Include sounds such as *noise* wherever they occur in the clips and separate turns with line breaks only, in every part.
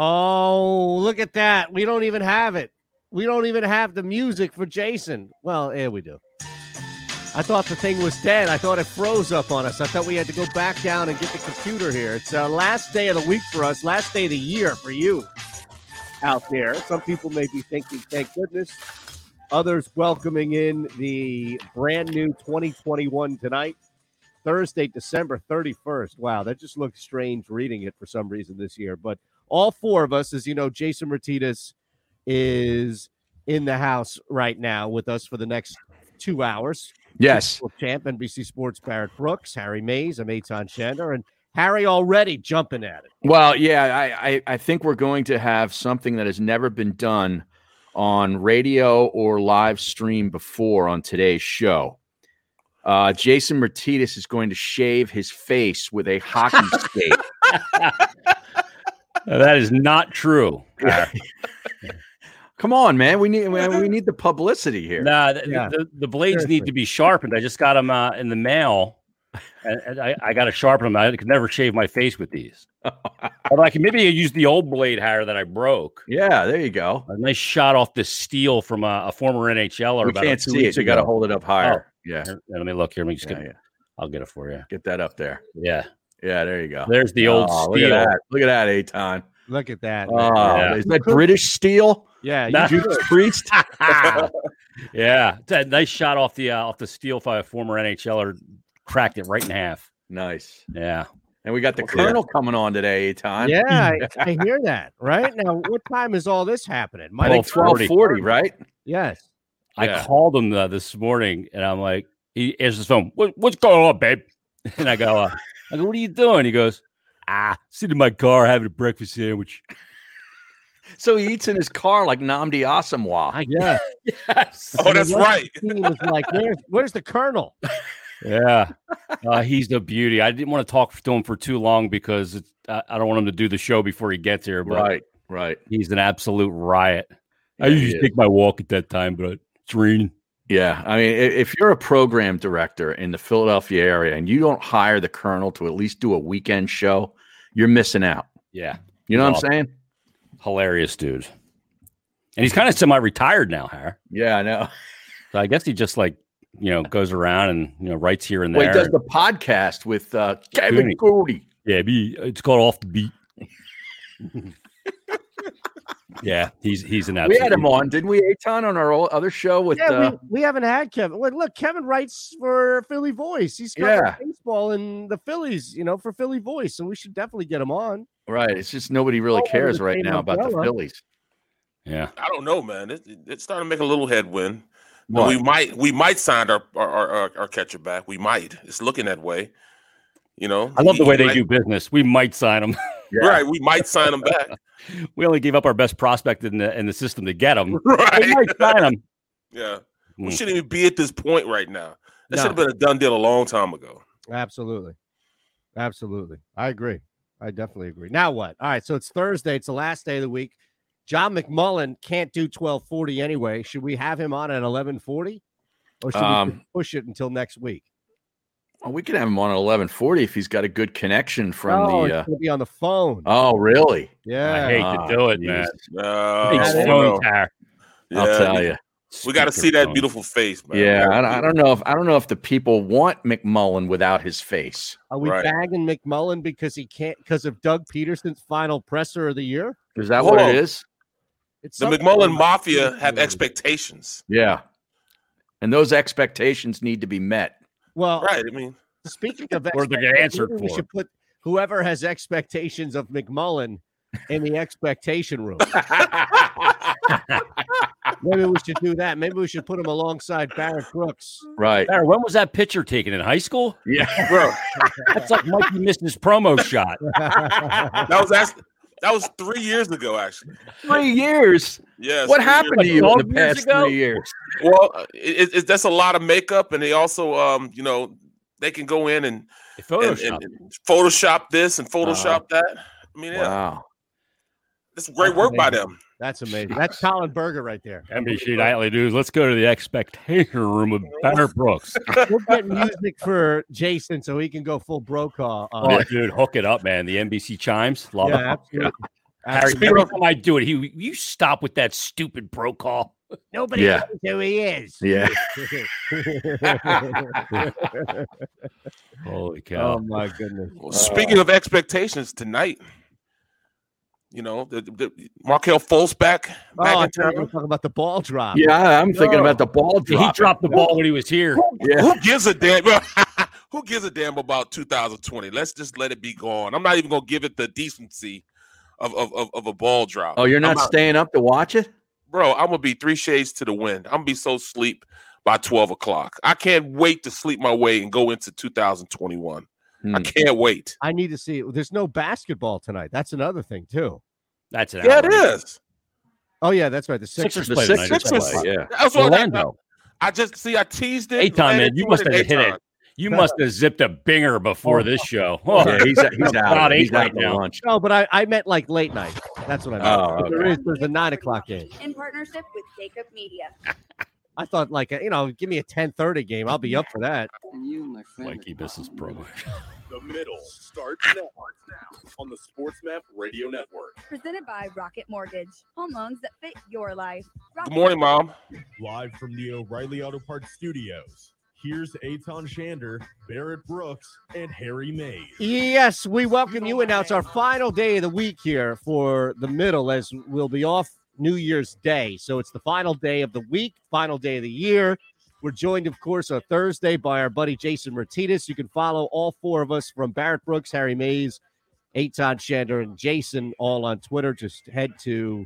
Oh, look at that. We don't even have it. We don't even have the music for Jason. Well, yeah, we do. I thought the thing was dead. I thought it froze up on us. I thought we had to go back down and get the computer here. It's uh, last day of the week for us, last day of the year for you out there. Some people may be thinking, thank goodness. Others welcoming in the brand new 2021 tonight. Thursday, December 31st. Wow, that just looks strange reading it for some reason this year. But all four of us, as you know, Jason Martinez is in the house right now with us for the next two hours.
Yes.
Champ, NBC Sports, Barrett Brooks, Harry Mays, I'm Aton Shander, and Harry already jumping at it.
Well, yeah, I, I, I think we're going to have something that has never been done on radio or live stream before on today's show. Uh, Jason Martinez is going to shave his face with a
*laughs*
hockey stick.
That is
*laughs*
not true.
Come on, man. We need we, we need the publicity here.
Nah, th-
Yeah.
the, the blades
Seriously.
need to be sharpened. I just got them uh, in the mail. And and I, I got to sharpen them. I could never shave my face
*laughs*
with these. Although I can maybe use the old blade hire that I broke.
Yeah, there you go.
A nice shot off the steel from a, a former NHLer.
We
about
can't
two
see it.
weeks
You got
ago. Oh,
to hold it up higher. Yeah.
Here, Let me look here. Let me just
Yeah,
get,
yeah.
I'll get it for you.
Get that up there.
Yeah.
Yeah, there you go.
There's the old
Oh, Look
steel.
at that. Look at that, Aton.
Look at that.
Oh,
Yeah.
is that British steel?
yeah,
Nah.
you
Judas Priest?
yeah. That nice shot off the uh, off the steel by a former NHLer. Cracked it right in half.
Nice.
Yeah.
And we got the
Yeah.
Colonel coming on today, Aton.
Yeah,
*laughs*
I, I hear that. Right now, what time is all this happening?
I
My
think
12:40.
1240, right?
yes.
Yeah.
I called him uh, this morning, and I'm like, he answers the phone. What, what's going on, babe? *laughs* And I go, uh, I go, what are you doing? He goes, Ah, sitting in my car having a breakfast sandwich.
*laughs* So he eats in his car like Namdi Asamwa. *laughs*
Yeah.
Yes.
Oh, that's
*laughs*
right.
Team was like, where's, where's the colonel?
*laughs*
Yeah, uh, he's a beauty. I didn't want to talk to him for too long because it's, I, I don't want him to do the show before he gets here. But
Right, right.
he's an absolute riot. I
Yeah,
usually
he
take my walk at that time, but it's raining.
Yeah, I mean, i- if you're a program director in the Philadelphia area and you don't hire the colonel to at least do a weekend show, you're missing out.
Yeah,
You know what
Awesome.
I'm saying?
hilarious dude. And he's kind of semi-retired now, Harry.
Yeah, I know. *laughs*
So I guess he just like you know goes around and you know writes here and
Well, he
there.
does the podcast with uh, Kevin Cody.
yeah, be, it's called off the beat. *laughs* yeah, he's he's an
We
absolute.
had him on, didn't we, Aton, on our old other show with?
yeah,
uh,
we, we haven't had Kevin. Well, look, Kevin writes for Philly Voice. He's got
Yeah.
baseball and the Phillies, you know, for Philly Voice. So we should definitely get him on.
right. It's just nobody really
Oh, under
cares
the
right
same
now about the
umbrella.
Phillies.
Yeah,
I don't know, man. It, it- it's starting to make a little headwind.
What?
We might we might sign our our, our- uh, our our catcher back. We might. It's looking that way. You know,
I love the
We-
way
we
they
might-
do business. We might sign him.
Right, we might sign him back.
*laughs* We only gave up our best prospect in the in the system to
*laughs*
get him. We
right.
might sign him.
Yeah. We
Mm.
shouldn't even be at this point right now. That
No.
should have been a done deal a long time ago.
Absolutely. Absolutely. I agree. I definitely agree. Now what? All right. So it's Thursday. It's the last day of the week. John McMullen can't do 1240 anyway. Should we have him on at 1140? Or should we
Um,
just push it until next week?
Well, we could have him on at eleven forty if he's got a good connection from
No, Oh, it's
the. Uh,
gonna be on the phone.
oh, really?
I
yeah.
hate
Ah,
to do it,
geez.
man.
No,
Big
I
phone
don't know.
tower.
I'll
Yeah,
tell you.
We got to see that
Speakerphone.
beautiful face, man.
Yeah, I, don't- I don't know if I don't know if the people want McMullen without his face.
Are we
Right.
bagging McMullen because he can't because of Doug Peterson's final presser of the year?
Is that
Hold
what it
on.
is?
It's
The
something
McMullen
like-
Mafia have
Yeah.
expectations.
Yeah. And those expectations need to be met.
Well,
Right.
*laughs*
I mean,
*laughs*
speaking of
Or they're gonna answer
expectations, maybe we
for
should put whoever has expectations of McMullen in the expectation
*laughs*
room. Maybe we should do that. Maybe we should put him alongside Barrett Brooks.
right.
Barry, when was that picture taken in high school?
Yeah.
*laughs*
bro,
That's like Mikey missed his promo shot.
that was actually, that was three years ago, actually.
Three years.
Yes.
what
three years
happened to
ago.
you in
Twelve
the
years
past
ago?
three years?
Well, it, it, it- that's a lot of makeup, and they also, um, you know, they can go in and,
They
and,
photoshopped
and- and Photoshop this and Photoshop that. I mean, yeah,
Uh-huh. Wow.
that's great work by them.
That's amazing. That's Colin Berger right there.
NBC Nightly News. Let's go to the expectation room of Banner Brooks.
We'll get music for Jason so he can go full Brokaw. On
Oh,
it.
dude, hook it up, man. The NBC chimes. Love
yeah,
it.
absolutely.
*laughs* Harry,
Absolutely.
every time I do it, he will you stop with that stupid bro call.
Nobody
Yeah.
knows who he is.
Yeah.
*laughs*
*laughs*
*laughs* Holy
oh my goodness.
Well, speaking of expectations tonight, you know, the, the Markel Fultz back,
Oh, I thought we were
McIntyre.
talking about the ball drop.
Yeah, I'm thinking
No.
about the ball drop.
Uh, oh. he dropped the ball when he was here.
Yeah.
Who gives a damn? *laughs* who gives a damn about 2020? Let's just let it be gone. I'm not even gonna give it the decency of of, of, of a ball drop.
Oh, you're not
I'm out.
staying up to watch it?
bro. I'm gonna be three shades to the wind. I'm gonna be so sleep by 12 o'clock. I can't wait to sleep my way and go into 2021. I
Hmm.
can't wait.
I need to see it. There's no basketball tonight. That's another thing too.
That's an
Yeah, it
outrage.
is.
Oh yeah, that's right. The Sixers.
Sixers
The
play tonight.
Sixers
That's
play,
right.
yeah.
That's what I,
Orlando.
I just see. I teased it.
Eitan,
landed
man, you
to
must
in
have hit
Eitan.
it. You must have zipped a binger before this show.
Yeah,
Oh, *laughs*
he's, *laughs* he's out.
About eight
He's out
right
to
now.
lunch.
No, but I, I meant like late night. That's what I meant.
Oh,
But There
okay.
is there's a nine o'clock game.
In partnership with Jacob Media.
I thought like you know, give me a ten thirty game. I'll be up for that.
And you, my friend.
Mikey, this is promo.
The middle starts now on the SportsMap Radio Network.
Presented by Rocket Mortgage. Home loans that fit your life.
Good morning, mom.
Live from the O'Reilly Auto Parts Studios. Here's Aton Shander, Barrett Brooks, and Harry Mays.
Yes, we welcome you, and now it's our final day of the week here for the middle, as we'll be off New Year's Day. So it's the final day of the week, final day of the year. We're joined, of course, on Thursday by our buddy Jason Martinez. You can follow all four of us from Barrett Brooks, Harry Mays, Aton Shander, and Jason all on Twitter. Just head to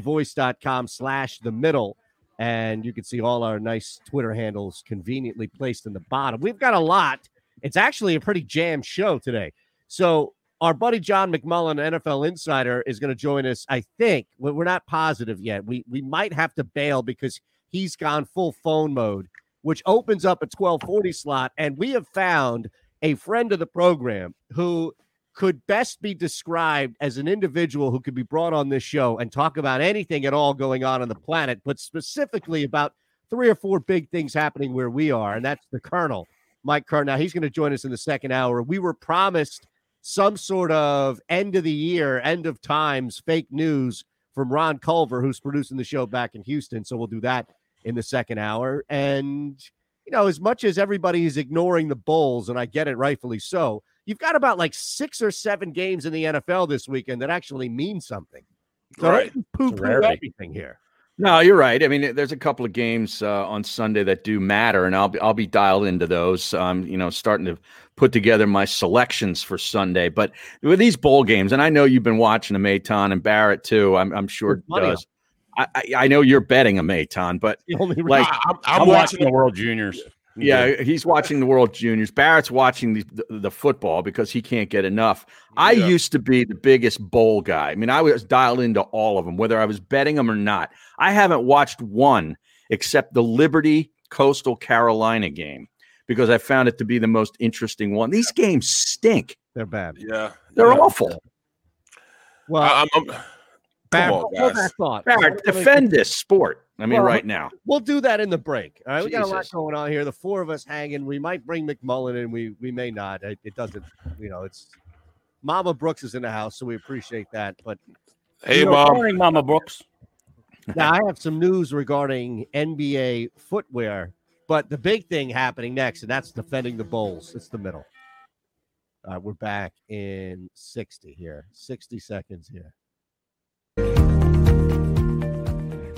phillyvoice.com slash the middle, and you can see all our nice Twitter handles conveniently placed in the bottom. We've got a lot it's actually a pretty jam show today. So our buddy John McMullen, NFL insider, is going to join us. I think Well, we're not positive yet. We we might have to bail because he's gone full phone mode, which opens up a twelve forty slot, and we have found a friend of the program who could best be described as an individual who could be brought on this show and talk about anything at all going on on the planet, but specifically about three or four big things happening where we are, and that's the Colonel. Mike Kerr. Now he's going to join us in the second hour. We were promised some sort of end of the year, end of times fake news from Ron Culver, who's producing the show back in Houston. So we'll do that in the second hour. And, you know, as much as everybody is ignoring the Bulls, and I get it rightfully so, you've got about like six or seven games in the NFL this weekend that actually mean something. So
Right.
poo
It's a
poo
rarity.
everything here.
No, you're right. I mean, there's a couple of games uh, on Sunday that do matter, and I'll be I'll be dialed into those. I'm you know starting to put together my selections for Sunday. But with these bowl games, and I know you've been watching them, Aton and Barrett too. I'm I'm sure
There's money on
does. I, I I know you're betting them, Aton, but
The only
Like,
I, am
I'm,
watching.
watching the World Juniors.
Yeah, he's watching the World Juniors. Barrett's watching the, the, the football because he can't get enough. I
Yeah.
used to be the biggest bowl guy. I mean, I was dialed into all of them, whether I was betting them or not. I haven't watched one except the Liberty Coastal Carolina game because I found it to be the most interesting one. These games stink.
they're bad.
yeah,
They're
yeah.
awful.
Well,
I, am I'm,
Barrett,
on,
hold
guys.
that thought.
Barrett, defend this sport. I mean,
Well,
right now.
We'll do that in the break. All right, we got a lot
Jesus.
going on here. The four of us hanging. We might bring McMullen in. We we may not. It, it doesn't. You know, it's Mama Brooks is in the house, so we appreciate that. But
Hey,
You know,
mom.
morning, Mama
*laughs*
Brooks.
now I have some news regarding NBA footwear. But the big thing happening next, and that's defending the bowls. It's the middle. All right, we're back in sixty here. Sixty seconds here.
The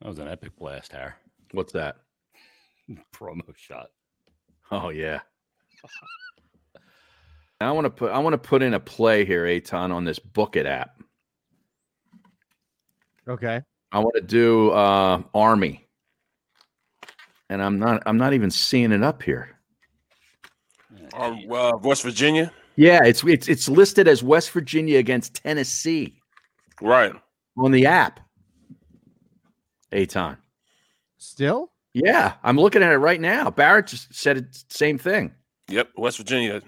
That was an epic blast, Har.
What's that?
Promo shot.
Oh yeah. I want to put I want to put in a play here, Aton, on this Book It app.
Okay.
I want to do uh, Army, and I'm not I'm not even seeing it up here.
Or, uh, West Virginia,
Yeah, it's it's it's listed as West Virginia against Tennessee
right?
on the app. Aton.
Still?
Yeah, I'm looking at it right now. Barrett just said it same thing.
Yep, West Virginia.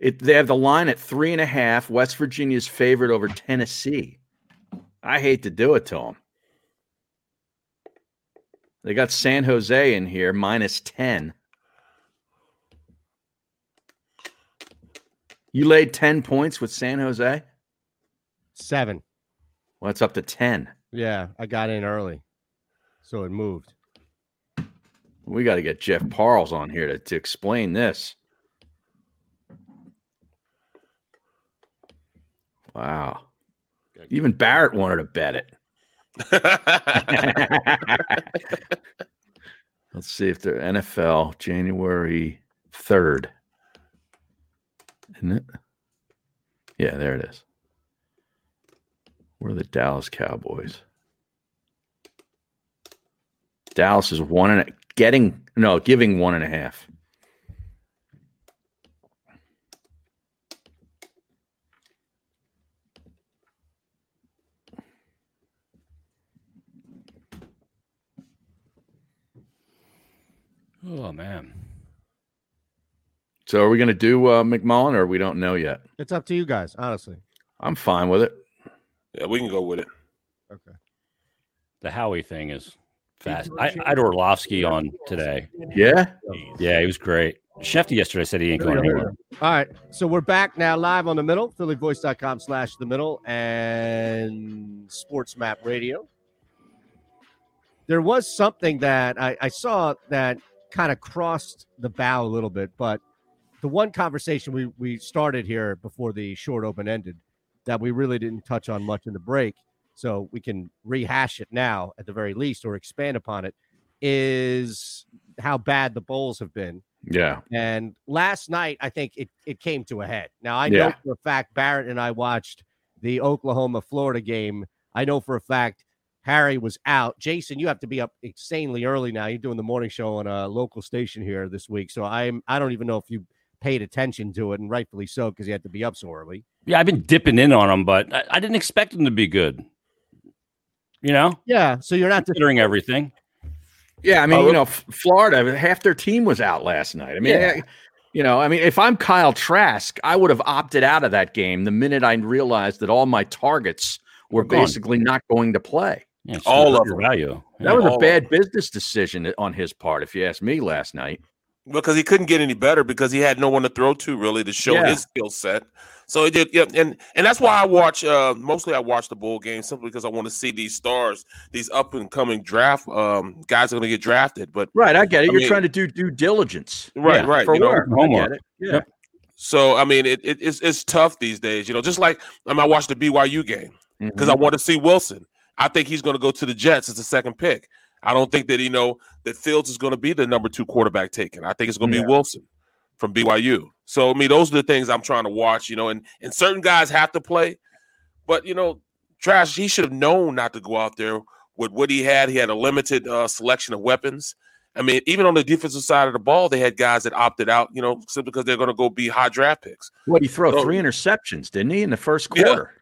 It, they have the line at three and a half. West Virginia's favored over Tennessee. I hate to do it to them. They got San Jose in here minus ten. You laid ten points with San Jose.
Seven.
Well, it's up to ten.
Yeah, I got in early. So it moved.
We got to get Jeff Parles on here to, to explain this. Wow. Even Barrett wanted to bet it. Let's see if they're NFL January 3rd. Isn't it? Yeah, there it is. Where are the Dallas Cowboys? Dallas is one and a, getting no giving one and a half.
Oh man.
So are we going to do uh, McMullen or we don't know yet?
It's up to you guys, honestly.
I'm fine with it.
yeah, we can go with it.
Okay.
The Howie thing is fast. I, I had Orlovsky on today.
Yeah.
Yeah, he was great. Shefty yesterday said he ain't going anywhere.
All right. So we're back now live on the middle, phillyvoice.com slash the middle and sports map radio. There was something that I, I saw that kind of crossed the bow a little bit, but the one conversation we, we started here before the short open ended that we really didn't touch on much in the break. So we can rehash it now at the very least or expand upon it is how bad the bowls have been.
Yeah.
And last night, I think it, it came to a head. Now, I know
Yeah.
for a fact Barrett and I watched the Oklahoma Florida game. I know for a fact Harry was out. Jason, you have to be up insanely early now. You're doing the morning show on a local station here this week. So I'm I don't even know if you paid attention to it, and rightfully so, because you had to be up so early.
Yeah, I've been dipping in on him, but I, I didn't expect him to be good. You know,
Yeah. So you're not
considering everything.
Yeah. I mean,
Oh,
you know, F- Florida, half their team was out last night. I mean, I- you know, I mean, if I'm Kyle Trask, I would have opted out of that game the minute I realized that all my targets were
Gone.
basically not going to play.
Yeah, it's
All
just
of
your
them.
value.
That was
all
a
of
bad business decision on his part, if you ask me last night.
because he couldn't get any better because he had no one to throw to really to show
Yeah.
his skill set. So it did, yep, and and that's why I watch. Uh, mostly, I watch the bowl game simply because I want to see these stars, these up and coming draft um, guys are going to get drafted. But
Right. I get it.
I
You're
mean-
trying to do due diligence.
Right, right,
For
you know,
work. I
homework.
get it. Yeah.
Yep.
so I mean, it, it it's it's tough these days, you know. Just like um, I, mean, I watched the BYU game because Mm-hmm. I want to see Wilson. I think he's going to go to the Jets as the second pick. I don't think that you know that Fields is going to be the number two quarterback taken. I think it's going to be Wilson from BYU. So I mean, those are the things I'm trying to watch, you know. And and certain guys have to play, but you know, Trash he should have known not to go out there with what he had. He had a limited uh, selection of weapons. I mean, even on the defensive side of the ball, they had guys that opted out, you know, simply because they're going to go be high draft picks.
What he throw
So-
three interceptions, didn't he, in the first
Yeah.
quarter?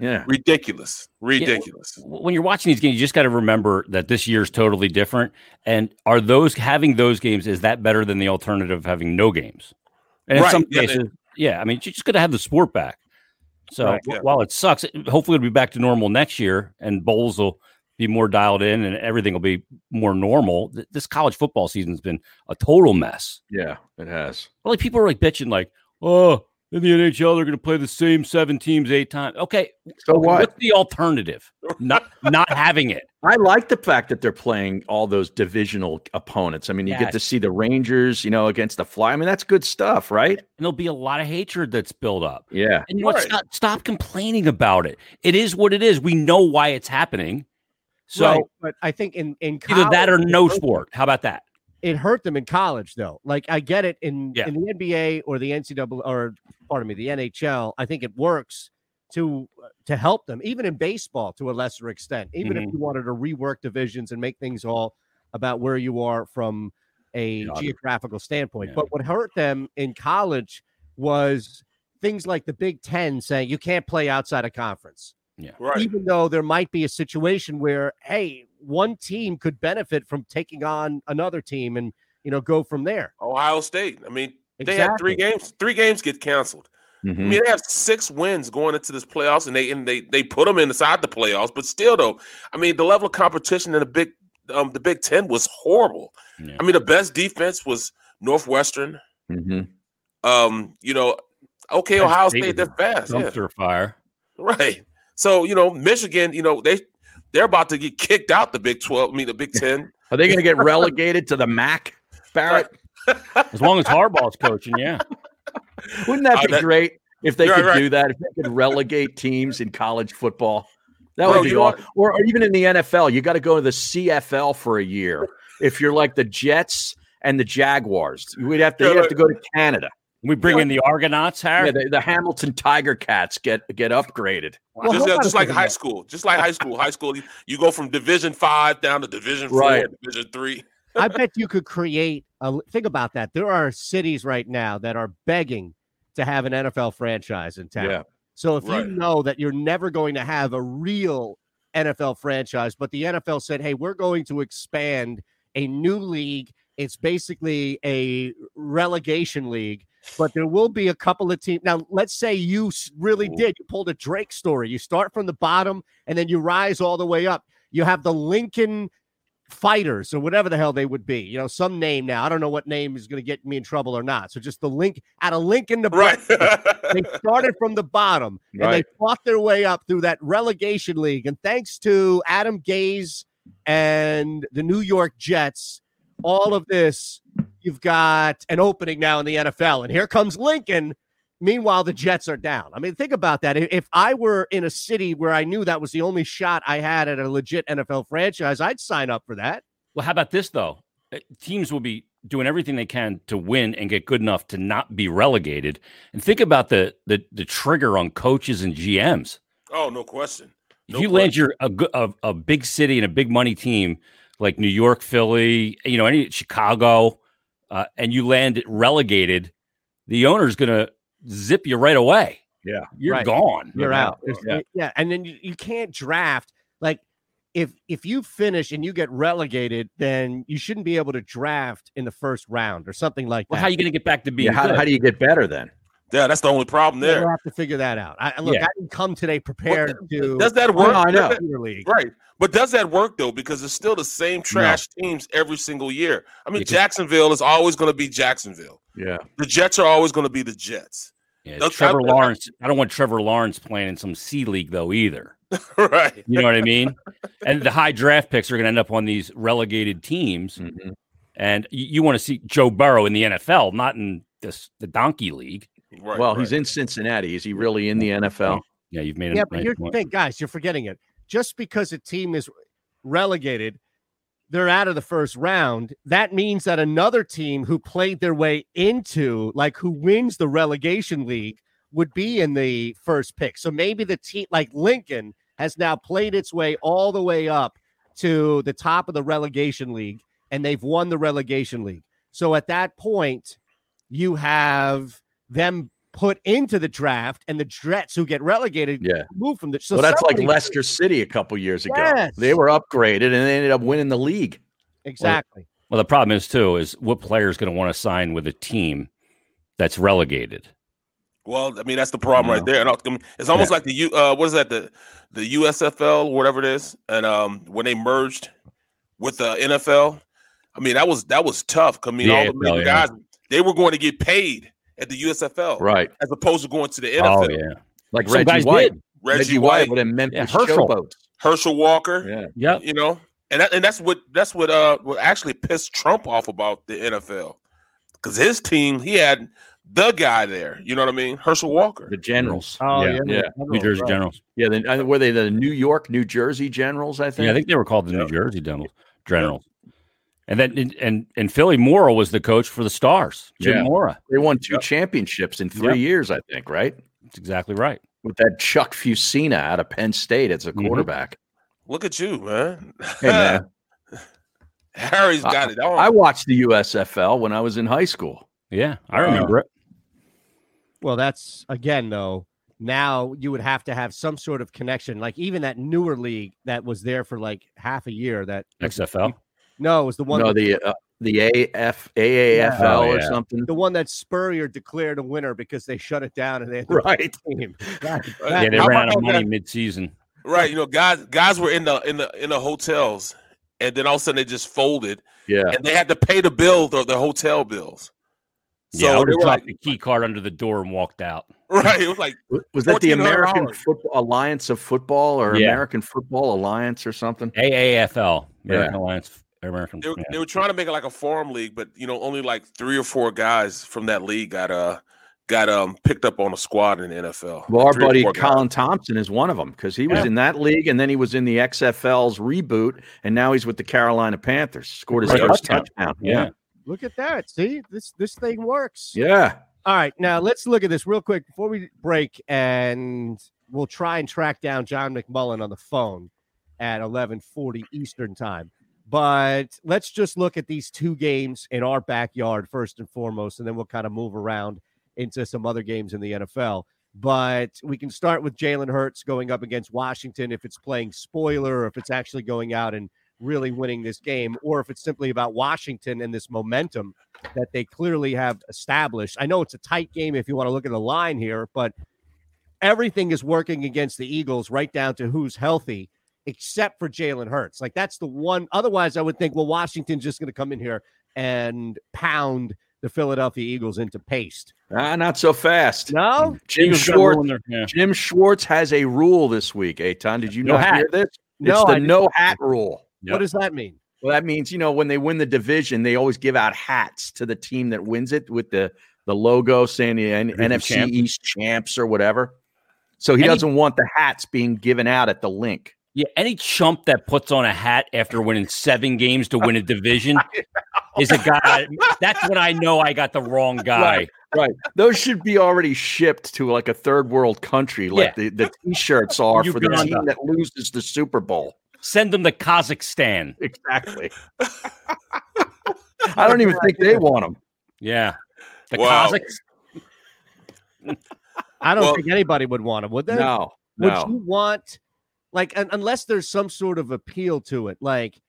Yeah.
Ridiculous, ridiculous.
when you're watching these games, you just got to remember that this year's totally different. And are those having those games is that better than the alternative of having no games? And in
Right,
some
yeah, they-
cases, yeah, I mean, you're just going to have the sport back. So
Right,
wh-
yeah.
while it sucks, it- hopefully it'll be back to normal next year, and bowls will be more dialed in, and everything will be more normal. Th- This college football season's been a total mess.
Yeah. It has.
Like people are like bitching, like, oh, in the NHL, they're going to play the same seven teams eight times. Okay,
So what?
what's the alternative? Not not having it.
I like the fact that they're playing all those divisional opponents. I mean, you get to
Yes.
see the Rangers, you know, against the Fly. I mean, that's good stuff, right?
And there'll be a lot of hatred that's built up.
Yeah.
And what?
Right.
Stop, stop complaining about it. It is what it is. We know why it's happening. So
Right, but I think in in college,
either that or no
it hurt-
sport. How about that?
It hurt them in college, though. Like I get it in
Yeah.
in the NBA or the NCAA or pardon me, the NHL. I think it works to uh, to help them, even in baseball to a lesser extent. Even if you wanted to rework divisions and make things all about where you are from a
Geography.
geographical standpoint.
Yeah.
But what hurt them in college was things like the Big Ten saying you can't play outside of conference
Right.
even though there might be a situation where hey one team could benefit from taking on another team and you know go from there
Ohio State. I mean, they had three games. Three games get canceled. I
Mhm.
mean, they have six wins going into this playoffs, and they and they they put them inside the playoffs. But still, though, I mean, the level of competition in the big um the Big Ten was horrible.
Yeah.
I mean, the best defense was Northwestern.
Mhm.
Um, you know, okay,
Ohio
Ohio
State
State, they're fast, yeah.
Dumpster fire.
*laughs* right? So you know, Michigan, you know, they they're about to get kicked out the Big Twelve. I mean,
*laughs*
the Big Ten.
Are they going
*laughs*
*laughs*
to get relegated to the MAC, Barrett?
As long as Harbaugh's coaching, yeah.
Wouldn't that
Uh,
be
that-
great if they
Right,
could
right.
do that? If they could relegate teams in college football, that
Bro,
would be
you know
awesome. Or, or even in the NFL, you got to go to the CFL for a year. If you're like the Jets and the Jaguars, we'd have to
Yeah,
you'd have
like-
to go to Canada.
We bring in the Argonauts, Harry.
Yeah, the, the Hamilton Tiger Cats get get upgraded.
Well,
just,
hold on a
just like
second,
high
though.
school, just like high school, high school. You, you go from Division Five down to Division Four,
Right.
Division Three.
i bet you could create a think about that there are cities right now that are begging to have an nfl franchise in town
Yeah.
so if
Right.
you know that you're never going to have a real nfl franchise but the nfl said hey we're going to expand a new league it's basically a relegation league but there will be a couple of teams. Now, let's say you s- really did. You pulled a Drake story. You start from the bottom and then you rise all the way up. You have the Lincoln Fighters or whatever the hell they would be. You know, some name now. I don't know what name is going to get me in trouble or not. So just the link out of Lincoln to
Right.
they started from the bottom and they
Right.
fought their way up through that relegation league. And thanks to Adam Gaze and the New York Jets, all of this, you've got an opening now in the NFL. And here comes Lincoln. Meanwhile, the Jets are down. I mean, think about that. If- If I were in a city where I knew that was the only shot I had at a legit NFL franchise, I'd sign up for that.
Well, how about this though? Uh, Teams will be doing everything they can to win and get good enough to not be relegated. And think about the the, the trigger on coaches and GMs.
oh, no question.
If
No
you land your a, go- a a big city and a big money team like New York, Philly, you know, any Chicago, uh, and you land it relegated, the owner's gonna zip you right away.
Yeah,
you're
right.
gone.
you're out. There's-
Yeah.
Yeah. and then you, you can't draft like if if you finish and you get relegated, then you shouldn't be able to draft in the first round or something like
Well,
that.
how you gonna get back to being
Yeah, how,
good?
how do you get better then?
Yeah, that's the only problem
We'll
there.
have to figure that out. I I- look,
Yeah.
I didn't come today prepared to.
Does that
Well,
work?
I know.
Premier league.
Right. But does that work though? Because it's still the same trash teams every single year. I mean,
Because-
Jacksonville is always going to be Jacksonville.
Yeah,
The Jets are always going to be the Jets.
Yeah,
Those
Trevor
type of-
Lawrence. I don't want Trevor Lawrence playing in some C league though either.
*laughs* right.
You know what I mean? and the high draft picks are going to end up on these relegated teams.
Mm-hmm.
Mhm.
And you, you want to see Joe Burrow in the NFL, not in this the Donkey League.
Right.
well,
right.
he's in Cincinnati. Is he really in the NFL?
Yeah, you've made
Yeah,
a
but
nice
here's the
point.
thing, guys. You're forgetting it. Just because a team is relegated, they're out of the first round. That means that another team who played their way into, like, who wins the relegation league, would be in the first pick. So maybe the team, like Lincoln, has now played its way all the way up to the top of the relegation league, and they've won the relegation league. So at that point, you have them put into the draft, and the Jets who get relegated
Yeah.
move from the. So
Well, that's like
somebody-
Leicester City a couple years ago.
Yes.
They were upgraded and they ended up winning the league.
Exactly.
Well, the problem is too is what player is going to want to sign with a team that's relegated.
Well, I mean, that's the problem right there. And I mean, it's almost like the U. Uh, what is that? The the USFL, whatever it is, and um, when they merged with the NFL, I mean, that was that was tough. 'cause, I mean,
The
all the
AFL,
major
yeah.
guys they were going to get paid, at the USFL,
Right.
as opposed to going to the NFL.
Oh yeah,
Like
Some
Reggie
guys
White.
did.
Reggie, White,
with a Memphis
Herschel.
showboat.
Herschel Walker.
Yeah.
Yep.
you know, and that, and that's what that's what uh what actually pissed Trump off about the NFL because his team he had the guy there, you know what I mean, Herschel Walker.
The Generals.
yeah.
yeah.
New Jersey Generals.
Yeah. Then uh, were they the New York, New Jersey Generals? I think.
Yeah, I think they were called the New Jersey Generals. Generals. And then and- and and Philly Mora was the coach for the Stars. Jim
Yeah.
Mora.
they won two championships in three
Yep.
years. I think. Right.
That's exactly right.
With that Chuck Fusina out of Penn State as a
Mhm.
quarterback.
Look at you, man. *laughs*
Hey man,
Harry's got it.
I
on.
watched the USFL when I was in high school.
Yeah, I remember it.
Well, that's again though. Now you would have to have some sort of connection, like even that newer league that was there for like half a year. That
XFL.
no, it was the one,
no,
that-
the uh, the AF AAFL
Oh,
or
yeah.
something.
the one that Spurrier declared a winner because they shut it down and they had to
Right.
team.
*laughs*
Uh,
Yeah, they
how
ran out
about
of money
that?
mid-season.
Right, you know, guys guys were in the in the in the hotels, and then all of a sudden they just folded,
Yeah.
and they had to pay the bill the, the hotel bills. So
yeah, I would
they
have
were
dropped
like,
the key card under the door and walked out.
right, it was like *laughs*
Was that the
$1,400.
American Football Alliance of Football or
Yeah.
American Football Alliance or something?
AAFL,
Yeah.
American Alliance, American.
they were,
yeah.
they were trying to make it like a farm league, but you know, only like three or four guys from that league got uh got um picked up on a squad in the NFL.
Well, our
Three or
buddy
four guys.
Colin Thompson is one of them because he was
Yeah.
in that league and then he was in the XFL's reboot and now he's with the Carolina Panthers. Scored his
Right.
first
Touchdown.
touchdown.
Yeah.
Yeah.
Look at that. See this this thing works.
Yeah.
All right, now let's look at this real quick before we break, and we'll try and track down John McMullen on the phone at 11:40 Eastern time. But let's just look at these two games in our backyard first and foremost, and then we'll kind of move around into some other games in the NFL. But we can start with Jalen Hurts going up against Washington if it's playing spoiler, or if it's actually going out and really winning this game, or if it's simply about Washington and this momentum that they clearly have established. I know it's a tight game if you want to look at the line here, but everything is working against the Eagles right down to who's healthy, except for Jalen Hurts. Like that's the one. Otherwise, I would think, well, Washington's just going to come in here and pound the Philadelphia Eagles into paste.
Ah, not so fast.
No,
Jim
Eagles got a roll in
Schwartz.
there. Yeah.
Jim Schwartz has a rule this week, Aton. Did you
No
not
hat.
hear this? It's
no.
the
I-
no hat rule.
Yeah.
What does that mean?
Well, that means, you know, when they win the division, they always give out hats to the team that wins it with the, the logo saying the N-
Who's the
NFC
champ?
East champs or whatever. So he
Any-
doesn't want the hats being given out at the link.
Yeah, any chump that puts on a hat after winning seven games to win a
*laughs*
division is a guy. That's when I know I got the
*laughs*
wrong guy.
Right. Those should be already shipped to like a third world country, like the, the t shirts
*laughs*
are for the team
Uganda.
that loses the Super Bowl.
Send them to Kazakhstan.
Exactly. I
*laughs*
don't even think they want them.
Yeah, the
Wow.
Kazakhs.
*laughs* I don't
Well-
think anybody would want him, would they?
No,
Would
no.
you want, like, un- unless there's some sort of appeal to it? Like,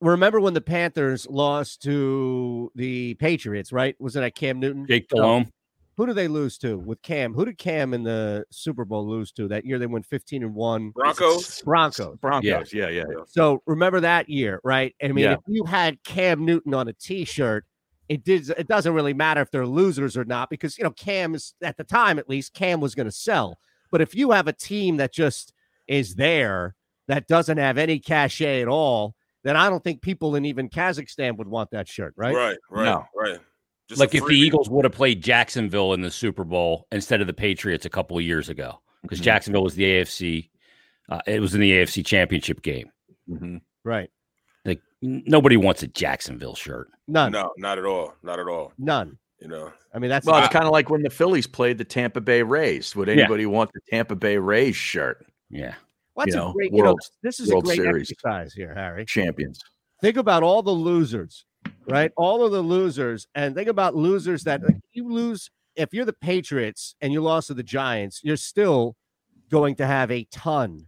remember when the Panthers lost to the Patriots? Right? Was it at Cam Newton?
Jake Delhomme.
Who did they lose to with Cam? Who did Cam in the Super Bowl lose to that year? They went 15 and one.
Broncos.
Broncos.
Broncos. Yeah, yeah.
So remember that year, right? I mean,
Yeah.
if you had Cam Newton on a T-shirt, it did. It doesn't really matter if they're losers or not because you know Cam is at the time at least Cam was going to sell. But if you have a team that just is there that doesn't have any cachet at all, then I don't think people in even Kazakhstan would want that shirt, right?
Right, right, right.
No.
Just
Like
a
if the
freebie.
Eagles would have played Jacksonville in the Super Bowl instead of the Patriots a couple of years ago, because
Mhm.
Jacksonville was the AFC. Uh, it was in the AFC Championship game.
Mhm.
Right.
Like n- nobody wants a Jacksonville
*laughs*
shirt.
None.
No, not at all. Not at all.
None.
You know.
I mean, that's
Well, it's kind of like when the Phillies played the Tampa Bay Rays. Would
Yeah.
anybody want the Tampa Bay Rays shirt?
Yeah,
well, that's
you
a
know,
great.
World-
you know, this is a
World
great
Series.
exercise here, Harry.
Champions.
think about all the losers, right? All of the losers, and think about losers that like, you lose. If you're the Patriots and you lost to the Giants, you're still going to have a ton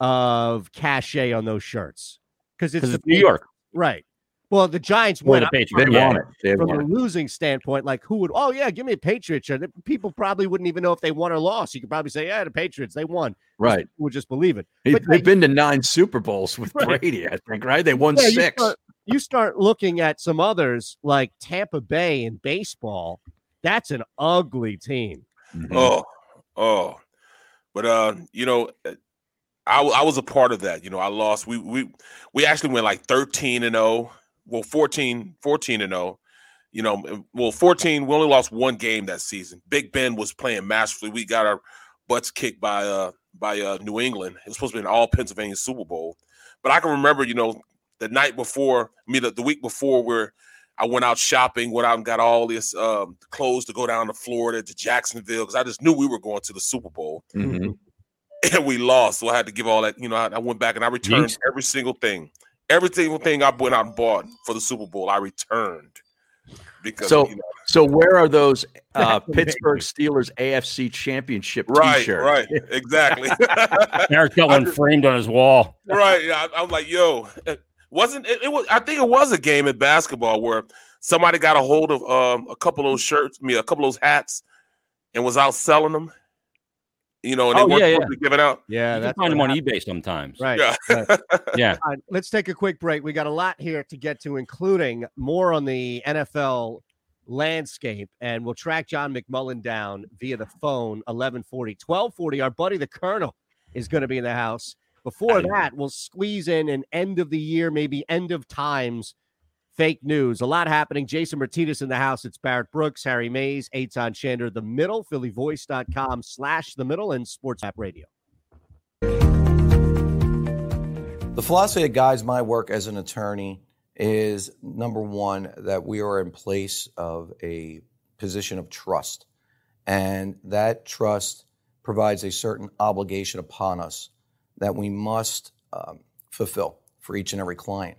of cachet on those shirts because it's,
because
the
it's New York
right? Well, the Giants
or
win
the
They
Patriots.
want it. They
from
want
a
it.
losing standpoint. Like, who would? Oh yeah, give me a Patriots shirt. People probably wouldn't even know if they won or lost. You could probably say, yeah, the Patriots, they won.
Right.
People would just believe it.
They-
But
They've
I-
been to nine Super Bowls with
Right.
Brady, I think, right? They won
Yeah, you
six.
start- you start looking at some others like Tampa Bay in baseball, That's an ugly team.
Oh, oh, but uh, you know, I w- I was a part of that. You know, I lost. We we we actually went like thirteen and zero. Well, 14, 14 and zero. You know, well, fourteen. We only lost one game that season. Big Ben was playing masterfully. We got our butts kicked by uh by uh New England. It was supposed to be an All Pennsylvania Super Bowl, but I can remember. You know, the night before. I mean, the, the week before where. I went out shopping, went out and got all this um, clothes to go down to Florida to Jacksonville because I just knew we were going to the Super Bowl, *laughs*
Mhm.
and we lost. So I had to give all that. You know, I, I went back and I returned
Yeesh.
every single thing, every single thing I went out and bought for the Super Bowl. I returned because
So-
you know,
So where
*laughs*
are those uh,
That's amazing.
Pittsburgh Steelers AFC Championship
right,
T-shirt?
right,
*laughs*
exactly, *laughs*
Eric's got one framed on his wall.
right. Yeah, I, I'm like, yo, it wasn't it, it was? I think it was a game in basketball where somebody got a hold of um, a couple of those shirts, I mean, a couple of those hats, and was out selling them. You know, and they
Oh,
weren't
yeah,
supposed to be given out.
Yeah,
you can
that's
find them
what
on
happened.
eBay sometimes.
Right.
Yeah.
right.
Yeah.
All right, let's take a quick break. We got a lot here to get to, including more on the NFL landscape, and we'll track John McMullen down via the phone 1140, 1240. Our buddy the Colonel is going to be in the house. Before that, we'll squeeze in an end of the year, maybe end of times fake news. A lot happening. Jason Martinez in the house. It's Barrett Brooks, Harry Mays, Eitan Shander, The Middle, PhillyVoice.com slash The Middle, and Sports App Radio.
The philosophy that guides my work as an attorney is number one, that we are in place of a position of trust. And that trust provides a certain obligation upon us that we must um, fulfill for each and every client.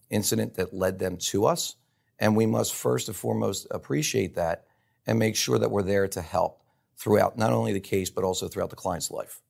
incident that led them to us. And we must first and foremost appreciate that and make sure that we're there to help throughout not only the case, but also throughout the client's life.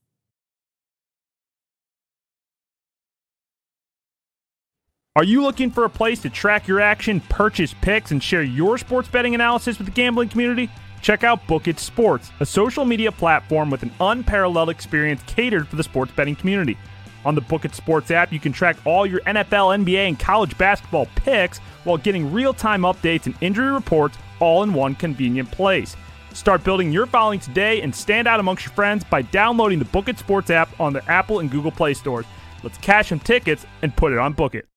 Are you looking for a place to track your action, purchase picks, and share your sports betting analysis with the gambling community? Check out Book It Sports, a social media platform with an unparalleled experience catered for the sports betting community. On the Book It Sports app, you can track all your NFL, NBA, and college basketball picks while getting real time updates and injury reports all in one convenient place. Start building your following today and stand out amongst your friends by downloading the Book It Sports app on the Apple and Google Play stores. Let's cash some tickets and put it on Book It.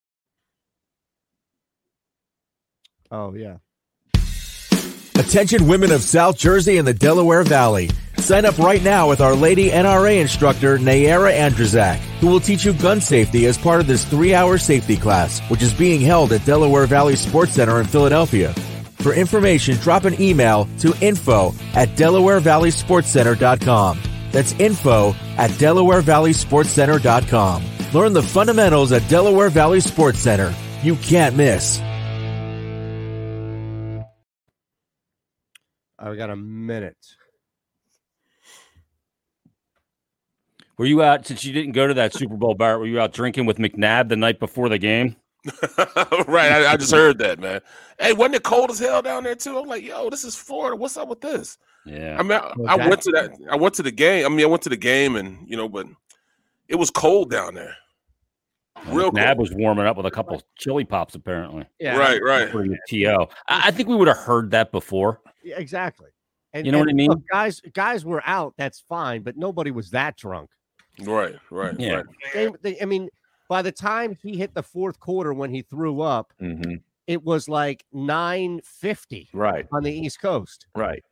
Oh, yeah.
Attention women of South Jersey and the Delaware Valley. Sign up right now with our lady NRA instructor, Nayera Andrzak, who will teach you gun safety as part of this three hour safety class, which is being held at Delaware Valley Sports Center in Philadelphia. For information, drop an email to info at delawarevalleysportscenter.com. That's info at delawarevalleysportscenter.com. Learn the fundamentals at Delaware Valley Sports Center. You can't miss.
I got a minute.
Were you out since you didn't go to that Super Bowl, Barrett? Were you out drinking with McNabb the night before the game?
*laughs* right. I, I just heard that, man. Hey, wasn't it cold as hell down there too? I'm like, yo, this is Florida. What's up with this?
Yeah.
I mean, I, I went to that. I went to the game. I mean, I went to the game, and you know, but it was cold down there. *laughs* Real
McNabb
cold.
was warming up with a couple chili pops, apparently.
Yeah.
Right, right.
According to To, I, I think we would have heard that before.
Yeah, exactly. And,
You know what I
and
mean?
look, guys, guys were out. That's fine, but nobody was that drunk.
Right, right,
Yeah.
right.
They, they- I mean, by the time he hit the fourth quarter when he threw up,
Mm-hmm.
Mhm.
it was like nine fifty
Right.
on the East Coast
Right.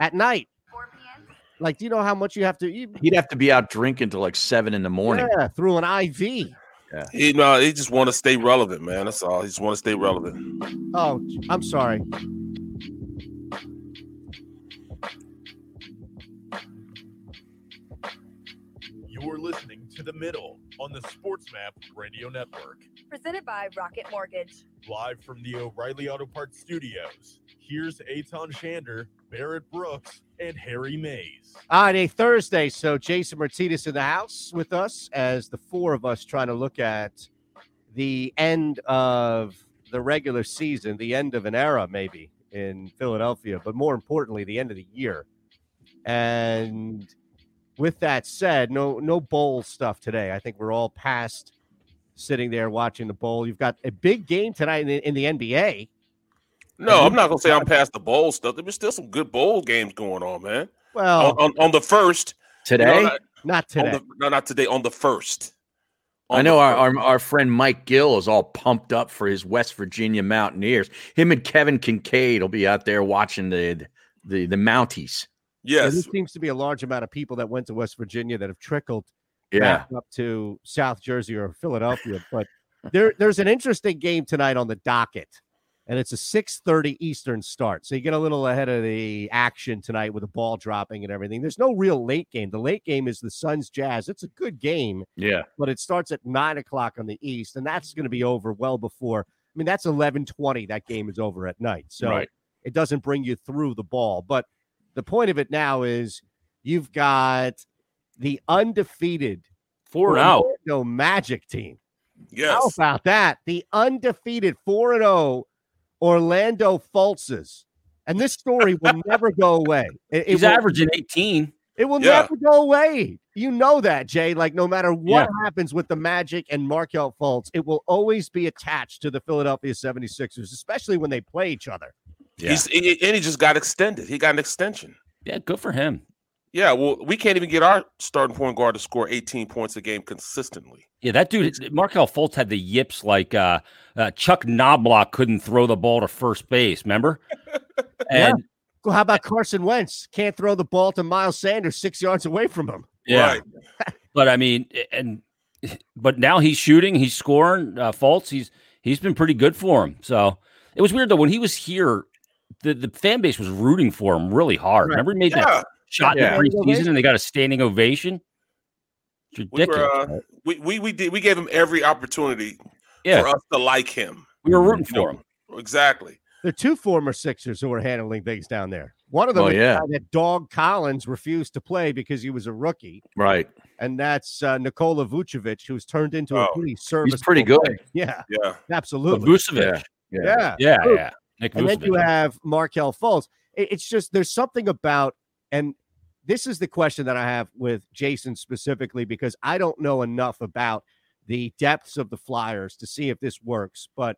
at night.
4 p.m.
Like, do you know how much you have to? You,
He'd have to be out drinking till like seven in the morning.
Yeah, through an IV.
He no, he just want to stay relevant, man. That's all. He just want to stay relevant.
Oh, I'm sorry.
You're listening to The Middle on the Sports Map Radio Network.
Presented by Rocket Mortgage.
Live from the O'Reilly Auto Parts Studios, Here's Aton Shander, Barrett Brooks, and Harry Mays.
On a Thursday, so Jason Martinez in the house with us as the four of us trying to look at the end of the regular season, the end of an era, maybe in Philadelphia, but more importantly, the end of the year. And with that said, no no bowl stuff today. I think we're all past sitting there watching the bowl. You've got a big game tonight in the, in the NBA.
No, I'm not gonna say I'm past the bowl stuff. There's still some good bowl games going on, man.
Well,
On, on, on the first you know,
Today,
not-
not
on
today.
the- no, not today. On the first.
I
On
know
the
our,
first.
our our friend Mike Gill is all pumped up for his West Virginia Mountaineers. Him and Kevin Kincaid will be out there watching the the the Mounties.
There
yes,
seems to be a large amount of people that went to West Virginia that have trickled
Yeah,
back up to South Jersey or Philadelphia. But there, there's an interesting game tonight on the docket, and it's a 6:30 Eastern start. So you get a little ahead of the action tonight with the ball dropping and everything. There's no real late game. The late game is the Suns Jazz. It's a good game, *laughs*
yeah.
but it starts at nine o'clock on the East, and that's going to be over well before. I mean, that's 11:20. That game is over at night. So
Right.
it doesn't bring you through the ball. But the point of it now is you've got the undefeated
Four and oh. out.
no Magic team. How
yes.
about that? The undefeated 4 0 Orlando Falses. And this story
*laughs*
will never go away. It, it
He's
will,
averaging 18.
it will
Yeah.
never go away. You know that, Jay. Like, no matter what
Yeah.
happens with the Magic and Markel Fultz, it will always be attached to the Philadelphia 76ers, especially when they play each other.
He's, and he and he just got extended. He got an extension.
Yeah, good for him.
Yeah, well, we can't even get our starting point guard to score 18 points a game consistently.
Yeah, that dude, Markel Fultz had the yips like uh, uh, Chuck Knoblock couldn't throw the ball to first
*laughs*
base, remember? And
Well, how about Carson Wentz? Can't throw the ball to Miles Sanders six yards away from him.
yeah,
Right.
but I mean, and but now he's shooting, he's scoring. Uh, Fultz, he's he's been pretty good for him. So it was weird though when he was here, the, the fan base was rooting for him really hard.
Right.
Remember he made
Yeah.
that shot
Yeah.
in the preseason and they got a standing ovation. It's
We, were,
ridiculous.
uh, we, we, we, did, we gave him every opportunity
yeah,
for us to like him.
we were rooting
You know,
for him.
Exactly.
There are two former Sixers who are handling things down there. One of them
Oh,
is the
yeah.
guy that Dog Collins refused to play because he was a rookie,
Right.
and that's uh, Nikola Vucevic, who's turned into a
Oh,
pretty
He's
serviceable.
pretty good.
Yeah,
Yeah.
But
absolutely.
Vucevic,
Yeah.
yeah.
yeah, yeah,
Ooh.
Nick
And then
Vucevic.
you have Markel Fultz. It- It's just there's something about, and this is the question that I have with Jason specifically because I don't know enough about the depths of the Flyers to see if this works, but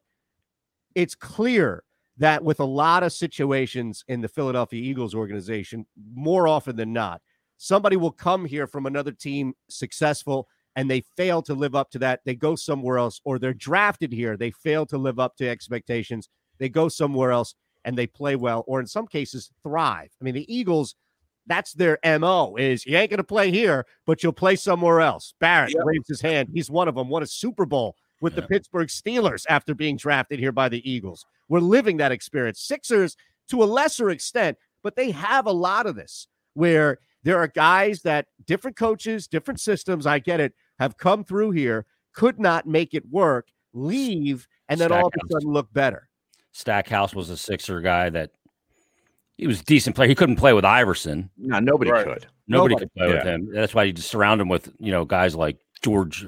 it's clear that with a lot of situations in the Philadelphia Eagles organization, more often than not, somebody will come here from another team successful and they fail to live up to that. They go somewhere else or they're drafted here. They fail to live up to expectations they go somewhere else and they play well or in some cases thrive i mean the eagles that's their mo is you ain't going to play here but you'll play somewhere else barrett
Yep.
waves his hand he's one of them won a super bowl with the
Yeah.
pittsburgh steelers after being drafted here by the eagles we're living that experience sixers to a lesser extent but they have a lot of this where there are guys that different coaches different systems i get it have come through here could not make it work leave and then all of a
Stackhouse.
sudden look better
Stackhouse was a Sixer guy that he was a decent player. He couldn't play with Iverson.
No, nobody
Right.
could.
Nobody,
Nobody.
could play with him. That's why you just surround him with you know guys like George,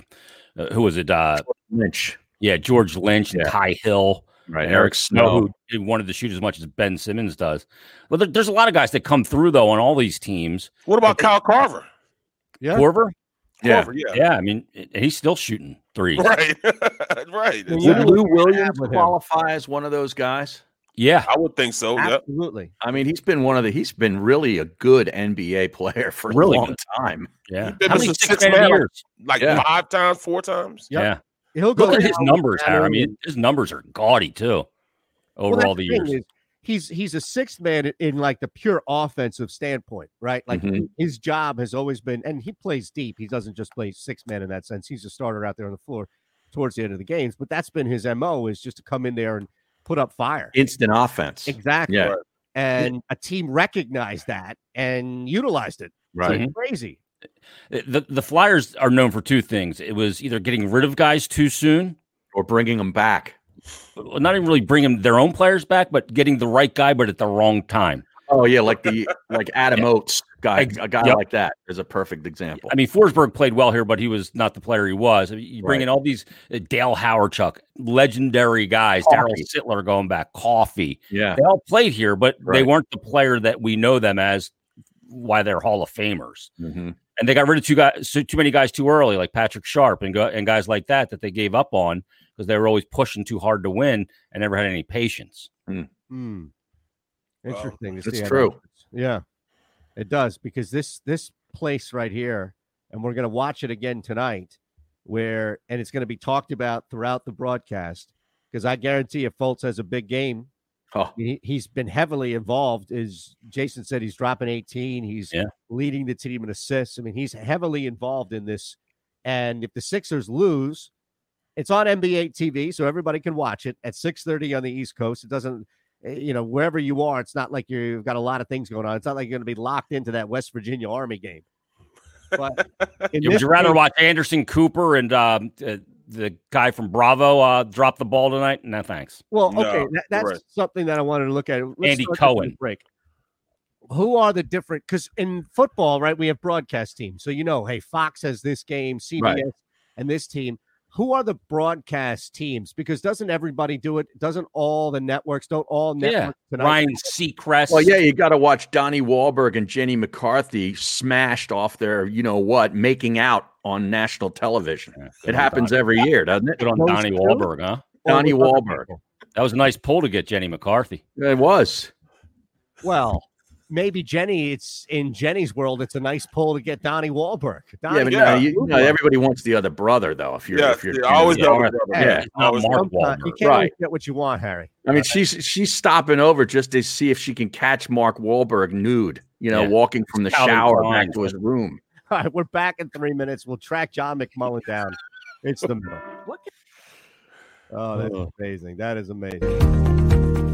uh, who was it? Uh,
Lynch.
yeah, George Lynch and
Yeah.
Ty Hill,
Right.
and
Eric Snow.
who didn't- wanted to shoot as much as Ben Simmons does. Well, there, there's a lot of guys that come through though on all these teams.
What about Kyle Carver?
Yeah.
Corver,
Yeah.
Carver, yeah.
yeah, I mean, and he's still shooting threes.
Right. *laughs* right. *laughs*
Yeah.
Would Lou Williams
with him.
qualify as one of those guys?
Yeah,
I would think so. Yeah.
Absolutely.
I mean, he's been one of the. He's been really a good NBA player for a *laughs*
Really
long
good.
time.
yeah.
been
How
Mr.
many
Six
six-man
Man, like-
years?
Like
Yeah.
five times, four times.
Yep.
Yeah,
He'll go
look at his
down
numbers,
without
Howard. I
any-
mean, his numbers are gaudy too.
Well,
Over
that's
all the
thing
years,
is, he's he's a sixth man in, in like the pure offensive standpoint, right? Like
Mhm.
his job has always been, and he plays deep. He doesn't just play six man in that sense. He's a starter out there on the floor towards the end of the games, but that's been his mo is just to come in there and put up fire.
Instant offense.
exactly.
Yeah.
And a team recognized that and utilized it. It's
Right.
like crazy.
the the Flyers are known for two things. It was either getting rid of guys too soon
Or bringing him back.
not even really bringing their own players back, but getting the right guy, but at the wrong time.
Oh yeah, like the like Adam Oates guy,
Ex-
a guy
yep.
like that is a perfect example.
I mean, Forsberg played well here, but he was not the player he was. I mean, you bring
Right.
in all these uh, Dale Howardchuck, legendary guys, Daryl
Coffee.
Sittler going back, Coffee.
yeah,
They all played here, but they
Right.
weren't the player that we know them as. Why they're Hall of Famers,
Mhm.
and they got rid of two guys, so too many guys too early, like Patrick Sharp and go, and guys like that that they gave up on because they were always pushing too hard to win and never had any patience.
Hmm.
Well,
Interesting. to see
it's
how that
true.
works. Yeah, it does because this this place right here, and we're gonna watch it again tonight, where and it's gonna be talked about throughout the broadcast because I guarantee if Fultz has a big game,
Oh.
he, he's been heavily involved. As Jason said, he's dropping eighteen. He's
Yeah.
leading the team in assists. I mean, he's heavily involved in this. And if the Sixers lose, it's on NBA TV, so everybody can watch it at six thirty on the East Coast. It doesn't eh, you know, wherever you are, it's not like you've got a lot of things going on. It's not like you're going to be locked into that West Virginia Army game.
*laughs*
But in this
Yeah, Would you rather
case-
watch Anderson Cooper and um, uh, the guy from Bravo uh, drop the ball tonight? No, thanks.
Well,
No,
okay, that, that's
right.
something that I wanted to look at. Let's
Andy
start this with
Cohen.
a break. Who are the different? Because in football, right, we have broadcast teams, so you know, hey, Fox has this game, CBS,
Right.
and this team. Who are the broadcast teams? Because doesn't everybody do it? Doesn't all the networks? Don't all
Yeah,
networks? tonight-
Ryan Seacrest.
Well, yeah, you got to watch Donnie Wahlberg and Jenny McCarthy smashed off their, you know what, making out on national television. It happens every year, doesn't it?
Good on
Those
Donnie
two?
Wahlberg, huh?
Or with
Donnie
other
Wahlberg.
people?
That was a nice pull to get Jenny McCarthy.
It was.
Well, maybe Jenny. It's in Jenny's world. It's a nice pull to get Donnie Wahlberg. Donnie,
yeah, but
yeah.
no, you, no, everybody wants the other brother though. If you're,
Yeah,
if you're,
yeah, always the other
yeah.
brother.
Yeah,
It's not
was-
Mark
sometimes- you
Wahlberg.
can't always
Right.
get what you want, Harry.
I mean, she's she's stopping over just to see if she can catch Mark Wahlberg nude. You know,
Yeah.
walking from the
Calvin
shower
Klein.
back to his room.
All right, we're back in three minutes. We'll track John McMullen down. It's the middle. Oh, that's amazing. That is amazing.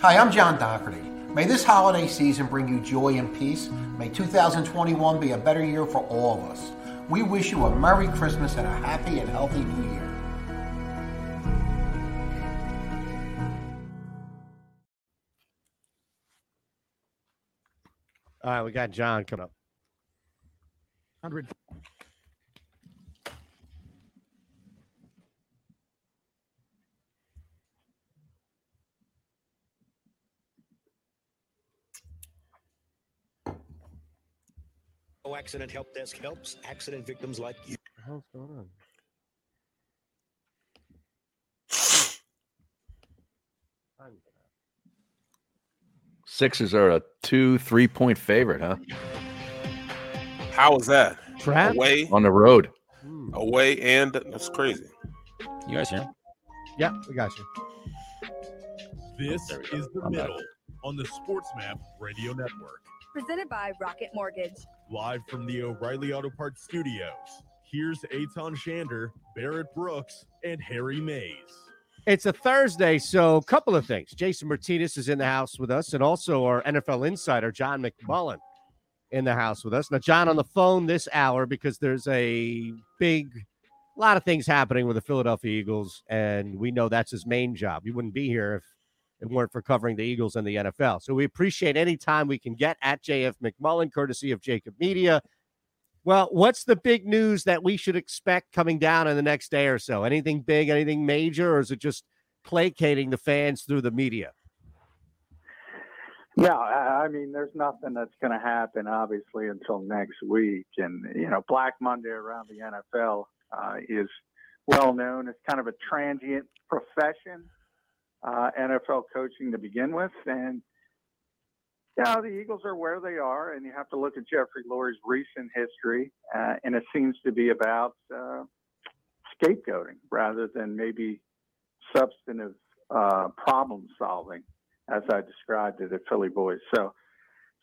Hi, I'm John Doherty. May this holiday season bring you joy and peace. May 2021 be a better year for all of us. We wish you a Merry Christmas and a happy and healthy New Year.
All right, we got John coming up.
Oh, Accident Help Desk helps accident victims like you.
the hell's going on?
Sixers are a two, three point favorite, huh?
How is that?
Trap?
Away,
On the road.
Hmm.
away, and that's crazy.
You guys here?
Yeah, we got you.
This
There we go.
is the
I'm back.
middle on the Sports Map Radio Network.
Presented by Rocket Mortgage.
Live from the O'Reilly Auto Parts Studios, here's Aton Shander, Barrett Brooks, and Harry Mays.
It's a Thursday, so a couple of things. Jason Martinez is in the house with us, and also our NFL insider, John McMullen, in the house with us. Now, John on the phone this hour because there's a big lot of things happening with the Philadelphia Eagles, and we know that's his main job. He wouldn't be here if it weren't for covering the Eagles and the NFL. So we appreciate any time we can get at JF McMullen, courtesy of Jacob Media. Well, what's the big news that we should expect coming down in the next day or so? Anything big, anything major, or is it just placating the fans through the media?
No, I I mean, there's nothing that's going to happen, obviously, until next week. And, you know, Black Monday around the NFL uh, is well known. It's kind of a transient profession, uh, NFL coaching to begin with. And, you know, the Eagles are where they are. And you have to look at Jeffrey Lurie's recent history. Uh, and it seems to be about uh, scapegoating rather than maybe substantive uh, problem solving as I described it at Philly Boys. So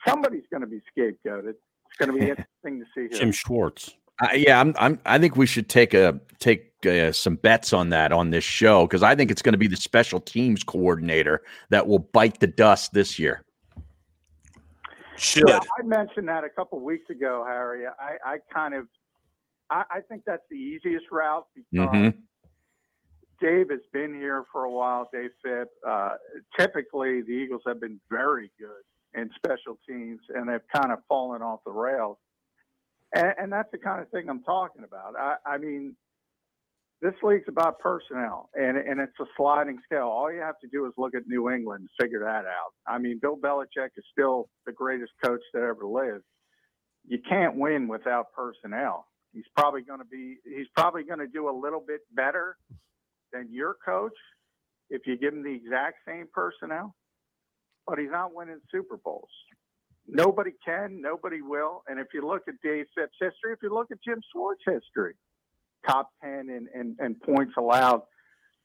somebody's going to be scapegoated. It's going to be interesting to see here.
Jim Schwartz.
I yeah, I'm, I'm. I think we should take a take uh, some bets on that on this show because I think it's going to be the special teams coordinator that will bite the dust this year.
Should
Yeah, I mentioned that a couple weeks ago, Harry. I, I kind of, I, I think that's the easiest route because
Mhm.
Dave has been here for a while. Dave Phipp. Uh, typically, the Eagles have been very good in special teams, and they've kind of fallen off the rails. And, and that's the kind of thing I'm talking about. I, I mean, this league's about personnel, and and it's a sliding scale. All you have to do is look at New England and figure that out. I mean, Bill Belichick is still the greatest coach that ever lived. You can't win without personnel. He's probably going to be. He's probably going to do a little bit better than your coach if you give him the exact same personnel, but he's not winning Super Bowls. Nobody can, nobody will. And if you look at Dave Phipps' history, if you look at Jim Schwartz' history, top 10 and, and, and points allowed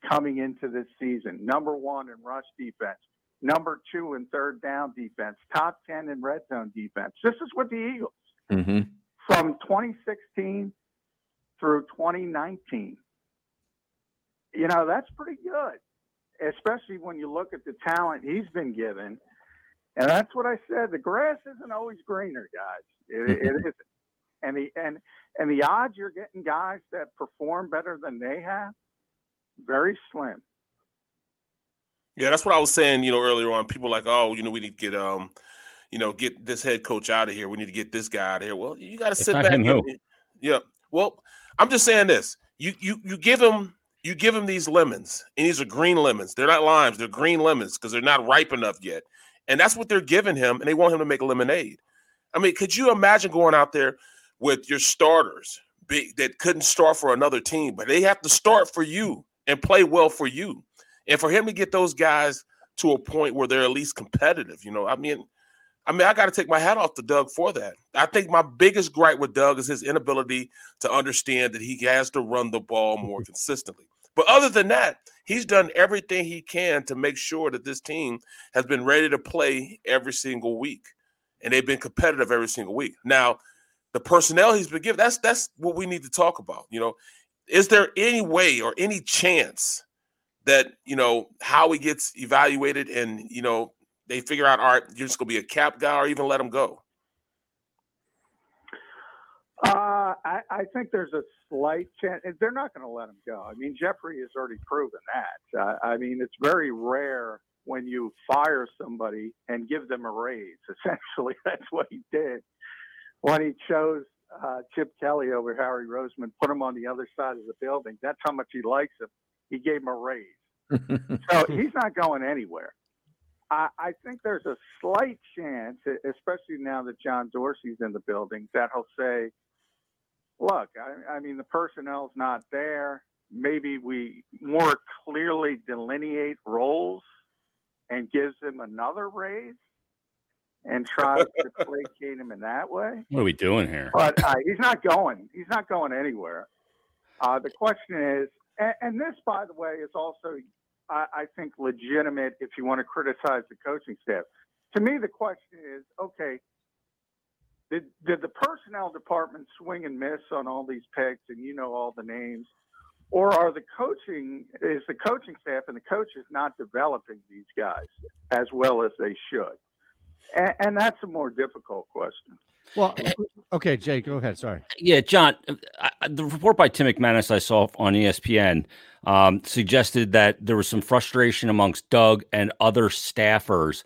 coming into this season, number one in rush defense, number two in third down defense, top 10 in red zone defense. This is what the Eagles
Mm-hmm.
from 2016 through 2019. You know, that's pretty good, especially when you look at the talent he's been given. And that's what I said. The grass isn't always greener, guys. It, it isn't. And the and and the odds you're getting guys that perform better than they have, very slim.
Yeah, that's what I was saying, you know, earlier on. People like, oh, you know, we need to get um, you know, get this head coach out of here. We need to get this guy out of here. Well, you gotta
It's
sit
not
back.
him,
and-
who?
Yeah. Well, I'm just saying this. You you you give him you give him these lemons, and these are green lemons. They're not limes, they're green lemons because they're not ripe enough yet. And that's what they're giving him, and they want him to make lemonade. I mean, could you imagine going out there with your starters be, that couldn't start for another team, but they have to start for you and play well for you. And for him to get those guys to a point where they're at least competitive, you know, I mean, I mean, I got to take my hat off to Doug for that. I think my biggest gripe with Doug is his inability to understand that he has to run the ball more consistently. But other than that, he's done everything he can to make sure that this team has been ready to play every single week, and they've been competitive every single week. Now, the personnel he's been given that's that's what we need to talk about. You know, is there any way or any chance that you know how he gets evaluated and you know they figure out all right, you're just gonna be a cap guy or even let him go?
Uh, I, I think there's a slight chance they're not going to let him go. I mean, Jeffrey has already proven that. Uh, I mean, it's very rare when you fire somebody and give them a raise. *laughs* Essentially, that's what he did when he chose uh, Chip Kelly over Harry Roseman, put him on the other side of the building. That's how much he likes him. He gave him a raise. so he's not going anywhere. I, I think there's a slight chance, especially now that John Dorsey's in the building, that he'll say, look, I, I mean, the personnel's not there. Maybe we more clearly delineate roles and gives him another raise and tries to placate him in that way.
What are we doing here?
But uh, he's not going. He's not going anywhere. Uh, the question is, and, and this, by the way, is also, I, I think, legitimate if you want to criticize the coaching staff. To me, the question is, okay, did, did the personnel department swing and miss on all these picks and you know all the names? Or are the coaching is the coaching staff and the coaches not developing these guys as well as they should? And, and that's a more difficult question.
Well, *clears throat* okay, Jay, go ahead. Sorry.
Yeah, John, uh, I, I- the report by Tim McManus I saw on E ESPN um, suggested that there was some frustration amongst Doug and other staffers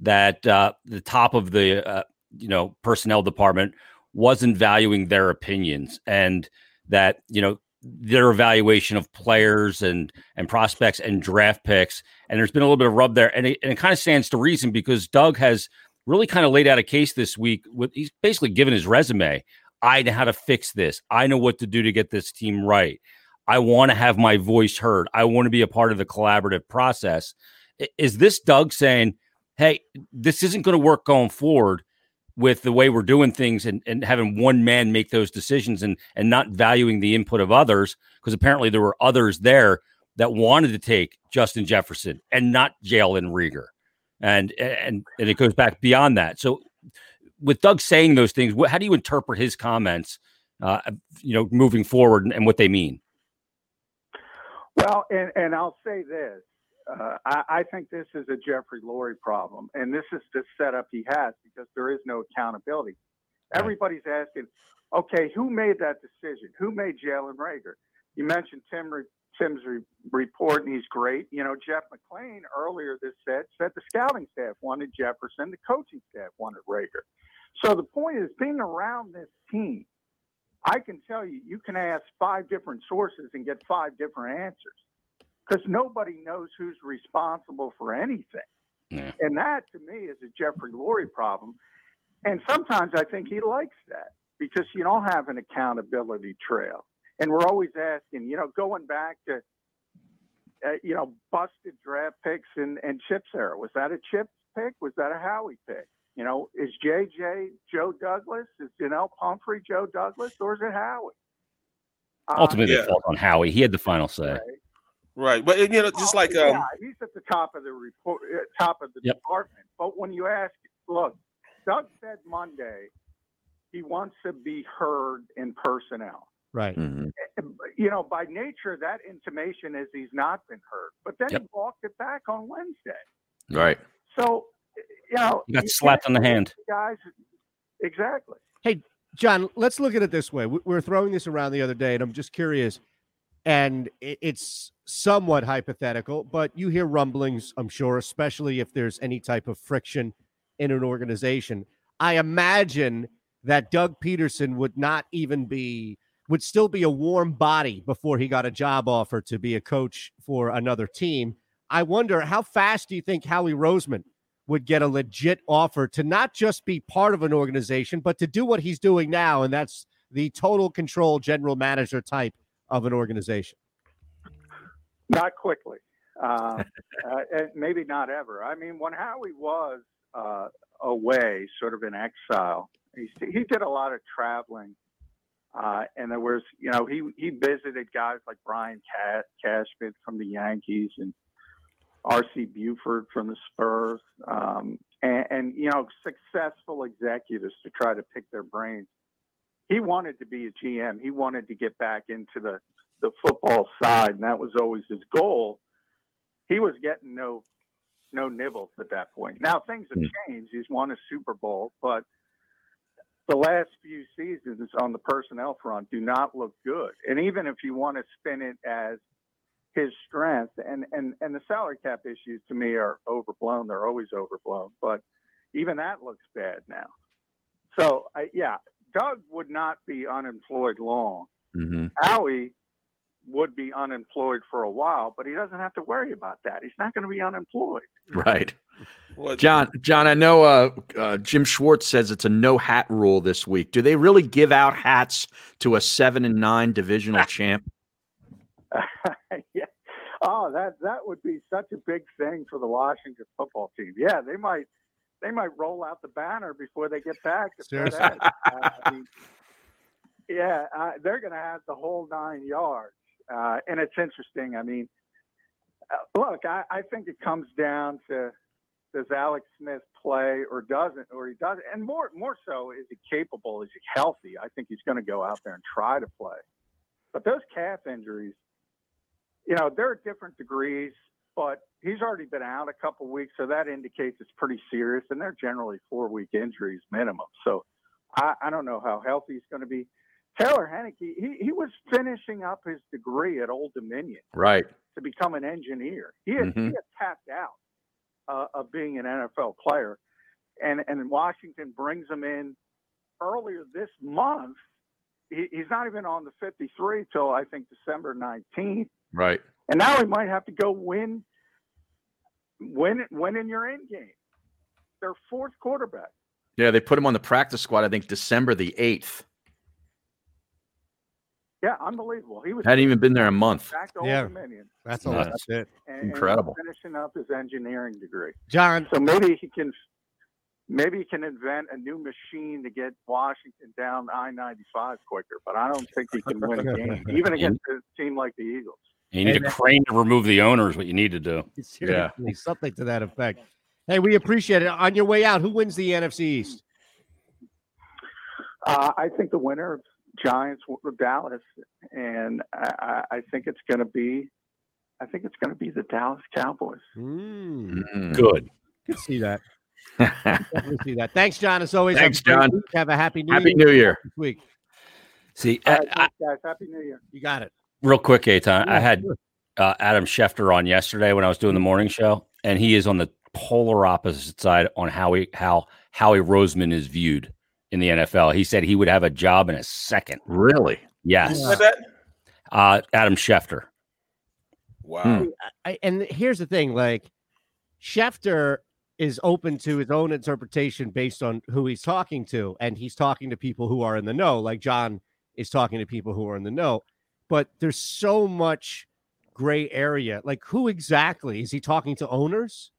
that uh, the top of the uh, you know personnel department wasn't valuing their opinions and that you know their evaluation of players and and prospects and draft picks and there's been a little bit of rub there and it, and it kind of stands to reason because Doug has really kind of laid out a case this week with he's basically given his resume i know how to fix this i know what to do to get this team right i want to have my voice heard i want to be a part of the collaborative process I- is this doug saying hey this isn't going to work going forward with the way we're doing things and, and having one man make those decisions and and not valuing the input of others because apparently there were others there that wanted to take Justin Jefferson and not Jalen Rieger and and and it goes back beyond that. So, with Doug saying those things, what, how do you interpret his comments? Uh, you know, moving forward and, and what they mean.
Well, and, and I'll say this. Uh, I, I think this is a Jeffrey Lurie problem, and this is the setup he has because there is no accountability. Everybody's asking, okay, who made that decision? Who made Jalen Rager? You mentioned Tim re- Tim's re- report, and he's great. You know, Jeff McClain earlier this said said the scouting staff wanted Jefferson, the coaching staff wanted Rager. So the point is, being around this team, I can tell you, you can ask five different sources and get five different answers because nobody knows who's responsible for anything. And that to me is a Jeffrey Lurie problem. And sometimes I think he likes that because you don't have an accountability trail. And we're always asking, you know, going back to, uh, you know, busted draft picks and, and Chip's era. Was that a Chip pick? Was that a Howie pick? You know, is JJ Joe Douglas? Is Janelle Pumphrey Joe Douglas? Or is it Howie? Uh,
Ultimately,
yeah.
it falls on Howie. He had the final say.
Right, but you know, just like um,
Oh, yeah, he's at the top of the report, uh, top of the
Yep.
department. But when you ask, look, Doug said Monday he wants to be heard in personnel.
Right.
You know, by nature, that intimation is he's not been heard. But then he walked it back on Wednesday.
Right.
So, you know,
He got
you
slapped
can't
on the
blame
hand.
the Guys, exactly.
Hey, John, let's look at it this way. We we were throwing this around the other day, and I'm just curious. And i- it's somewhat hypothetical, but you hear rumblings, I'm sure, especially if there's any type of friction in an organization. I imagine that Doug Peterson would not even be, would still be a warm body before he got a job offer to be a coach for another team. I wonder how fast do you think Howie Roseman would get a legit offer to not just be part of an organization, but to do what he's doing now, and that's the total control general manager type of an organization.
Not quickly. Um, uh, and maybe not ever. I mean, when Howie was uh, away, sort of in exile, he, he did a lot of traveling. Uh, and there was, you know, he, he visited guys like Brian Ca- Cashman from the Yankees and R.C. Buford from the Spurs, um, and, and, you know, successful executives to try to pick their brains. He wanted to be a GM. He wanted to get back into the the football side, and that was always his goal. He was getting no no nibbles at that point. Now things have changed. He's won a Super Bowl, but the last few seasons on the personnel front do not look good. And even if you want to spin it as his strength and and and the salary cap issues to me are overblown. They're always overblown, but even that looks bad now. So I yeah, Doug would not be unemployed long.
Mm-hmm.
Howie would be unemployed for a while, but he doesn't have to worry about that. He's not going to be unemployed. *laughs*
Right. John, John, I know uh, uh, Jim Schwartz says it's a no hat rule this week. Do they really give out hats to a seven and nine divisional champ?
yeah. Oh, that that would be such a big thing for the Washington football team. Yeah, they might they might roll out the banner before they get back. to
Seriously.
FedEx. Uh, I mean, yeah, uh, they're going to have the whole nine yards, uh, and it's interesting. I mean, uh, look, I, I think it comes down to does Alex Smith play or doesn't, or he doesn't, and more more so is he capable? Is he healthy? I think he's going to go out there and try to play. But those calf injuries, you know, there are different degrees, but he's already been out a couple weeks, so that indicates it's pretty serious, and they're generally four week injuries minimum. So I, I don't know how healthy he's going to be. Taylor Henneke, he, he was finishing up his degree at Old Dominion
Right.
to become an engineer. He had, he
Mhm.
had tapped out uh, of being an NFL player, and and Washington brings him in earlier this month. He, he's not even on the 53 till I think December 19th,
Right.
and now he might have to go win, win, win in your end game. Their fourth quarterback.
Yeah, they put him on the practice squad. I think December the eighth.
Yeah, unbelievable. He was
Hadn't even been there a month.
back to Old
Yeah.
Dominion.
That's
a
all.
lot.
That's it.
and- and
Incredible.
finishing up his engineering degree.
John.
So maybe he can, maybe he can invent a new machine to get Washington down I ninety five quicker. But I don't think he can win a game, even against a team like the Eagles.
And you need
And
a
that-
crane to remove the owner is what you need to do.
*laughs* Seriously, something to that effect. Hey, we appreciate it. On your way out, who wins the NFC East?
Uh, I think the winner of Giants w- Dallas, and I, I I think it's going to be, I think it's going to be the Dallas Cowboys.
Mm,
Good.
could see that. Definitely see that. Thanks, John. As always,
Thanks,
have a great
John.
week. Have a happy New
Happy
Year
New Year.
this week.
See,
All
I-
right,
I-
thanks, guys. Happy New Year.
You got it.
real quick, Aton, I
Yeah,
had
sure.
uh, Adam Schefter on yesterday when I was doing the morning show, and he is on the polar opposite side on how he how Howie Roseman is viewed in the NFL. He said he would have a job in a second.
Really?
Yes,
Said that?
uh, Adam Schefter.
Wow.
Hmm.
I, and here's the thing: like Schefter is open to his own interpretation based on who he's talking to, and he's talking to people who are in the know. Like John is talking to people who are in the know, but there's so much gray area. Like, who exactly is he talking to? Owners,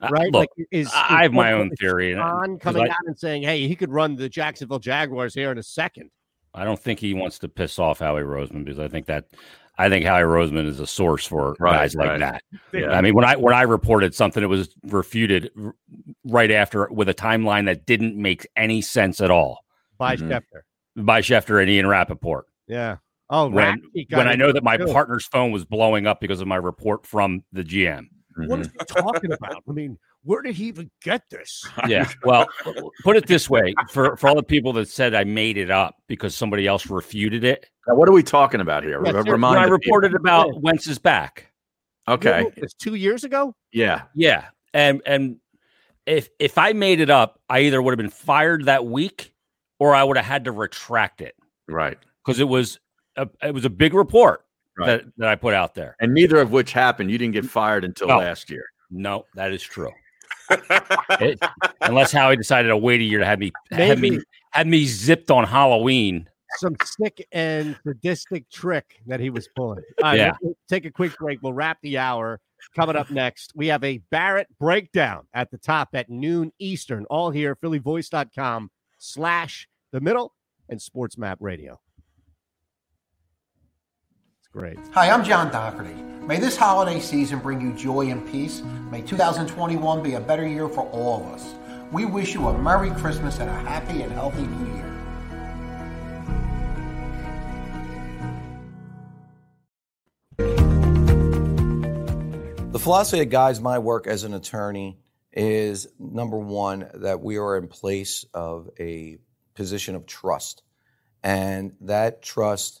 Uh,
right?
look,
like, is
I I have my own theory. and I-
On
'cause
coming
I,
out and saying, "Hey, he could run the Jacksonville Jaguars here in a second.
I don't think he wants to piss off Howie Roseman because I think that I think Howie Roseman is a source for
Right,
guys like
right.
that.
Yeah.
I mean, when I when I reported something, it was refuted r- right after with a timeline that didn't make any sense at all
By
Mhm.
Schefter,
by Schefter and Ian Rappaport.
yeah. Oh,
When
Ratke got
when I
in
know that my
too.
partner's phone was blowing up because of my report from the GM.
What
Mhm.
Mm-hmm.
is he talking about? I mean, where did he even get this?
*laughs*
*laughs*
*laughs*
Yeah. Well, put it this way for for all the people that said I made it up because somebody else refuted it.
Now, what are we talking about here?
Yeah,
Re-
sir,
When
Remind
I
the people.
reported about Wentz's back.
Okay.
It's two years ago.
Yeah.
Yeah. And and if if I made it up, I either would have been fired that week or I would have had to retract it
Right.
because it was a, it was a big report
Right.
that, that I put out there.
And neither of which happened. You didn't get fired until
No.
last year.
No, that is true. It-
*laughs*
unless Howie decided to wait a year to have me have me
Maybe.
had me zipped on Halloween.
Some sick and sadistic trick that he was pulling. All right,
Yeah.
we'll take a quick break. We'll wrap the hour. Coming up next, we have a Barrett breakdown at the top at noon Eastern. All here, phillyvoice.com slash the middle and sports map radio. It's great.
Hi, I'm John Doherty. May this holiday season bring you joy and peace. May 2021 be a better year for all of us. We wish you a Merry Christmas and a happy and healthy New Year.
The philosophy that guides my work as an attorney is number one, that we are in place of a position of trust. And that trust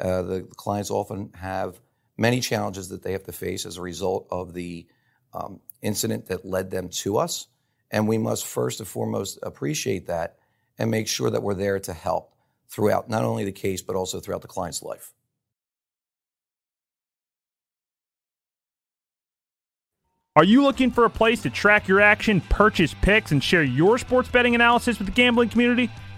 Uh, the clients often have many challenges that they have to face as a result of the um, incident that led them to us. And we must first and foremost appreciate that and make sure that we're there to help throughout not only the case, but also throughout the client's life.
Are you looking for a place to track your action, purchase picks, and share your sports betting analysis with the gambling community?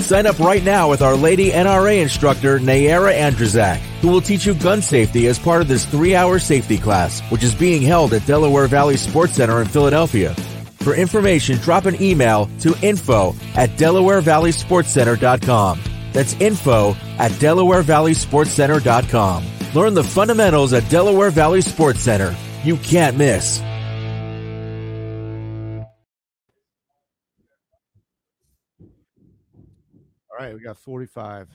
Sign up right now with our lady NRA instructor, Nayara Andrzak, who will teach you gun safety as part of this three hour safety class, which is being held at Delaware Valley Sports Center in Philadelphia. For information, drop an email to info at delawarevalleysportscenter.com. That's info at delawarevalleysportscenter.com. Learn the fundamentals at Delaware Valley Sports Center. You can't miss.
All right, we got 45.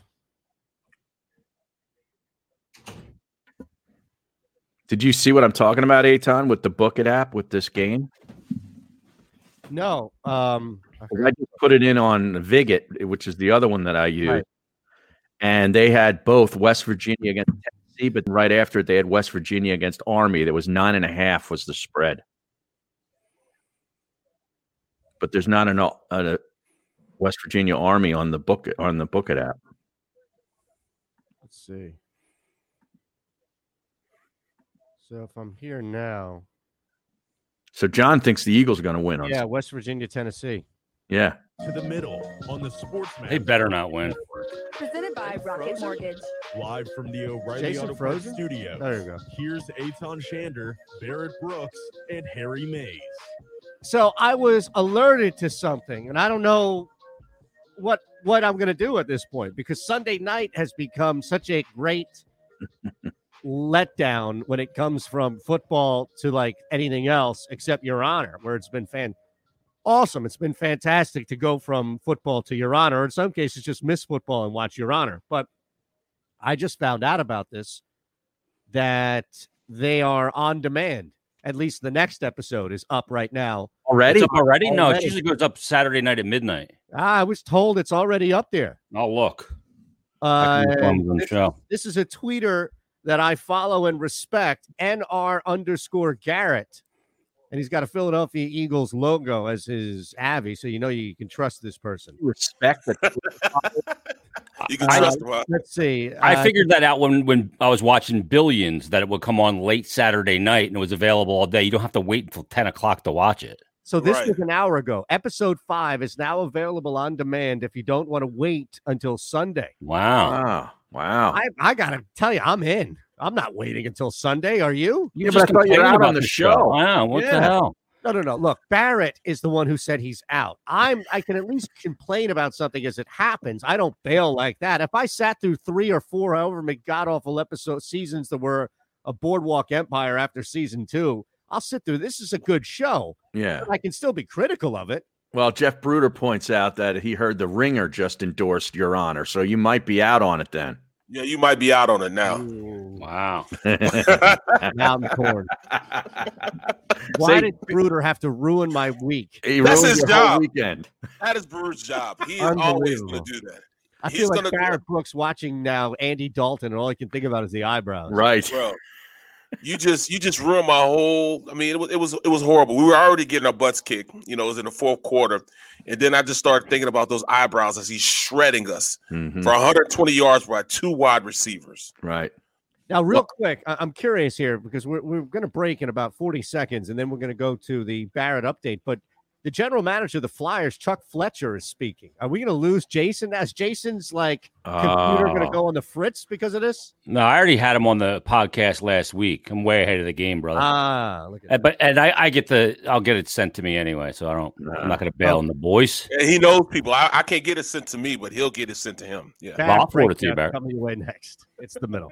Did you see what I'm talking about, Aton, with the Book It app with this game?
No, um,
'Cause I just put it in on Viget, which is the other one that I use, and they had both West Virginia against Tennessee, but right after it, they had West Virginia against Army. There was nine and a half was the spread, but there's not an uh, a West Virginia Army on the book on the Book It app.
let's see. So if I'm here now,
So John thinks the Eagles are going to win on.
yeah, West Virginia, Tennessee.
yeah.
To the middle on the Sportsman.
They better not win.
Presented by Rocket
Frozen?
Mortgage.
Live from the O'Reilly
Jason
Auto Parts
Frozen?
Studios.
There you go.
Here's Aton Shander, Barrett Brooks, and Harry Mays.
So I was alerted to something, and I don't know what what I'm going to do at this point because Sunday night has become such a great letdown when it comes from football to like anything else except Your Honor, where it's been fan awesome. It's been fantastic to go from football to Your Honor, or in some cases just miss football and watch Your Honor. But I just found out about this that they are on demand. At least the next episode is up right now.
It's up already? No, it usually goes up Saturday night at midnight.
Ah, I was told it's already up there.
I'll look.
Uh,
I can inform them,
this,
Joe.
this is a tweeter that I follow and respect, NR underscore Garrett. And he's got a Philadelphia Eagles logo as his Avi, so you know you can trust this person.
Respect
You
can trust
him.
Let's see.
I
uh,
figured that out when when I was watching Billions that it would come on late Saturday night and it was available all day. You don't have to wait until ten o'clock to watch it.
So this was an hour ago. Episode five is now available on demand if you don't want to wait until Sunday.
Wow.
Wow. Wow.
I, I gotta tell you, I'm in. I'm not waiting until Sunday. Are you?
Yeah, but I thought you were out on the show. Wow, what the hell?
No, no, no. Look, Barrett is the one who said he's out. I'm. I can at least complain about something as it happens. I don't bail like that. If I sat through three or four, however many god awful episode seasons that were a Boardwalk Empire after season two, I'll sit through. This is a good show.
Yeah.
but I can still be critical of it.
Well, Jeff Bruder points out that he heard the ringer just endorsed Your Honor, so you might be out on it then. *laughs*
Yeah, you might be out on it now. *laughs*
Wow.
now I'm torn. Why
See-
did Bruder have to ruin my week?
That's his job.
Weekend.
That is Brewer's job. He is always going
Unbelievable.
to do that.
I
He's
feel like
gonna go-
Barrett Brooks watching now Andy Dalton, and all he can think about is the eyebrows.
bro. You just you just ruined my whole. I mean, it was it was it was horrible. We were already getting our butts kicked. You know, it was in the fourth quarter, and then I just started thinking about those eyebrows as he's shredding us for 120 yards by two wide receivers.
Right.
Now, real quick, I- I'm curious here because we're, we're going to break in about 40 seconds and then we're going to go to the Barrett update. But The general manager of the Flyers, Chuck Fletcher, is speaking. Are we going to lose Jason? As Jason's like computer going
Oh.
to go on the fritz because of this?
No, I already had him on the podcast last week. I'm way ahead of the game, brother.
Ah, look at
Uh, but and I, I get the I'll get it sent to me anyway, so I don't. I'm not going to bail on the boys.
And he knows people. I, I can't get it sent to me, but he'll get it sent to him. Yeah.
Well, I'll forward it to you, Barrett.
Coming your way next. It's the middle.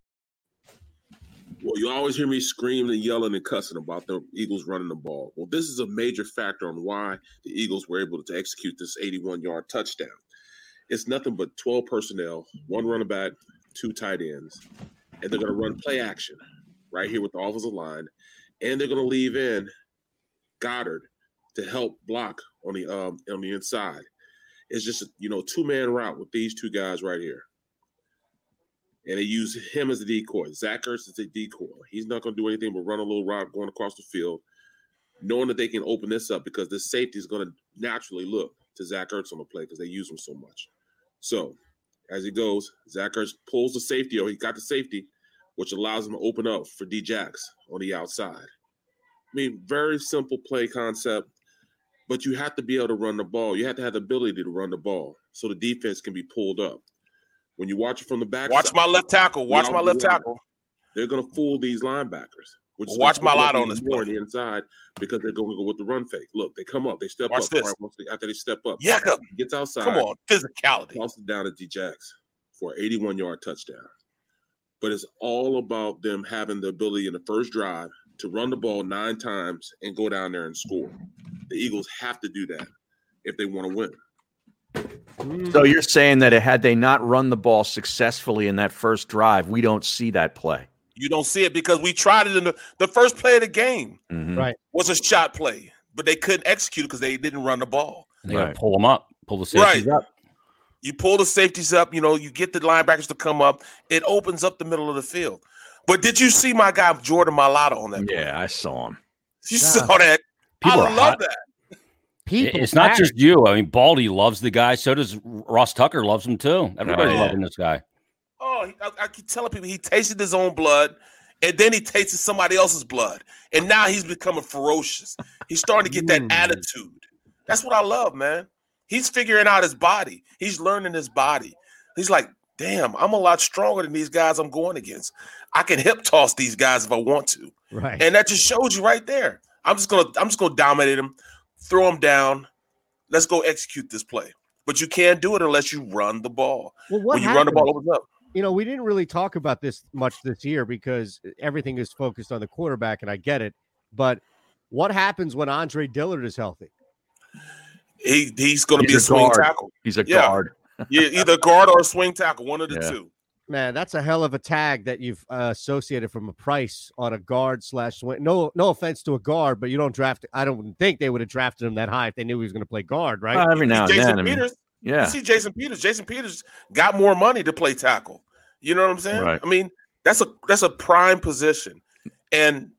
Well, you always hear me screaming and yelling and cussing about the Eagles running the ball. Well, this is a major factor on why the Eagles were able to execute this 81 yard touchdown. It's nothing but 12 personnel, one running back, two tight ends, and they're going to run play action right here with the offensive line, and they're going to leave in Goddard to help block on the um, on the inside. It's just you know two man route with these two guys right here and they use him as a decoy. Zach Ertz is a decoy. He's not going to do anything but run a little route going across the field, knowing that they can open this up because the safety is going to naturally look to Zach Ertz on the play because they use him so much. So as he goes, Zach Ertz pulls the safety, or he got the safety, which allows him to open up for D Jax on the outside. I mean, very simple play concept, but you have to be able to run the ball. You have to have the ability to run the ball so the defense can be pulled up. When you watch it from the back,
Watch my left tackle. Watch my left tackle.
They're going to fool these linebackers. Which is
Watch
gonna
my
pull up
lot on
even
this
more on the inside because they're going to go with the run fake. Look, they come up, they step
Watch
up.
this.
All right, once they- after they step up,
Yeah, come-
he gets outside.
come on,
physicality. Tosses it down to D Jax for an 81 yard touchdown. But it's all about them having the ability in the first drive to run the ball nine times and go down there and score. The Eagles have to do that if they want to win.
So you're saying that it, had they not run the ball successfully in that first drive, we don't see that play.
You don't see it because we tried it in the, the first play of the game.
Mm-hmm.
Right.
Was a shot play, but they couldn't execute it because they didn't run the ball.
They got to pull them up, pull the
Right.
safeties up.
You pull the safeties up, you know, you get the linebackers to come up. It opens up the middle of the field. But did you see my guy Jordan Malata on that?
Yeah, I saw him.
You saw that?
People
I
are
love
hot.
that.
It- it's not just you. I mean, Baldy loves the guy. So does Ross Tucker. Loves him too. Everybody's
Yeah.
loving this guy.
Oh, he- I, I keep telling people he tasted his own blood, and then he tasted somebody else's blood, and now he's becoming ferocious. He's starting to get
Mm.
that attitude. That's what I love, man. He's figuring out his body. He's learning his body. He's like, damn, I'm a lot stronger than these guys I'm going against. I can hip toss these guys if I want to,
Right.
and that just shows you right there. I'm just gonna, I'm just gonna dominate him, throw him down. Let's go execute this play. But you can't do it unless you run the ball.
Well, what
when you run the
happened?
ball, it opens up.
you know, we didn't really talk about this much this year because eh, everything is focused on the quarterback, and I get it. But what happens when Andre Dillard is healthy?
He he's going to
He's
be a,
a
swing
guard.
tackle.
He's a
Yeah.
guard.
*laughs* yeah, either guard or a swing tackle, one of the two.
Man, that's a hell of a tag that you've uh, associated from a price on a guard slash swing. No, no offense to a guard, but you don't draft. I don't think they would have drafted him that high if they knew he was going to play guard, right?
Well, every now and
Jason
Mm.
then, I mean,
Peters.
yeah.
You see Jason Peters. Jason Peters got more money to play tackle. You know what I'm saying?
Right.
I mean, that's a that's a prime position. And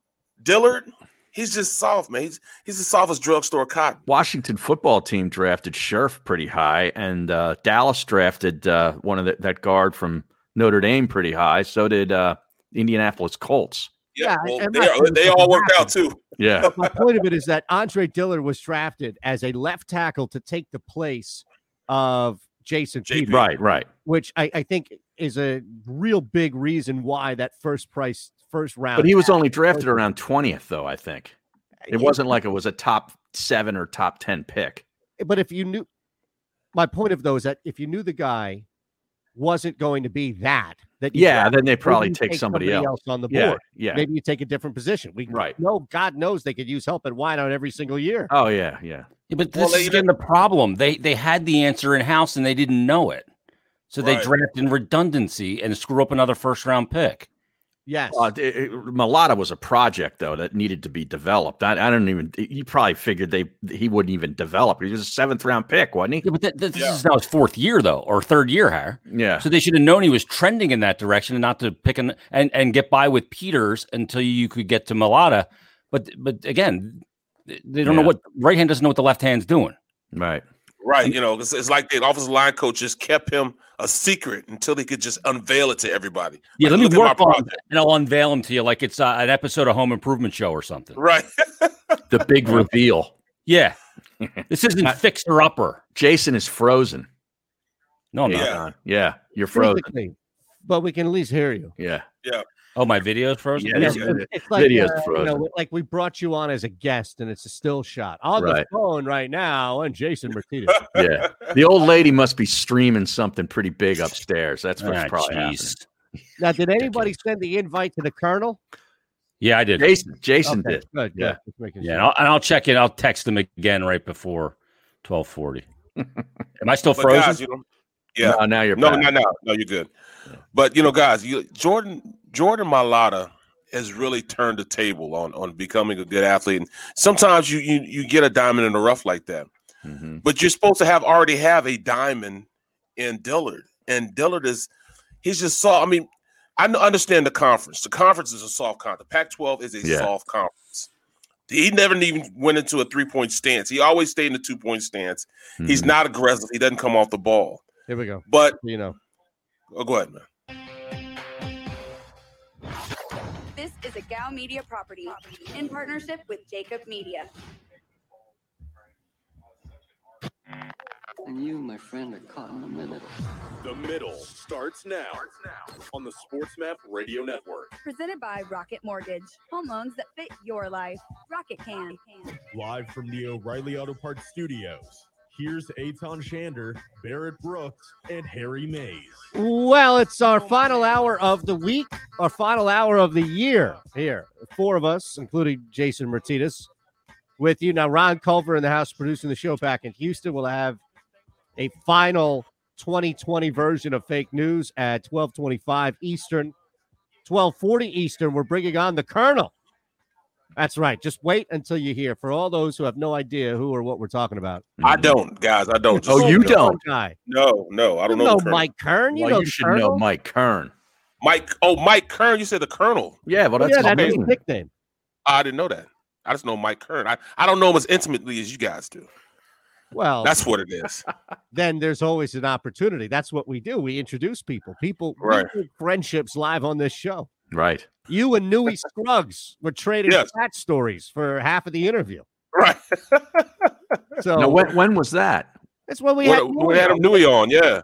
Dillard, he's just soft, man. He's he's the softest drugstore cotton.
Washington football team drafted Scherf pretty high, and uh, Dallas drafted uh, one of the, that guard from Notre Dame pretty high. So did uh, the Indianapolis Colts.
Yeah,
well,
and
they,
that's
are-
what
they
should
all worked
happen.
out too.
Yeah.
My point of it is that Andre Dillard was drafted as a left tackle to take the place of Jason Peters.
Right, right.
Which I, I think is a real big reason why that first price, first round.
But he was
pick-
only drafted around 20th, though, I think. It wasn't like it was a top seven or top 10 pick.
But if you knew, my point of though is that if you knew the guy wasn't going to be that, that you
Yeah,
drafted,
then they
maybe
probably
you
take somebody else.
on the
Yeah,
board.
yeah.
maybe you take a different position. We
Right.
No, God knows they could use help at wideout every single year.
Oh, yeah, yeah.
Yeah, but
Well,
this
they-
is again the problem. They they had the answer in house and they didn't know it, so they
Right.
drafted in redundancy and screw up another first round pick.
Yes.
Uh, it- it- Mulata was a project though that needed to be developed. I, I don't even. You probably figured they he wouldn't even develop. He was a seventh round pick, wasn't he?
Yeah, but that, that, this is now his fourth year though, or third year hire.
Yeah.
So they should have known he was trending in that direction and not to pick an, and and get by with Peters until you could get to Mulata. But but again, they they don't know
Yeah.
what right hand doesn't know what the left hand's doing.
Right.
Right, you know, it's, it's like the offensive line coach just kept him a secret until he could just unveil it to everybody.
Yeah,
Like,
let me
look at my
work on it, and I'll unveil them to you like it's uh, an episode of Home Improvement show or something.
Right.
the *laughs* big reveal.
Yeah. this isn't fixer upper.
Jason is frozen.
Oh, No, I'm
yeah.
not.
Don. Yeah, you're frozen.
Physically, But we can at least hear you.
Yeah.
Yeah.
Oh, my video's frozen.
You know, it's- it's like,
video's
uh, you
frozen.
know, like we brought you on as a guest and it's a still shot on the
Right.
phone right now and Jason Martinez.
Yeah. The old lady must be streaming something
*laughs*
pretty big upstairs. That's what's
Ah,
probably
jeez.
happening.
Now, did anybody send the invite to the colonel?
Yeah, I did.
Jason, Jason
Okay,
did.
good,
yeah.
good. Just making
Yeah,
sure.
and I'll, and I'll check it. I'll text them again right before
*laughs*
twelve forty. Am I
Oh
still
But
frozen?
guys, you know- yeah.
No, now you're
*laughs*
no,
back.
no, no, no, you're good. But you know, guys, you, Jordan Jordan Malata has really turned the table on on becoming a good athlete. And sometimes you you you get a diamond in the rough like that,
Mm-hmm.
but you're supposed to have already have a diamond in Dillard, and Dillard is he's just soft. I mean, I kn- understand the conference. The conference is a soft conference. The Pac-12 is a
Yeah.
soft conference. He never even went into a three-point stance. He always stayed in the two-point stance.
Mm-hmm.
He's not aggressive. He doesn't come off the ball.
Here we go.
But
you know,
oh, go ahead, man.
This is a Gao Media property in partnership with Jacob Media.
And you, my friend, are caught in the middle.
The middle starts now, on the SportsMap Radio Network.
Presented by Rocket Mortgage. Home loans that fit your life. Rocket can.
Live from the O'Reilly Auto Parts Studios, here's Aton Shander, Barrett Brooks, and Harry Mays.
Well, it's our final hour of the week, our final hour of the year here. Four of us, including Jason Martinez, with you. Now, Ron Culver in the house producing the show back in Houston. We'll have a final 2020 version of fake news at 1225 Eastern, 1240 Eastern. We're bringing on the Colonel. That's right. Just wait until you hear. For all those who have no idea who or what we're talking about.
I
Mm-hmm.
don't, guys. I don't.
Oh,
Just-
you
no.
don't? Guy.
No, no, I don't
You
know,
know
the Colonel.
Mike Kern. You Well, know you the should know Colonel.
Mike Kern.
Mike. Oh, Mike Kern. You said the Colonel.
Yeah, well, that's
yeah, that's his nickname.
I didn't know that. I just know Mike Kern. I, I don't know him as intimately as you guys do.
Well,
That's what it is.
then there's always an opportunity. That's what we do. We introduce people. People we
Right.
do friendships live on this show.
Right.
You and
*laughs*
Newey Scruggs were trading
Yes.
cat stories for half of the interview.
Right.
so
now, when, when was that?
that's when we
When-
had
when we had
on.
him Newey on. Yeah.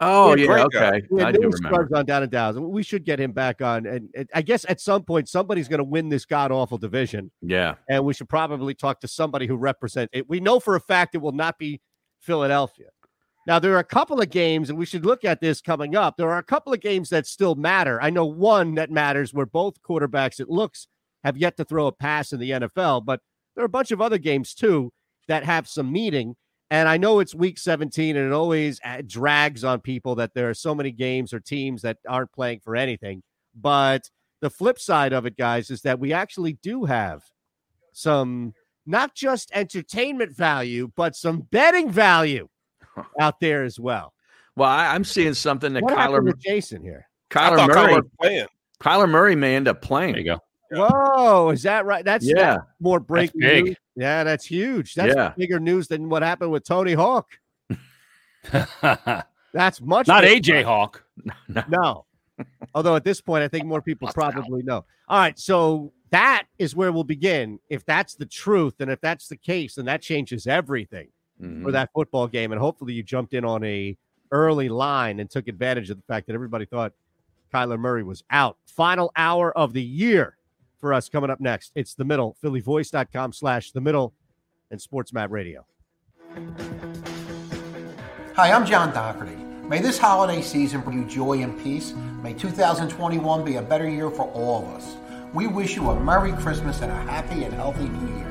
Oh,
We
yeah.
had Newey-
Okay.
We had
I do
Newey
remember.
Scruggs on down and down. We should get him back on. And, and I guess at some point somebody's going to win this god awful division.
Yeah.
and we should probably talk to somebody who represents it. We know for a fact it will not be Philadelphia. Now, there are a couple of games, and we should look at this coming up. There are a couple of games that still matter. I know one that matters where both quarterbacks, it looks, have yet to throw a pass in the NFL, but there are a bunch of other games too that have some meaning. And I know it's week 17, and it always uh, drags on people that there are so many games or teams that aren't playing for anything. But the flip side of it, guys, is that we actually do have some not just entertainment value, but some betting value out there as well.
Well, I, I'm seeing something that
what
Kyler
happened to Jason here?
Kyler
thought Kyler
Murray
was
playing.
Kyler Murray may end up playing. There you
go.
Whoa, is that right? That's
Yeah.
that's more breaking
big.
news. Yeah, that's huge. That's
Yeah.
bigger news than what happened with Tony Hawk. That's much
Not
bigger.
AJ Hawk.
No. Although at this point, I think more people probably know. All right. So that is where we'll begin. If that's the truth, and if that's the case, then that changes everything for
Mhm.
that football game. And hopefully you jumped in on a early line and took advantage of the fact that everybody thought Kyler Murray was out. Final hour of the year for us coming up next. It's the middle, phillyvoice.com slash the middle and sportsmap radio.
Hi, I'm John Doherty. May this holiday season bring you joy and peace. May 2021 be a better year for all of us. We wish you a Merry Christmas and a happy and healthy New Year.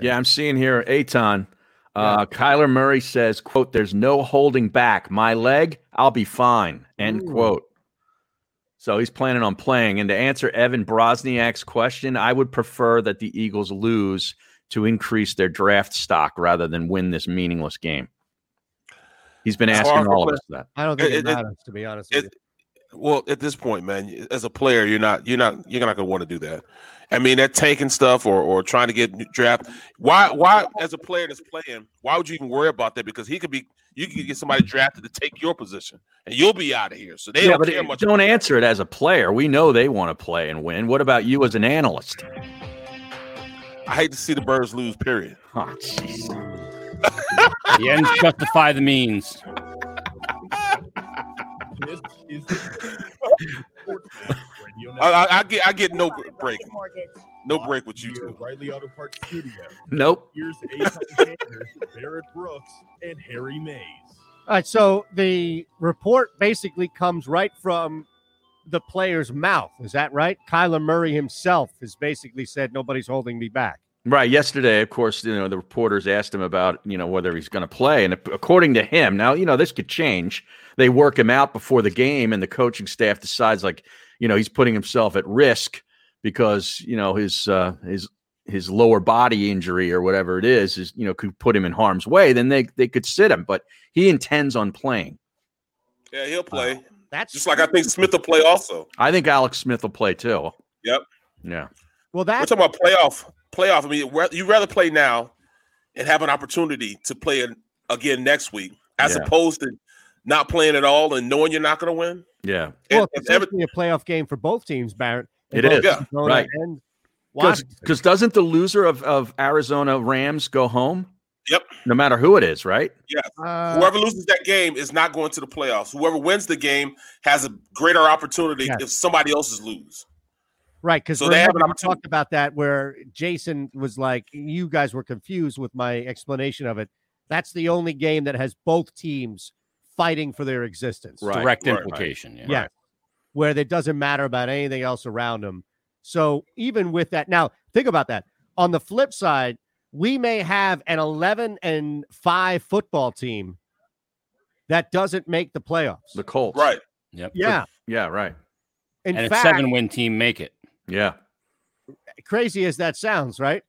Yeah, I'm seeing here Aton. Uh, Kyler Murray says, "quote There's no holding back. My leg, I'll be fine." End
Ooh.
quote. So he's planning on playing. And to answer Evan Brosniak's question, I would prefer that the Eagles lose to increase their draft stock rather than win this meaningless game. He's been
It's
asking
hard for
all of us
que-
that.
I don't think it,
It- it-
matters, to be honest with you.
Well, at this point, man, as a player, you're not you're not you're not gonna want to do that. I mean, that tanking stuff or or trying to get draft. Why why as a player that's playing, why would you even worry about that? Because he could be you could get somebody drafted to take your position and you'll be out of here. So they
yeah,
don't
but
care
it-
much.
don't answer it as a player. We know they want to play and win. What about you as an analyst?
I hate to see the birds lose, period.
Oh,
The ends justify the means.
This is the Radio
*laughs* I, I, I get I get no br- break. No break with you
two. Riley Auto Parts Studio.
Nope.
Here's Aton Shander, Barrett Brooks, and Harry Mays.
All right, so the report basically comes right from the player's mouth. Is that right? Kyler Murray himself has basically said nobody's holding me back.
Right. Yesterday, of course, you know, the reporters asked him about, you know, whether he's going to play. And according to him, now, you know, this could change. They work him out before the game, and the coaching staff decides, like, you know, he's putting himself at risk because, you know, his, uh, his, his lower body injury or whatever it is is you know could put him in harm's way then they they could sit him but he intends on playing
Yeah, he'll play.
That's
just like I think Smith will play also.
i think alex smith will play too
Yep.
yeah
Well, that
we're talking about playoff. Playoff. I mean, ra- you rather play now and have an opportunity to play an- again next week, as
Yeah.
opposed to not playing at all and knowing you're not going to win.
yeah
Well,
if
it's essentially a playoff game for both teams, Barrett.
It
Both
is. Yeah,
Arizona
right.
and Washington.
because doesn't the loser of, of arizona rams go home
Yep.
no matter who it is right
Yeah.
Uh,
Whoever loses that game is not going to the playoffs. Whoever wins the game has a greater opportunity
Yes.
if somebody else's lose.
Right, because
So they have an
we talked about that where Jason was like, "You guys were confused with my explanation of it." That's the only game that has both teams fighting for their existence.
Right, Direct right, right. implication, yeah.
yeah,
Right.
where it doesn't matter about anything else around them. So even with that, now think about that. On the flip side, we may have an 11 and five football team that doesn't make the playoffs.
the colts
right
Yep.
Yeah.
yeah right
In
and
fact-
a seven win team make it.
Yeah.
Crazy as that sounds, right?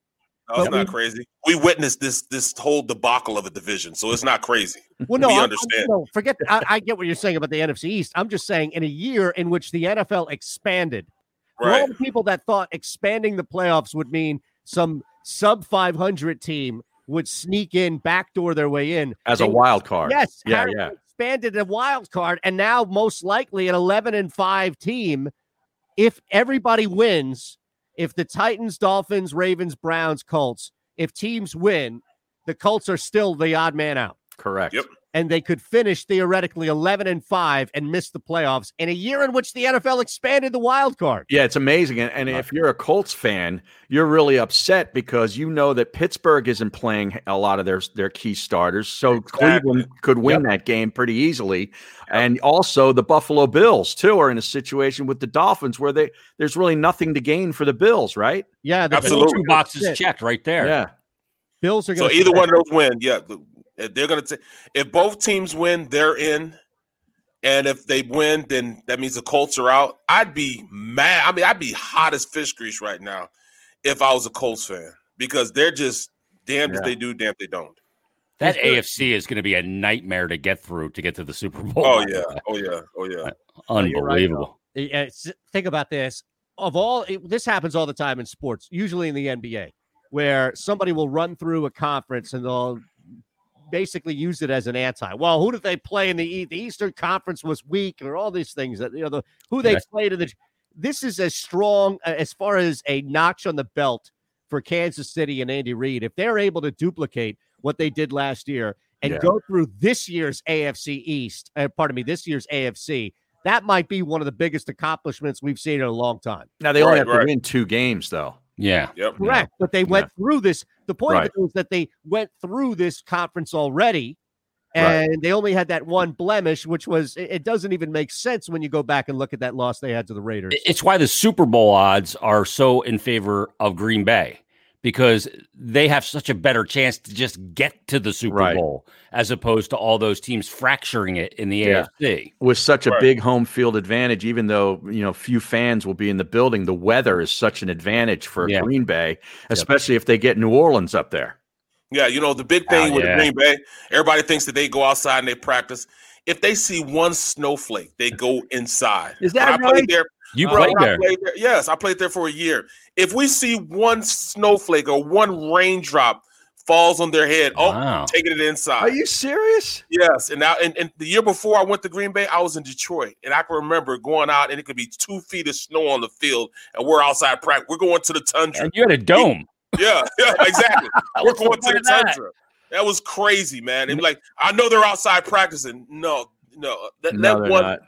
No, it's
But we-
not crazy. We witnessed this this whole debacle of a division, so it's not crazy.
Well, no,
we
I'm- I'm-
understand.
no,
*laughs*
forget. I, I get what you're saying about the NFC East. I'm just saying, in a year in which the NFL expanded, for all
Right.
the people that thought expanding the playoffs would mean some sub 500 team would sneak in, backdoor their way in
As a
They-
wild card.
Yes,
Yeah,
Harry
yeah.
expanded the wild card, and now most likely an 11 and 5 team. If everybody wins, if the Titans, Dolphins, Ravens, Browns, Colts, if teams win, the Colts are still the odd man out.
Correct. Yep.
And they could finish theoretically 11 and 5 and miss the playoffs in a year in which the NFL expanded the wild card.
Yeah, it's amazing. And, and if you're a Colts fan, you're really upset because you know that Pittsburgh isn't playing a lot of their their key starters. So Cleveland could win that game pretty easily. And also the Buffalo Bills too are in a situation with the Dolphins where they there's really nothing to gain for the Bills, right?
Yeah,
the Absolutely. Bills are
Two
gonna
boxes
sit.
checked
right there.
Yeah.
Bills are
So
going
either one of those win, yeah, th- they're going to. If both teams win, they're in, and if they win, then that means the Colts are out. I'd be mad. I mean, I'd be hot as fish grease right now if I was a Colts fan because they're just damned if
Yeah.
they do, damned if they don't.
That
He's good.
AFC is going to be a nightmare to get through to get to the Super Bowl.
Oh yeah, oh yeah, oh yeah.
you're right,
Unbelievable.
though. Yeah, it's- Eh, think about this. Of all, it- this happens all the time in sports, usually in the NBA, where somebody will run through a conference and they'll basically use it as an anti. Well, who did they play in the E- the Eastern Conference was weak, or all these things that you know the who they
Yes.
played in the. This is as strong uh, as far as a notch on the belt for Kansas City and Andy Reid. If they're able to duplicate what they did last year and
Yeah.
go through this year's AFC East, uh, pardon me, this year's AFC, that might be one of the biggest accomplishments we've seen in a long time.
Now they only have to win two games though.
Yeah.
Yep.
Correct. But they went through this. The point
Right.
of it was that they went through this conference already,
Right.
and they only had that one blemish, which was it, it doesn't even make sense when you go back and look at that loss they had to the Raiders.
It's why the Super Bowl odds are so in favor of Green Bay because they have such a better chance to just get to the Super Bowl as opposed to all those teams fracturing it in the AFC.
With such a
Right.
big home field advantage, even though you know few fans will be in the building, the weather is such an advantage for
Yeah.
Green Bay, especially if they get New Orleans up there.
Yeah, you know the big
Ah,
thing
Oh,
with
yeah.
Green Bay, everybody thinks that they go outside and they practice. If they see one snowflake, they go inside.
Is
When
that
I played
right?
there.
You
Bro,
played
when I
there.
there- Yes, I played there for a year. If we see one snowflake or one raindrop falls on their head, oh,
Wow.
taking it inside.
Are you serious?
Yes. And now, and, and the year before I went to Green Bay, I was in Detroit, and I can remember going out, and it could be two feet of snow on the field, and we're outside practice. We're going to the tundra.
And you had a dome.
Yeah, yeah, exactly.
*laughs*
We're
What's the
going
point
to the
of that? Mm-hmm.
tundra. That was crazy, man. And like, I know they're outside practicing. No, no, that,
No,
that
they're
one.
not.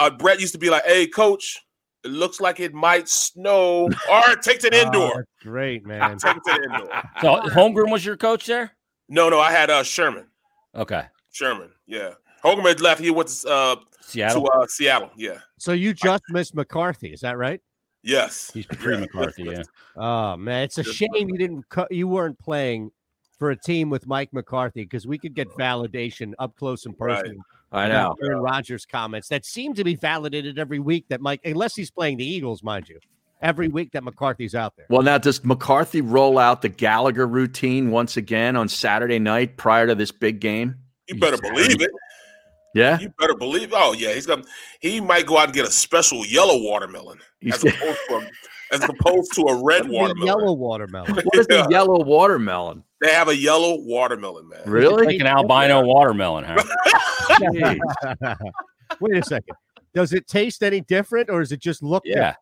Uh, Brett used to be like, "Hey, coach, it looks like it might snow. All right, take
*laughs* Oh,
it indoor.
Great, man.
*laughs* take it indoor."
So Holmgren was your coach there?
No, no, I had uh, Sherman.
*laughs* Okay.
Sherman, yeah. Hogan had left. He went to uh,
Seattle?
To, uh, Seattle, yeah.
So you just missed McCarthy, is that right?
Yes.
He's pre McCarthy, yeah.
Oh man, it's a
Just-
shame you didn't co- you weren't playing for a team with Mike McCarthy because we could get validation up close and
Right.
personal.
I
And
know.
Aaron Rodgers' comments that seem to be validated every week that Mike, unless he's playing the Eagles, mind you, every week that McCarthy's out there.
Well, now does McCarthy roll out the Gallagher routine once again on Saturday night prior to this big game?
You better believe it.
Yeah,
You better believe. Oh yeah, he's got. He might go out and get a special yellow watermelon as opposed to a, as opposed to
*laughs*
a red
The
watermelon.
yellow
*laughs*
watermelon.
what
*laughs*
is the yellow watermelon?
They have a yellow watermelon, man.
Really?
Like an albino watermelon,
*laughs*
huh?
Wait a second. Does it taste any different, or does it just look? different?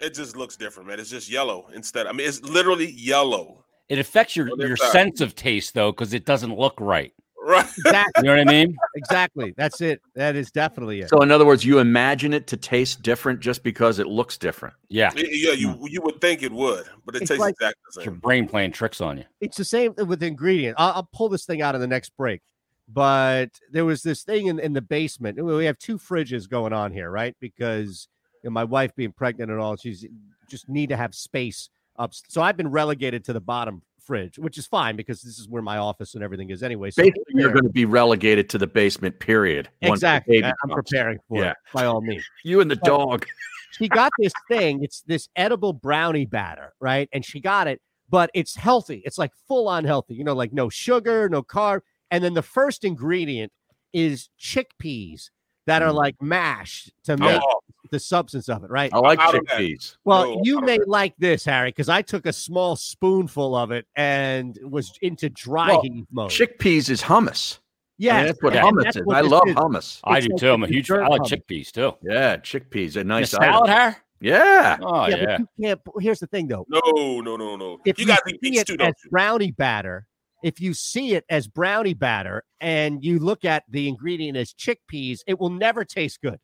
It just looks different, man. It's just yellow instead. I mean, it's literally yellow.
It affects your, your
that?
sense of taste, though, because it doesn't look right.
Right.
You *laughs* know what I mean?
Exactly. That's it. That is definitely it.
So, in other words, you imagine it to taste different just because it looks different.
Yeah.
Y- Yeah, you you would think it would, but it
It's
tastes
like-
exactly the
Your
same.
brain playing tricks on you.
it's the same thing with ingredient. I'll, I'll pull this thing out in the next break. But there was this thing in, in the basement. We have two fridges going on here, right? Because you know, my wife being pregnant and all, she's eh, just need to have space up. So I've been relegated to the bottom fridge, which is fine because this is where my office and everything is anyway. So
Basically, you're
there-
going to be relegated to the basement. Period. once the
exactly.
baby
I- I'm
comes.
preparing for
Yeah.
it by all means.
You and the
But-
dog. *laughs*
she got this thing. It's this edible brownie batter, right? And she got it, but it's healthy. It's like full on healthy, you know, like no sugar, no carb. And then the
Mm.
first ingredient is chickpeas that are like mashed to make.
Oh.
the substance of it, right?
I like I'm out of that. chickpeas.
Well,
No,
you may like this, Harry, because I took a small spoonful of it and was into dry
Well,
heat mode.
Chickpeas is hummus.
Yeah,
I mean, that's what
and
hummus
that's
is.
what
I
this
love
is.
hummus.
I do too. I'm a huge. I like
chickpeas.
chickpeas too.
Yeah, chickpeas are nice.
a salad,
item.
Harry?
Yeah.
Oh,
yeah, but you can't. but Here's the thing, though.
No, no, no, no.
If
you
you,
guys eat
see
meats
it
too,
as
don't you?
brownie batter, if you see it as brownie batter and you look at the ingredient as chickpeas, it will never taste good.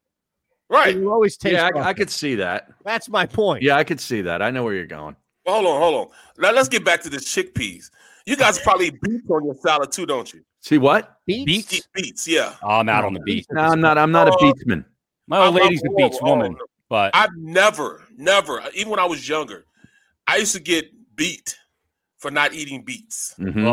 Right.
It will always taste.
Yeah, I, I
awful.
could see that.
That's my point.
Yeah, I could see that. I know where you're going.
Well, hold on, hold on. Now let's get back to the chickpeas. You guys probably eat beets on your salad too, don't you?
See what?
Beets, beets, yeah.
Oh, I'm out on the beach.
No, I'm not. I'm not a beachman.
My old
I'm-
lady's a
I'm-
beach
oh, oh,
woman, but
I've never, never, even when I was younger, I used to get beat for not eating beets.
Mm-hmm.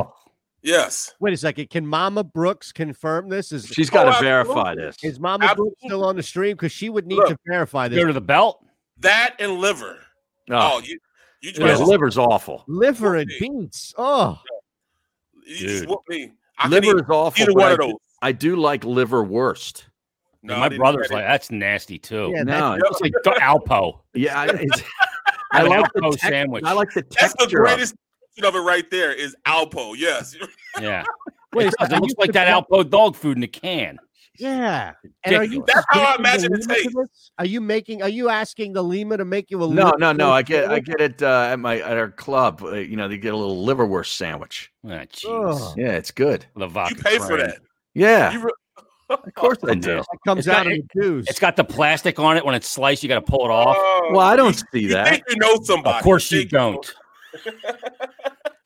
Yes.
Wait a second. Can Mama Brooks confirm this? Is
She's gotta Oh, absolutely. verify this.
Is Mama Brooks still on the stream? Because she would need to verify this.
Go to the belt.
That and liver.
Oh.
Oh, you, you
Ah. Yeah,
just,
liver's awful.
Liver and beets. Oh,
you just
Dude.
whooped me. I could
liver
eat
is awful.
Either
but
one
I
of
do-
those.
I do like liver worst.
No, I
my
didn't
brother's
get it.
like, that's nasty too.
Yeah, No, that's-
it's like the Alpo.
Yeah, I, *laughs* it's, I
I
like
like
the
Alpo
tex-
sandwich.
I like the
That's the
texture. of it.
greatest version of it right there is Alpo. Yes. *laughs*
Yeah.
Wait,
it, does.
I
It looks
used
like
to
that Alpo dog food in a can.
yeah. And are you
That's how I
making
imagine
the
it
Lima to
tastes.
this? Are you making? Are you asking the Lima to make you a?
No,
liver
no, no.
to
I get, I
sandwich?
get it uh, at my at our club. Uh, you know, they get a little liverwurst sandwich.
Ah,
Ugh.
jeez.
Yeah, it's good.
The vodka.
You pay for
train.
that.
Yeah,
You re- *laughs*
of course I
no.
do.
That comes
It's got-
out of the juice.
It's got the plastic on it. When it's sliced, you got to pull it off.
Well, I don't see
you
that.
think you know somebody.
Of course you
think
don't.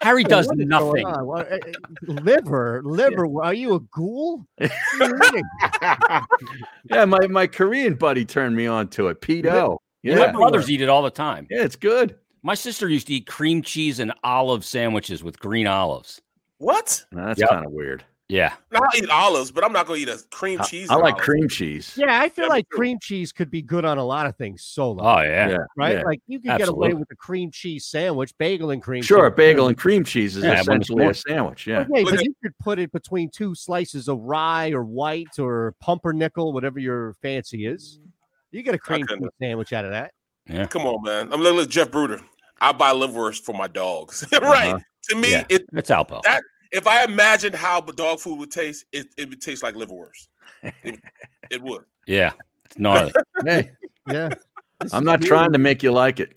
Harry does
What is going
nothing.
on? What- eh, eh,
*laughs*
liver, liver. Are you a ghoul? What are you eating?
Yeah, my my Korean buddy turned me on to it. Pito. Yeah,
My brothers eat it all the time.
yeah, it's good.
My sister used to eat cream cheese and olive sandwiches with green olives.
What?
No, that's
Yep.
kind of weird.
Yeah.
No, I'll eat olives, but I'm not gonna eat a cream cheese.
I
and
like
olives.
cream cheese.
yeah, I feel
Yeah, me
like
too.
cream cheese could be good on a lot of things solo.
Oh yeah.
Yeah,
right?
yeah.
Like you can get away
Absolutely.
with a cream cheese sandwich, bagel and cream.
Sure,
cheese
bagel
sandwich.
and cream cheese is
Yeah, but it's
essentially
more-
a sandwich. Yeah.
Okay,
Look
but
at-
you could put it between two slices of rye or white or pumpernickel, whatever your fancy is. You get a cream
couldn't.
cheese sandwich out of that.
Come on, man. I'm looking at Jeff Bruder. I buy liverwurst for my dogs. *laughs* right.
Uh-huh.
To me,
Yeah.
it
It's Alpo.
that if I imagined how b- dog food would taste, it, it would taste like liverwurst.
*laughs*
It, it would.
yeah. It's
*laughs*
gnarly.
Hey,
*laughs* Yeah.
I'm not trying to make you like it.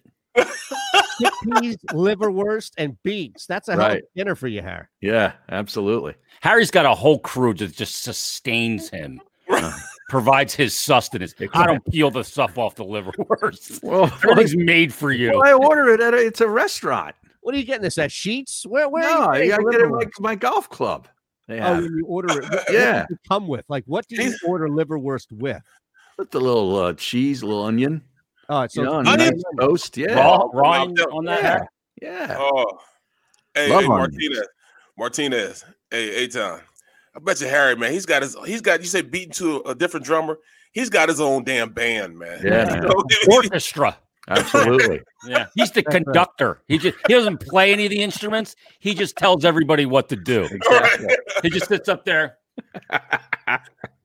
chickpeas, liverwurst, and beets. That's a hell of
Right.
a dinner for you, Harry.
Yeah, absolutely.
Harry's got a whole crew that just sustains him,
*laughs*
Uh.
provides his sustenance. I don't peel the stuff off the *laughs* liverwurst.
Well,
Everything's made for you.
I order it at a, it's a restaurant.
What are you getting this at? Sheets? Where? Where?
no,
are
I,
you
I
getting
get it at
liverwurst?
my, my golf club. They
Oh,
have
when you order it, what, what
Yeah.
does it come with like what do you
These-
order liverwurst with?
with the little uh, cheese, a little onion,
Oh, it's
you know,
so
and a nice
Onion?
toast. Yeah,
Raw, raw
I'm telling
on that.
yeah,
Harry?
yeah.
Oh, hey,
Love
hey
onions.
Martinez, Martinez, hey, Aton. I bet you Harry, man, he's got his, he's got. You say beaten to a, a different drummer. He's got his own damn band, man.
*laughs* Yeah,
*laughs*
man.
*laughs* Orchestra.
Absolutely.
Yeah. He's the *laughs* conductor. He just he doesn't play any of the instruments. He just tells everybody what
*laughs*
to do.
Right.
He just sits up there.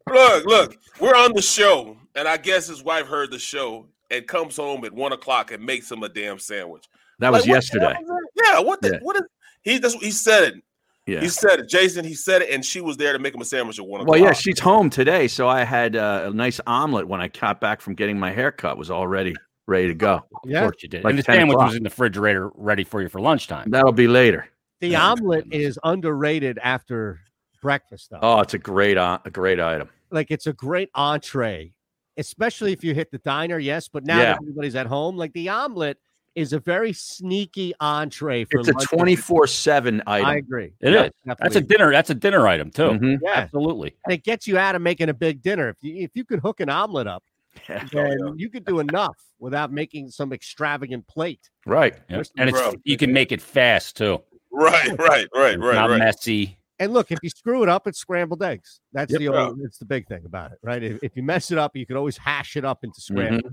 Look, look, we're on the show, and I guess his wife heard the show and comes home at one o'clock and makes him a damn sandwich.
That was
Like, what the hell
yesterday.
is that? Yeah, what the
Yeah.
what is he? That's he said it.
Yeah.
He said it, Jason. He said it, and she was there to make him a sandwich at one o'clock.
Well, yeah, she's home today, so I had uh, a nice omelet when I got back from getting my hair cut. Was already ready to go.
Of
yeah.
course you did.
Like
and the
10
sandwich
o'clock.
was in the refrigerator ready for you for lunchtime.
That'll be later.
The omelet is underrated after breakfast though.
Oh, it's a great on a great item.
Like it's a great entree, especially if you hit the diner. Yes, but now
Yeah.
that everybody's at home, like the omelet is a very sneaky entree for
It's a
lunch.
twenty four seven
I
item.
agree.
It
Yeah,
is. That's a
definitely.
dinner. That's a dinner item too.
Mhm.
Mm-hmm. yeah.
Absolutely.
And it gets you out of making a big dinner. If you if you could hook an omelet up,
Yeah,
then you could do enough without making some extravagant plate.
Right.
Yeah. And it's
Bro.
you can make it fast too.
right, right, right,
It's
right,
Not
right.
messy.
And look, if you screw it up, it's scrambled eggs. That's
Yep.
the only, it's the big thing about it, right? If, if you mess it up, you can always hash it up into scramble,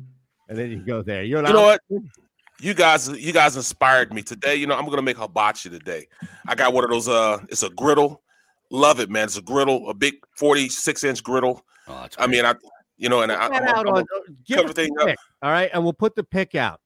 and then you can go there. You're
You know what? You guys, you guys inspired me today. You know, I'm gonna make hibachi today. I got one of those. Uh, it's a griddle. Love it, man. It's a griddle, a big 46 inch griddle.
Oh, that's
I mean, I You know, and I,
Put that
I'm-
out
I'm-
on- give
cover
us the
thing up.
pick, all right, and we'll put the pick out.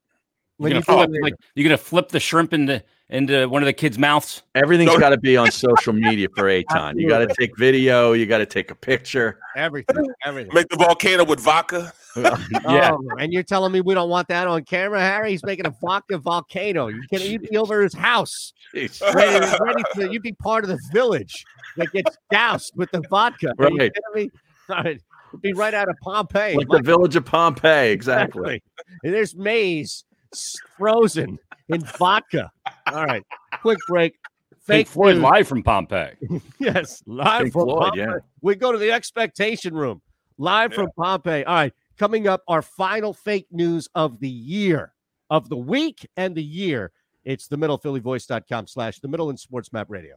You're
When
gonna,
you do
flip,
it
like, you're gonna flip the shrimp into into one of the kids' mouths.
Everything's got to be on social media
*laughs*
for Aton. You got to take video. You got to take a picture.
everything, everything.
Make the volcano with vodka.
*laughs* yeah.
*laughs* Oh, and you're telling me we don't want that on camera, Harry? He's making a vodka volcano. You can you'd be over his house. Ready, ready to, you'd be part of the village that gets doused with the vodka. Are you
Right.
kidding me? *laughs* All right. It'd be right out of Pompeii.
like
My
the village of Pompeii. Exactly.
Exactly. And there's maize s- frozen in vodka. All right. Quick break.
Pink
Fake
Floyd
news.
live from
*laughs*
Pompeii.
*laughs* Yes. Live
Pink
from
Floyd,
Pompeii.
yeah.
We go to the expectation room. Live from Pompeii. All right. Coming up, our final fake news of the year, of the week and the year. It's the middle phillyvoice.com slash the middle and sports map radio.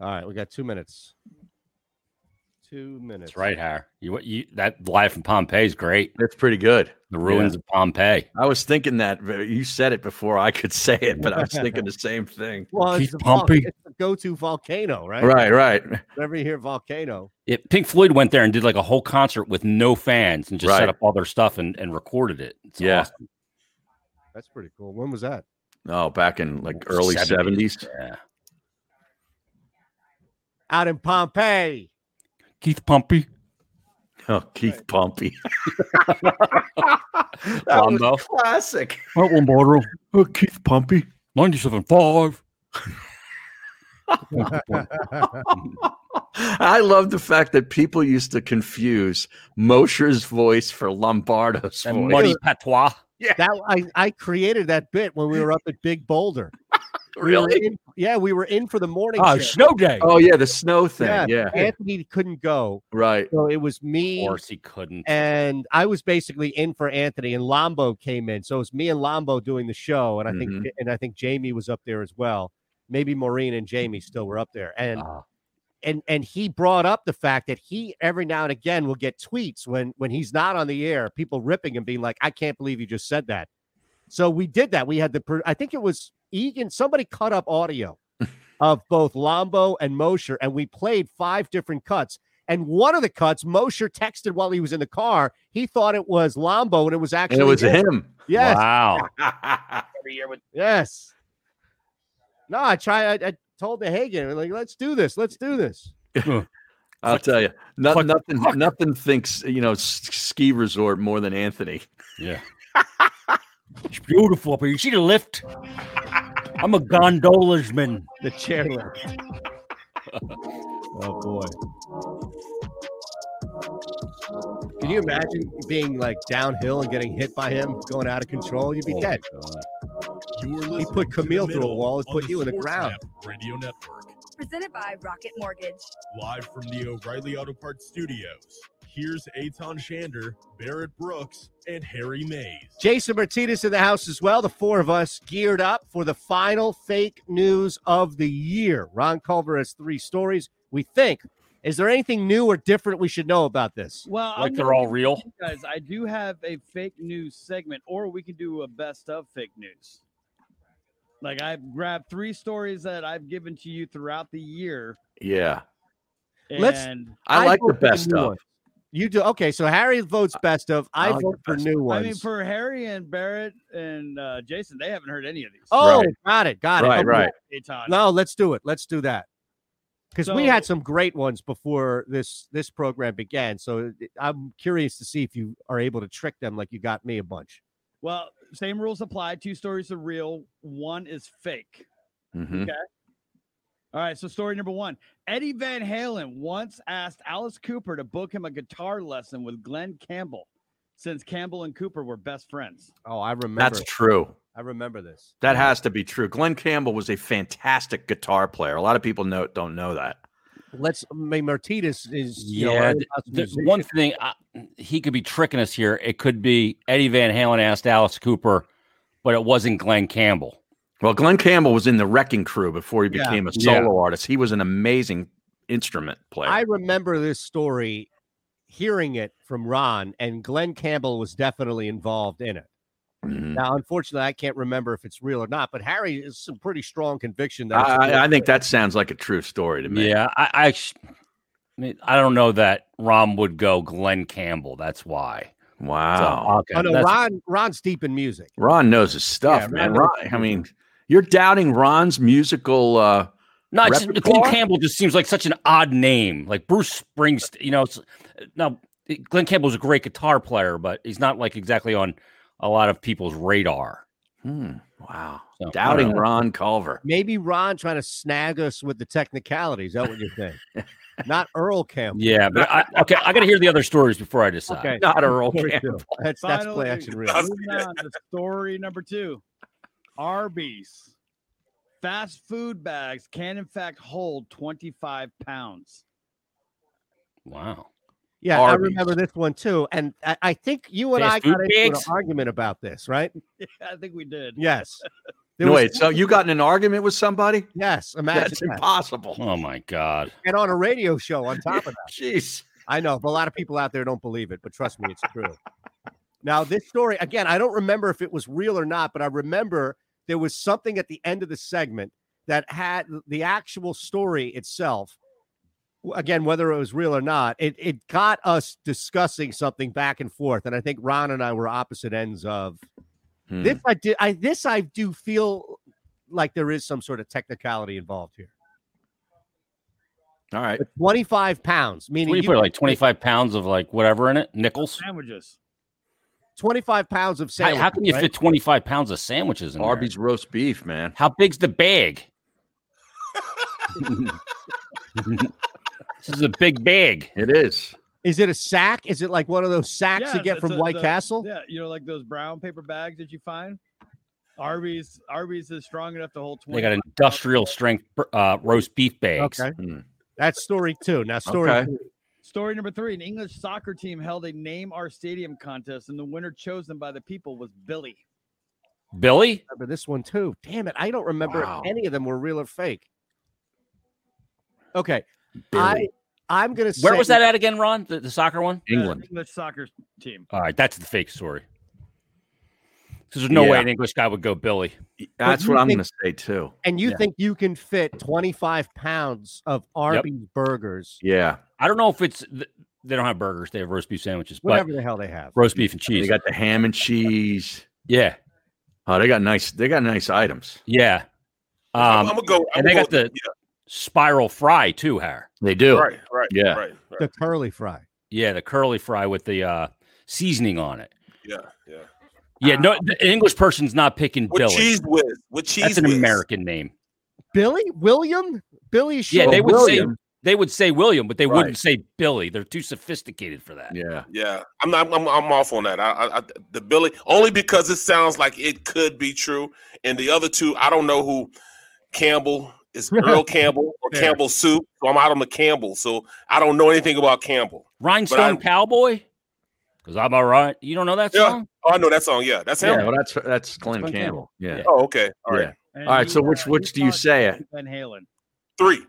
All right. We got two minutes. Two minutes.
That's right, Har. You, you that live from Pompeii is great.
That's pretty good.
The ruins
Yeah.
of Pompeii.
I was thinking that very- you said it before I could say it, but
*laughs*
I was thinking the same thing.
Well, it's the, vol- it's the go-to volcano, right?
Right, right.
Whenever you hear volcano,
Yeah, Pink Floyd went there and did like a whole concert with no fans and just
Right.
set up all their stuff and, and recorded it. It's
Yeah.
awesome.
that's pretty cool. When was that?
Oh, back in like early
70s.
70s.
Yeah.
Out in Pompeii. *laughs*
Keith Pumpy.
Oh, Keith Pompey.
Bombo.
classic.
That one bottle.
Oh, Keith Pumpy.
97.5.
*laughs* I love the fact that people used to confuse Mosher's voice for Lombardo's voice.
Muddy Patois.
Yeah.
That I, I created that bit when we were up at Big
*laughs*
Boulder. We were
Really?
in- yeah, we were in for the morning.
Oh,
show.
snow day.
Oh yeah, the snow thing. Yeah,
Anthony couldn't go.
right.
So it was
Of
me
course he couldn't.
and I was basically in for Anthony and Lombo came in. So it was me and Lombo doing the show. And I think
Mhm.
and I think Jamie was up there as well. Maybe Maureen and Jamie still were up there. And
Ah.
and and he brought up the fact that he every now and again will get tweets when when he's not on the air, people ripping him, being like, I can't believe you just said that. So we did that. We had the pro- I think it was Egan. Somebody cut up audio of both Lombo and Mosher, and we played five different cuts. And one of the cuts, Mosher texted while he was in the car. He thought it was Lombo, and it was actually
And it was him.
Yes,
Wow.
*laughs*
Every year with
yes. No, I try. I, I told the Hagen, like, let's do this. Let's do this.
I'll tell you, no,
Fuck.
nothing,
Fuck.
nothing thinks you know s- ski resort more than Anthony.
Yeah. it's beautiful up here. You see the lift? I'm a gondolas man.
The chairlift. oh boy. Can you imagine being like downhill and getting hit by him, going out of control? You'd be
Oh,
dead.
God.
You're
He
listening
put
to The
Camille through a
Middle
wall and
on
put you in the
Sports
ground.
Map Radio Network,
Presented by Rocket Mortgage.
live from the O'Reilly Auto Parts Studios. Here's Aton Shander, Barrett Brooks, and Harry Mays.
Jason Martinez in the house as well. The four of us geared up for the final fake news of the year. Ron Culver has three stories. We think. Is there anything new or different we should know about this?
Well, I'm
Like they're
gonna
all
give
real.
you guys. I do have a fake news segment, or we can do a best of fake news. Like I've grabbed three stories that I've given to you throughout the year,
Yeah,
and
Let's-
I, like the
vote for
best
new
of.
ones. You do okay. So Harry votes best of. I,
I like
vote
the
for
best
new
I
ones.
mean for Harry and Barrett and uh, Jason, they haven't heard any of these.
oh,
Right.
got it, got it.
Right,
Okay.
right.
Aton.
No, let's do it. Let's do that. because we had some great ones before this this program began. So it- I'm curious to see if you are able to trick them like you got me a bunch.
Well, same rules apply. Two stories are real, one is fake.
Hmm. Mm-hmm.
Okay. All right. So, story number one Eddie Van Halen once asked Alice Cooper to book him a guitar lesson with Glenn Campbell since Campbell and Cooper were best friends.
Oh, I remember.
That's true.
I remember this.
That has to be true. Glenn Campbell was a fantastic guitar player. A lot of people know don't know that.
Let's. I mean, Martinez is. you know,
Yeah,
I'm
th-
not a
th-
musician.
one thing I, he could be tricking us here. It could be Eddie Van Halen asked Alice Cooper, but it wasn't Glenn Campbell.
Well, Glenn Campbell was in the Wrecking Crew before he
Yeah.
became a
Yeah.
solo artist. He was an amazing instrument player.
I remember this story, hearing it from Ron, and Glenn Campbell was definitely involved in it.
Mm-hmm.
Now, unfortunately, I can't remember if it's real or not, but Harry is some pretty strong conviction that it's
I,
real.
I, I think that sounds like a true story to me.
Yeah, I, I, sh- I mean, I don't know that Rom would go Glenn Campbell. That's why.
Wow.
So, okay,
Oh, no,
that's-
Ron, Ron's deep in music.
Ron knows his stuff,
Yeah,
man.
Ron
Ron,
knows his
I mean, you're doubting Ron's musical. uh
No, it's just, Glenn
repertoire?
Campbell just seems like such an odd name. Like Bruce Springsteen, you know. It's, now, Glenn Campbell's a great guitar player, but he's not like exactly on a lot of people's radar.
Hmm, wow.
So, I don't
Doubting
know.
Ron Culver.
Maybe Ron trying to snag us with the technicalities. Is that what you think?
*laughs*
not Earl Campbell.
Yeah, but I, okay, I got to hear the other stories before I decide.
Okay.
*laughs*
Not Earl
Story two.
Campbell.
That's, that's play
Finally,
action real.
Moving on to story number two Arby's. Fast food bags can, in fact, hold 25 pounds. *laughs*
Wow.
Yeah, I
Arby's.
remember this one too. And I, I think you and
Fast
I
food
got into an
pigs?
argument about this, right?
I think we did. *laughs*
Yes. There
No,
was-
wait, so you got in an argument with somebody?
Yes, imagine
That's
that.
impossible.
Oh my God.
and on a radio show on top of that.
Jeez.
I know, but a lot of people out there don't believe it, but trust me, it's true. now, this story, again, I don't remember if it was real or not, but I remember there was something at the end of the segment that had the actual story itself. w- Again, whether it was real or not, it, it got us discussing something back and forth. And I think Ron and I were opposite ends of
Hmm.
this. I did I this I do feel like there is some sort of technicality involved here.
All right.
25 pounds, meaning
What do you
you
put
can
like
take
twenty five pounds of like whatever in it? Nickels.
Sandwiches.
25 pounds of
How,
sandwich.
how can you fit twenty five pounds of sandwiches in
Arby's roast beef, man.
There? How big's the bag?
*laughs*
this is a big bag.
It is.
Is it a sack? Is it like one of those sacks
Yeah,
you get
it's
from
a-
White
the-
Castle?
Yeah, you know, like those brown paper bags that you find. Arby's Arby's is strong enough to hold
They
twenty.
got industrial strength uh, roast beef bags.
Okay.
Hmm.
That's story two. Now, story
Okay.
three.
Story number three: An English soccer team held a name our stadium contest, and the winner chosen by the people was Billy.
Billy.
I remember this one too. Damn it. I don't remember
Wow.
if any of them were real or fake. Okay.
Billy.
I, I'm going to say.
Where was that at again, Ron? The, the soccer one?
Uh,
England.
English soccer team.
All right, that's the fake story. Because there's no way
Yeah.
an English guy would go Billy.
That's
you
what I'm
think-
going to say too.
And you
Yeah.
think you can fit 25 pounds of Arby's burgers,
Yeah.
I don't know if it's th- they don't have burgers; they have roast beef sandwiches,
whatever the hell they have?
but roast beef and
They
cheese.
got the ham and cheese.
yeah,
Oh, they got nice. They got nice items.
yeah.
I'm,
Um,
I'm gonna go. I'm
and they
gonna
got
go-
the spiral fry too, Har.
They do.
yeah, right, right,
Yeah.
right, right.
The curly fry.
Yeah, the curly fry with the uh, seasoning on it.
Yeah, yeah.
Yeah,
Ah.
no, the English person's not picking
With
Billy.
cheese whiz, with cheese.
That's an
whiz.
American name.
Billy? William? Billy Shaw.
Yeah, they would
William.
say they would say William, but they
Right.
wouldn't say Billy. They're too sophisticated for that.
Yeah.
Yeah, I'm not. I'm, I'm off on that. I, I, I, the Billy only because it sounds like it could be true, and the other two, I don't know who Campbell is, Earl Campbell or
Fair.
Campbell Soup. So I'm out on the Campbell, so I don't know anything about Campbell.
Rhinestone
I-
Cowboy. Because I'm all right. You don't know that
Yeah.
song?
Oh, I know that song. Yeah, that's him.
Yeah. Well, that's that's Glenn
Glenn
Campbell.
Campbell.
Yeah.
Yeah. uh,
Oh, okay. All right.
Yeah.
And
All right,
he,
so which-
he
which do you
saw
say
Eddie Van Halen.
Three.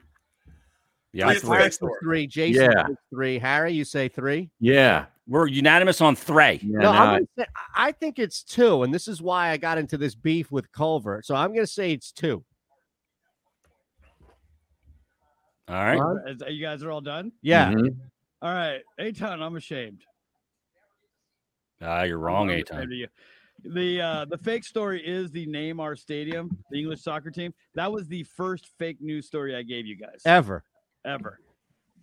Yeah,
Three
that's
is
right.
correct.
Chris was three. Jason
Yeah.
was three. Harry, you say three?
Yeah.
We're unanimous on three.
No,
Yeah, now I-
I'm gonna say, I think it's two, and this is why I got into this beef with Culver. So I'm going to say it's two.
All right.
Ron?
Mm-hmm.
Is- You guys are all done.
Yeah,
Mhm.
All right, Aton, I'm ashamed.
Ah, you're wrong,
I'm
Aton.
ashamed of you. The uh, the fake story is the name our stadium, the English soccer team. That was the first fake news story I gave you guys
ever.
ever.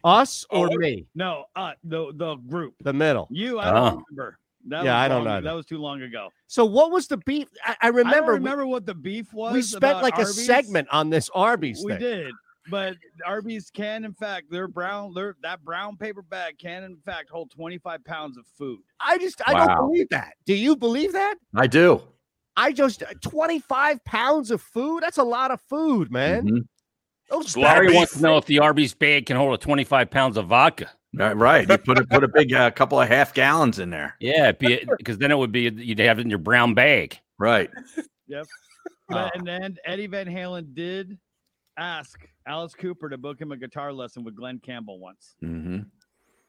Us or me?
No, uh, the the group,
The middle.
You, I don't
Oh.
remember. That
Yeah,
was
I don't
long-
know either.
That was too long ago.
So what was the beef? I, I
I don't
remember. we-
remember what the beef was.
we spent
about
like a
Arby's.
segment on this Arby's
We
thing.
did, but Arby's can, in fact, their brown, their that brown paper bag can, in fact, hold twenty five pounds of food.
I just, I
Wow.
don't believe that. Do you believe that?
I do.
I just 25 pounds of food. That's a lot of food, man.
Mhm.
Those
Larry
bags-
wants to know if the Arby's bag can hold a 25 pounds of vodka.
Right, right. You put a, put a big uh, couple of half gallons in there.
Yeah, because then it would be you'd have it in your brown bag.
Right.
Yep. But, And then Eddie Van Halen did ask Alice Cooper to book him a guitar lesson with Glenn Campbell once.
Mm-hmm.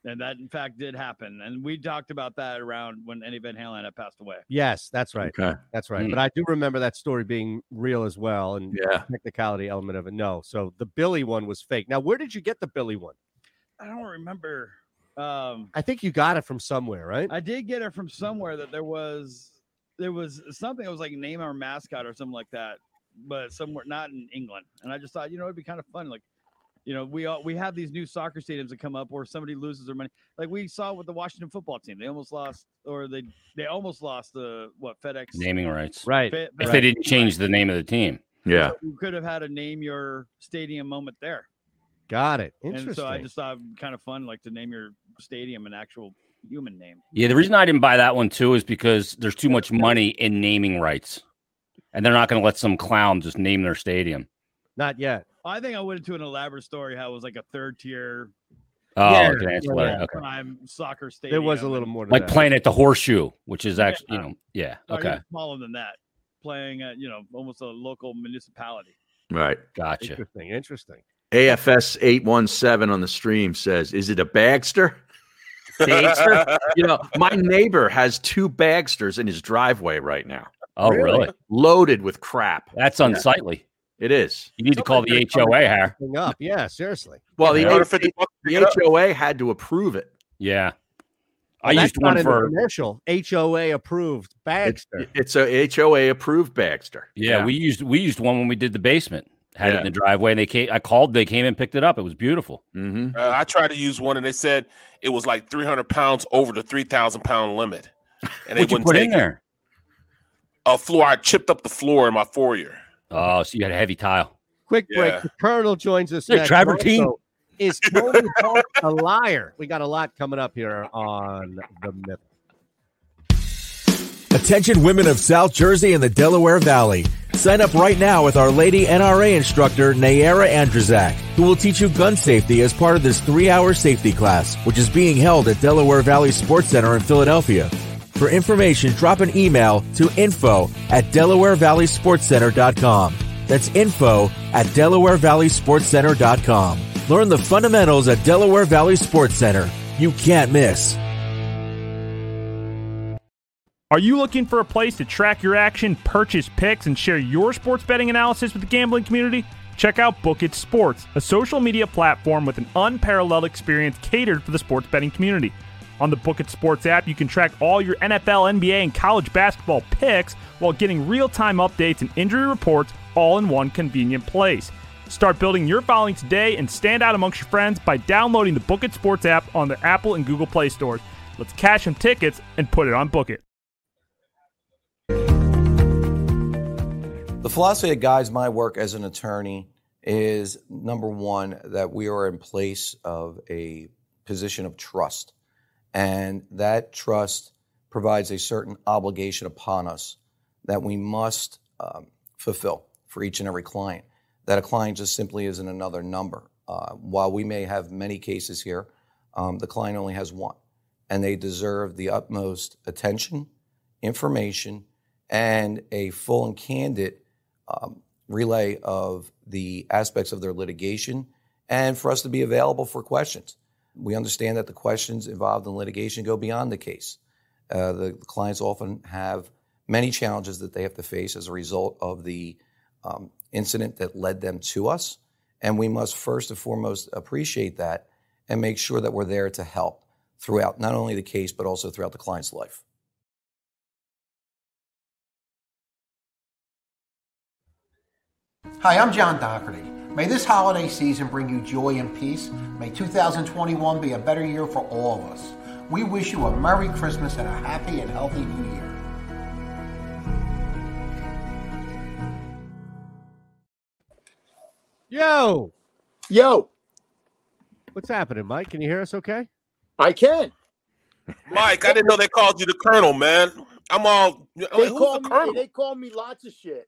And that, in fact, did happen. And we talked about that around when Eddie Van Halen had passed away.
Yes, that's right.
Okay.
That's right.
Hmm.
Mm.
But I do remember that story being real as well and yeah. technicality element of it. No. So the Billy one was fake. Now, where did you get the Billy one?
I don't remember. Um,
I think you got it from somewhere, right?
I did get it from somewhere that there was there was something. It was like name our mascot or something like that, but somewhere not in England. And I just thought, you know, it'd be kind of fun. Like, you know, we all we have these new soccer stadiums that come up where somebody loses their money. Like we saw with the Washington football team, they almost lost, or they they almost lost the what FedEx
Naming rights.
Right.
Fe-
If
FedEx
they didn't change the name of the team.
Yeah.
So we could have had a name your stadium moment there.
Got it.
And so I
Interesting.
just thought it'd be kind of fun, like to name your stadium an actual human name.
Yeah, the reason I didn't buy that one too is because there's too much money in naming rights. And they're not going to let some clown just name their stadium.
Not yet.
I think I went into an elaborate story how it was like a third tier.
Oh, Yeah, okay, that's yeah, what I- yeah. okay.
prime soccer stadium.
There was a little more to
Like
that.
playing at the horseshoe, which is actually, you know, yeah.
Or even
Okay.
smaller than that, playing at you know almost a local municipality.
Right.
Gotcha.
Interesting. Interesting.
AFS eight one seven on the stream says, "Is it a Bagster?" Bagster. *laughs* you know, my neighbor has two Bagsters in his driveway right now.
Oh, Really? really?
Loaded with crap.
That's unsightly.
It is.
You need to call the HOA, Har.
Hang up. Yeah, seriously.
Well, the,
Yeah.
H- the HOA had to approve it.
Yeah.
Well, that's not in the commercial HOA approved Bagster.
It's a HOA approved Bagster.
Yeah, we used we used one when we did the basement. Had it
Yeah.
in the driveway, and they came. I called. They came and picked it up. It was beautiful.
Mm-hmm.
Uh, I tried to use one, and they said it was like 300 pounds over the 3,000 pound
*laughs*
limit, and they
What'd you
wouldn't
put
take
in
it.
there?
A floor. I chipped up the floor in my foyer.
Oh, so you had a heavy tile.
Quick
Yeah.
break. The Colonel joins us.
Hey,
next.
travertine.
Also, Is Tony Hawk a liar? We got a lot coming up here on the myth.
Attention women of South Jersey and the Delaware Valley. Sign up right now with our lady NRA instructor, Nayara Andrzak, who will teach you gun safety as part of this three hour safety class, which is being held at Delaware Valley Sports Center in Philadelphia. For information, drop an email to info at delawarevalleysportscenter.com. That's info at delawarevalleysportscenter.com. Learn the fundamentals at Delaware Valley Sports Center. You can't miss.
Are you looking for a place to track your action, purchase picks, and share your sports betting analysis with the gambling community? Check out Book It Sports, a social media platform with an unparalleled experience catered for the sports betting community. On the Book It Sports app, you can track all your NFL, NBA, and college basketball picks while getting real time updates and injury reports all in one convenient place. Start building your following today and stand out amongst your friends by downloading the Book It Sports app on the Apple and Google Play stores. Let's cash some tickets and put it on Book It.
The philosophy that guides my work as an attorney is number one, that we are in place of a position of trust. And that trust provides a certain obligation upon us that we must um, fulfill for each and every client. That a client just simply isn't another number. Uh, while we may have many cases here, um, the client only has one. And they deserve the utmost attention, information, and a full and candid um, relay of the aspects of their litigation and for us to be available for questions. We understand that the questions involved in litigation go beyond the case. Uh, the clients often have many challenges that they have to face as a result of the um, incident that led them to us. And we must first and foremost appreciate that and make sure that we're there to help throughout not only the case, but also throughout the client's life.
*laughs*
Hi, I'm John Doherty. May this holiday season bring you joy and peace. May 2021 be a better year for all of us. We wish you a Merry Christmas and a happy and healthy New Year.
Yo.
Yo.
What's happening, Mike? Can you hear us okay?
I can.
Mike, I didn't know they called you the Colonel, man. I'm all. Oh, I mean,
They
who's
call
the
me.
Colonel?
They call me lots of
*laughs*
shit.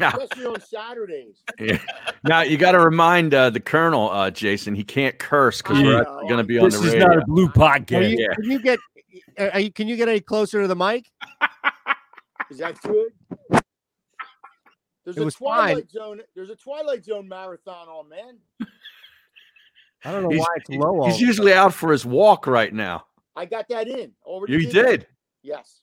Now-
Especially on Saturdays.
Yeah. Now you got to remind uh, the Colonel, uh, Jason, he can't curse because we're going to be on
This
the
is
radio.
not a blue
Are
podcast.
you, Can you get? Are you, can you get any closer to the mic?
Is that good? There's
It
a
was
Twilight
fine.
Zone. There's a Twilight Zone marathon on, man.
I don't know
He's-
why it's low. all
He's usually out for his walk right now.
I got that in already.
You
that.
did.
Yes.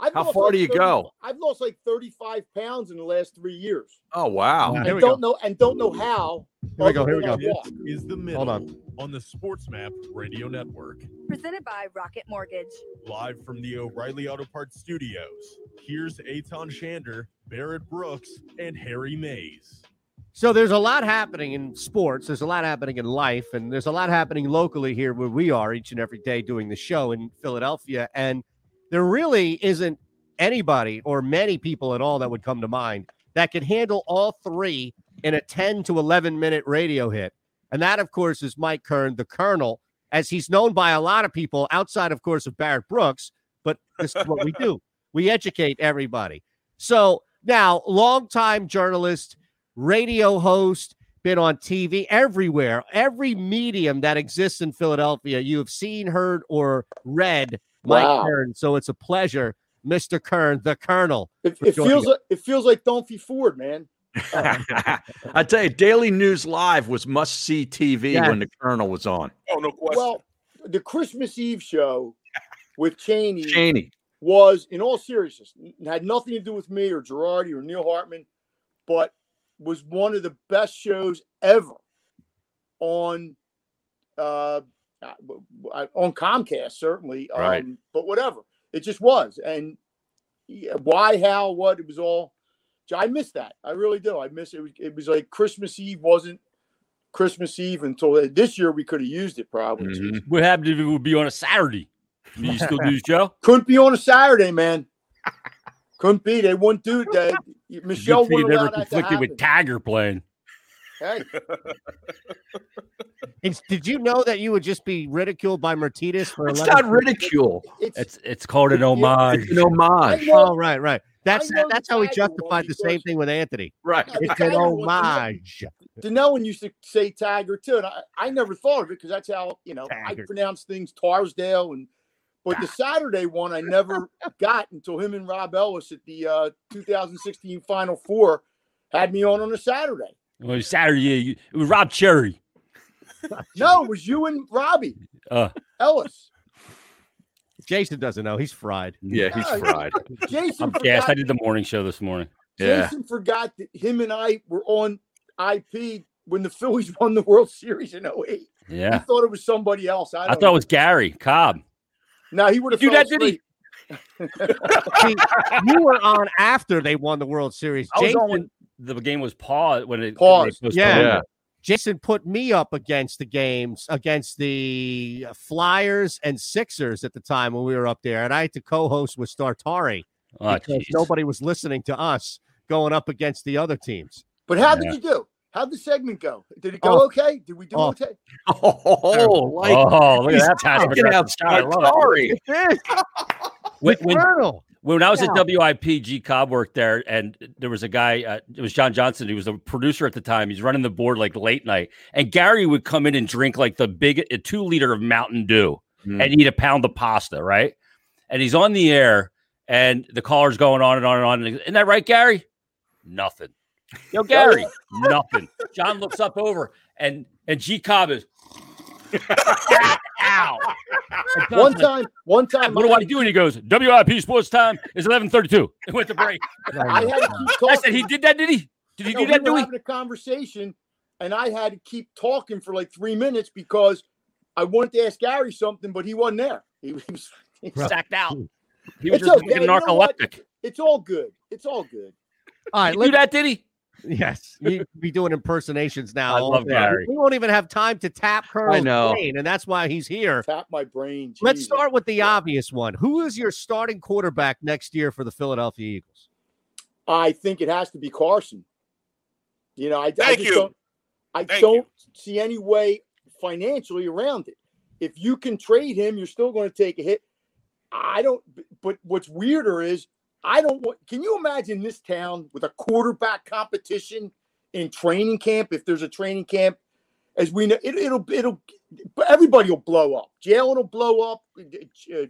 I've
How
lost
far do you
30
go?
I've lost like 35 pounds in the last three years.
Oh
*laughs*
wow. *laughs*
and don't know and don't know how.
Here we go, here we
other
go.
than I walk.
Is the middle
Hold on.
on the Sports Map Radio Network.
Presented by Rocket Mortgage.
Live from the O'Reilly Auto Parts Studios, here's Aton Shander, Barrett Brooks, and Harry Mays.
So there's a lot happening in sports. There's a lot happening in life, and there's a lot happening locally here where we are each and every day doing the show in Philadelphia. And there really isn't anybody or many people at all that would come to mind that could handle all three in a 10 to 11 minute radio hit. And that, of course, is Mike Kern, the Colonel, as he's known by a lot of people outside, of course, of Barrett Brooks. But this is *laughs* what we do we educate everybody. So now, longtime journalist, radio host, been on TV everywhere, every medium that exists in Philadelphia, you have seen, heard, or read Mike
Wow.
Kern. So it's a pleasure, Mr. Kern, the Colonel.
It,
for
it
joining
feels
us.
like it feels like Donkey Ford, man.
I tell you, Daily News Live was must see TV
Yes.
when the Colonel was on.
*laughs* Oh no question.
Well, the Christmas Eve show with Cheney,
Cheney.
was, in all seriousness, n- had nothing to do with me or Girardi or Neil Hartman, but was one of the best shows ever on uh, uh, w- w- on Comcast, certainly.
Right.
Um, but whatever, it just was, and yeah, why, how, what, it was all. I miss that. I really do. I miss it. was- It was like Christmas Eve wasn't Christmas Eve until this year. We could have used it probably.
What happened if it would be on a Saturday? Mm-hmm. Do you *laughs* still do
*laughs*
the show?
Couldn't be on a Saturday, man. Couldn't be. They wouldn't do it. They- Michelle
Good thing you
wouldn't allow
never
that to
conflicted
happen.
with Tiger playing.
Hey,
*laughs*
It's- did you know that you would just be ridiculed by Mertitas for
It's
11
not ridicule.
It's
it's, it's called an homage.
It's an homage.
Oh, right, right. That's
know
that's how we
Tiger won't
justified the same thing with Anthony.
Right.
No,
It's an
Tiger won't do
homage.
Danoan used to say Tiger too, and I, I never thought of it because that's how you know
Tiger.
I pronounce things Tarsdale and. But the Saturday one I never got until him and Rob Ellis at the uh, 2016 Final Four had me on on a Saturday.
*laughs* Well, Saturday, you- it was Rob Cherry.
No, it was you and Robbie
Uh,
Ellis.
Jason doesn't know. He's fried.
Yeah, he's
No,
fried.
Jason
I'm gassed.
forgot
I did the morning show this morning.
Yeah.
Jason forgot that him and I were on IP when the Phillies *laughs* won the World Series in 08. He
Yeah.
thought it was somebody else. I,
I
don't
thought it was Gary Cobb.
Now he would have
Dude,
fell
that did he-
asleep.
*laughs* See, you were on after they won the World Series.
I was
Jason,
on when the game was paused. When it
Paused.
when they
Yeah.
postponed it.
Yeah.
Jason put me up against the games against the Flyers and Sixers at the time when we were up there, and I had to co-host with Startari
Oh,
because
jeez.
nobody was listening to us going up against the other teams.
But how did
Yeah.
you *laughs* do? How'd the segment go? Did it go
Oh.
okay? Did we do
Oh.
okay?
Oh, like
oh, look
he's
at that pass.
taking out
I love it.
Sorry.
It is.
When, when,
Colonel.
when I was
Yeah.
at WIP, G Cobb worked there, and there was a guy. Uh, it was John Johnson. He was a producer at the time. He's running the board like late night, and Gary would come in and drink like the big a two liter of Mountain Dew and eat a pound of pasta, right? And he's on the air, and the caller's going on and on and on. Isn't that right, Gary? Nothing. Yo, Gary, nothing. John looks up over, and and G Cobb is. Ow. And John's
One
like,
time, one time
what do I do? And he goes, WIP Sports Time is 11:32. *laughs* It went to break.
*laughs* I had to keep talking.
I said, he did that, did he? Did he
No,
do
we
that,
were
Dewey?
having a conversation, and I had to keep talking for like three minutes because I wanted to ask Gary something, but he wasn't there.
*laughs*
He was he was
Sacked out. He was
It's
just
okay.
looking
You know what?
narcoleptic.
It's all good. It's all good.
All right,
do that, did he?
Yes, *laughs* you could be doing impersonations now.
I
all
love
day.
Gary.
We won't even have time to tap Colonel's
know.
brain, and that's why he's here.
Tap my brain.
Let's start with the obvious one. Who is your starting quarterback next year for the Philadelphia Eagles?
I think it has to be Carson. You know, I, I
Thank
just
you.
don't I don't see any way financially around it. If you can trade him, you're still going to take a hit. I don't but what's weirder is I don't want can you imagine this town with a quarterback competition in training camp if there's a training camp as we know it, it'll it'll but everybody will blow up. Jalen will blow up. uh, You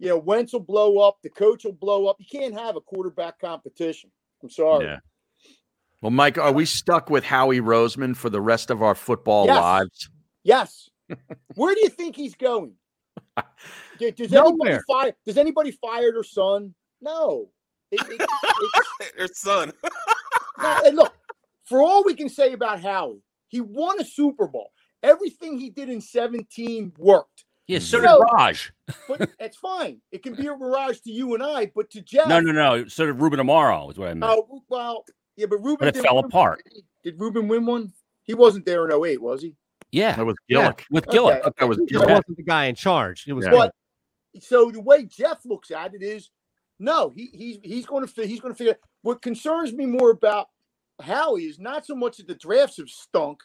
know, Wentz will blow up. The coach will blow up. You can't have a quarterback competition. I'm sorry.
Yeah. Well, Mike, are we stuck with Howie Roseman for the rest of our football
Yes.
lives?
*laughs*
Yes. Where do you think he's going? Do- Does anybody
Nowhere.
fire? Does anybody fire their son? No. It- it-
*laughs*
it's- *laughs*
Their son.
No, and look, for all we can say about Howie, he won a Super Bowl. Everything he did in 17 worked.
Yeah, so
No.
did Raj. *laughs*
But that's fine. It can be a mirage to you and I, but to Jeff,
No, no, no. So did Ruben Amaro, is what I meant.
Oh well, yeah, but Ruben
but it
didn't
fell
win-
apart.
Did Ruben win one? He wasn't there in 08, was he?
Yeah.
That was
Yeah,
Gillick.
with
Okay,
Gillick.
okay. That was
He
Gillick.
wasn't the guy in charge. It was
Yeah. But- So the way Jeff looks at it is, no, he he's he's going to fit. He's going to figure. What concerns me more about Howie is not so much that the drafts have stunk,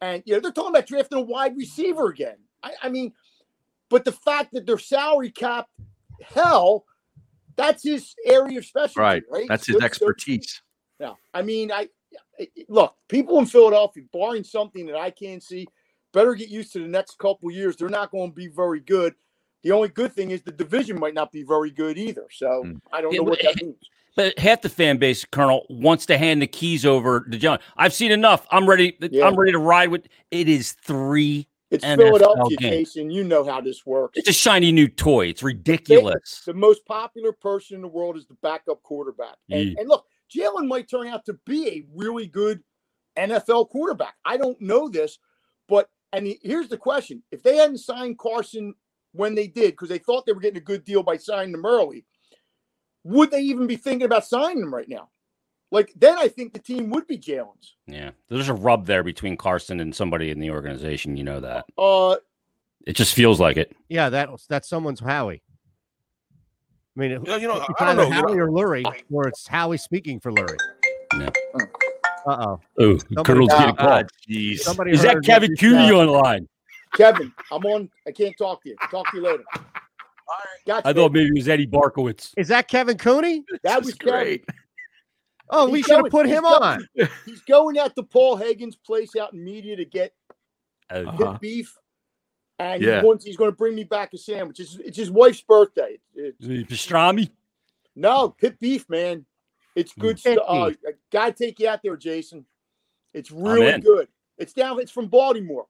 and you know they're talking about drafting a wide receiver again. I, I mean, but the fact that they're salary cap, hell, that's his area of specialty,
Right.
right?
That's his
So- so-
expertise.
Yeah, I mean, I I- look people in Philadelphia, barring something that I can't see, better get used to the next couple years. They're not going to be very good. The only good thing is the division might not be very good either. So I don't
Yeah,
know what
but-
that means.
But half the fan base, Colonel, wants to hand the keys over to John. I've seen enough. I'm ready. I'm ready to ride with. It is three.
It's
NFL
Philadelphia,
games.
Jason. You know how this works.
It's a shiny new toy. It's ridiculous.
The most popular person in the world is the backup quarterback. And,
Yeah.
and look, Jalen might turn out to be a really good NFL quarterback. I don't know this, but and he- here's the question: If they hadn't signed Carson when they did, because they thought they were getting a good deal by signing him early, would they even be thinking about signing him right now? Like then, I think the team would be Jalen's.
Yeah, there's a rub there between Carson and somebody in the organization. You know that.
Uh,
It just feels like it.
Yeah, that that's someone's Howie. I mean, it-
Yeah, you know,
it's
I don't
either
know, you
Howie
know.
or Lurie, or it's Howie speaking for Lurie.
Yeah.
Uh
Oh,
Somebody-
Colonel's getting
Ah,
a call.
Jeez.
Somebody
Is
heard
that
what
Kevin
you
Cooney
said.
on the line?
Kevin, I'm on. I can't talk to you. Talk to you later. Gotcha.
I thought maybe it was Eddie Barkowitz.
Is that Kevin Cooney?
That was great.
Oh, we
He's
should have
going-
put
he's
him
going-
*laughs* on.
He's going out to Paul Hagen's place out in media to get his
Uh-huh.
beef, and
Yeah.
he wants, he's going to bring me back a sandwich. It's, it's his wife's birthday. It-
Pastrami.
no, pit beef, man. It's good
Pit
stuff. Uh,
beef.
I gotta take you out there, Jason. It's
I'm
really
in.
good. It's down. It's from Baltimore,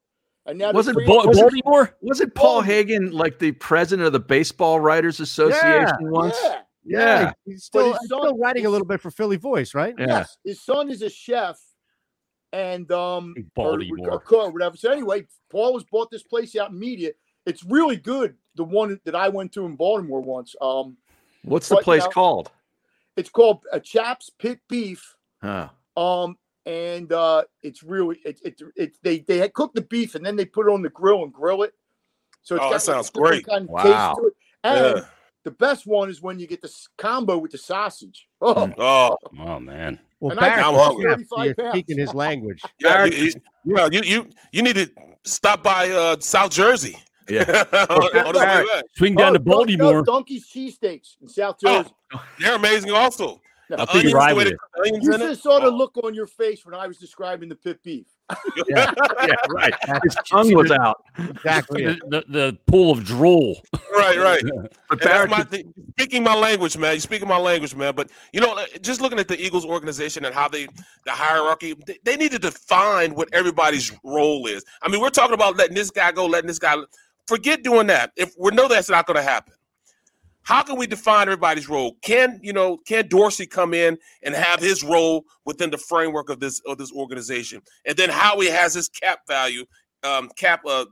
and now they're
Wasn't
bringing-
Bal-
wasn't-
Baltimore?
Wasn't Paul Hagan like the president of the Baseball Writers Association once?
Yeah.
Yeah.
he's
But
still,
his
he's
son-
still writing a little bit for Philly Voice, right?
Yeah.
Yes, his son is a chef, and um, or-
Baltimore.
or cook, or whatever. So anyway, Paul has bought this place out in media. It's really good. The one that I went to in Baltimore once. Um,
What's
but,
the
you
place
know,
called?
It's called a Chaps Pit Beef.
Huh.
Um, and uh, it's really it, it, it they they had cooked the beef and then they put it on the grill and grill it. So it's
Oh, that
got, like, a
sounds
different
great.
Kind of
Wow.
taste to it. And
Yeah.
the best one is when you get the s- combo with the sausage. *laughs* Oh,
*laughs*
Oh, *laughs*
oh man.
Well,
And I
Barrett,
just- I'm hungry.
yeah,
35
you're
pounds.
speaking his language.
Yeah, you, you, yeah, you, you, you need to stop by uh, South Jersey. *laughs* Oh,
Yeah.
On- on his way
Barrett,
back.
Swing down
Oh,
to
Dun- no,
Baltimore.
Donkey's cheesesteaks in South Jersey.
Oh, They're amazing also.
No.
The
I think
onions,
you're
the
right
way
with
they
it.
put onions
You
in it. Oh.
just saw the look on your face when I was describing the pit beef. *laughs*
Yeah. yeah, right. His tongue was out.
Exactly.
The, the, the pool of drool.
Right, right.
Yeah.
And that's my thing. You're Speaking my language, man. You're speaking my language, man. But you know, like, just looking at the Eagles organization and how they the hierarchy, they, they need to define what everybody's role is. I mean, we're talking about letting this guy go, letting this guy forget doing that. If we know that's not going to happen, how can we define everybody's role? Can you know? Can Dorsey come in and have his role within the framework of this of this organization, and then Howie has his cap value, um, cap uh,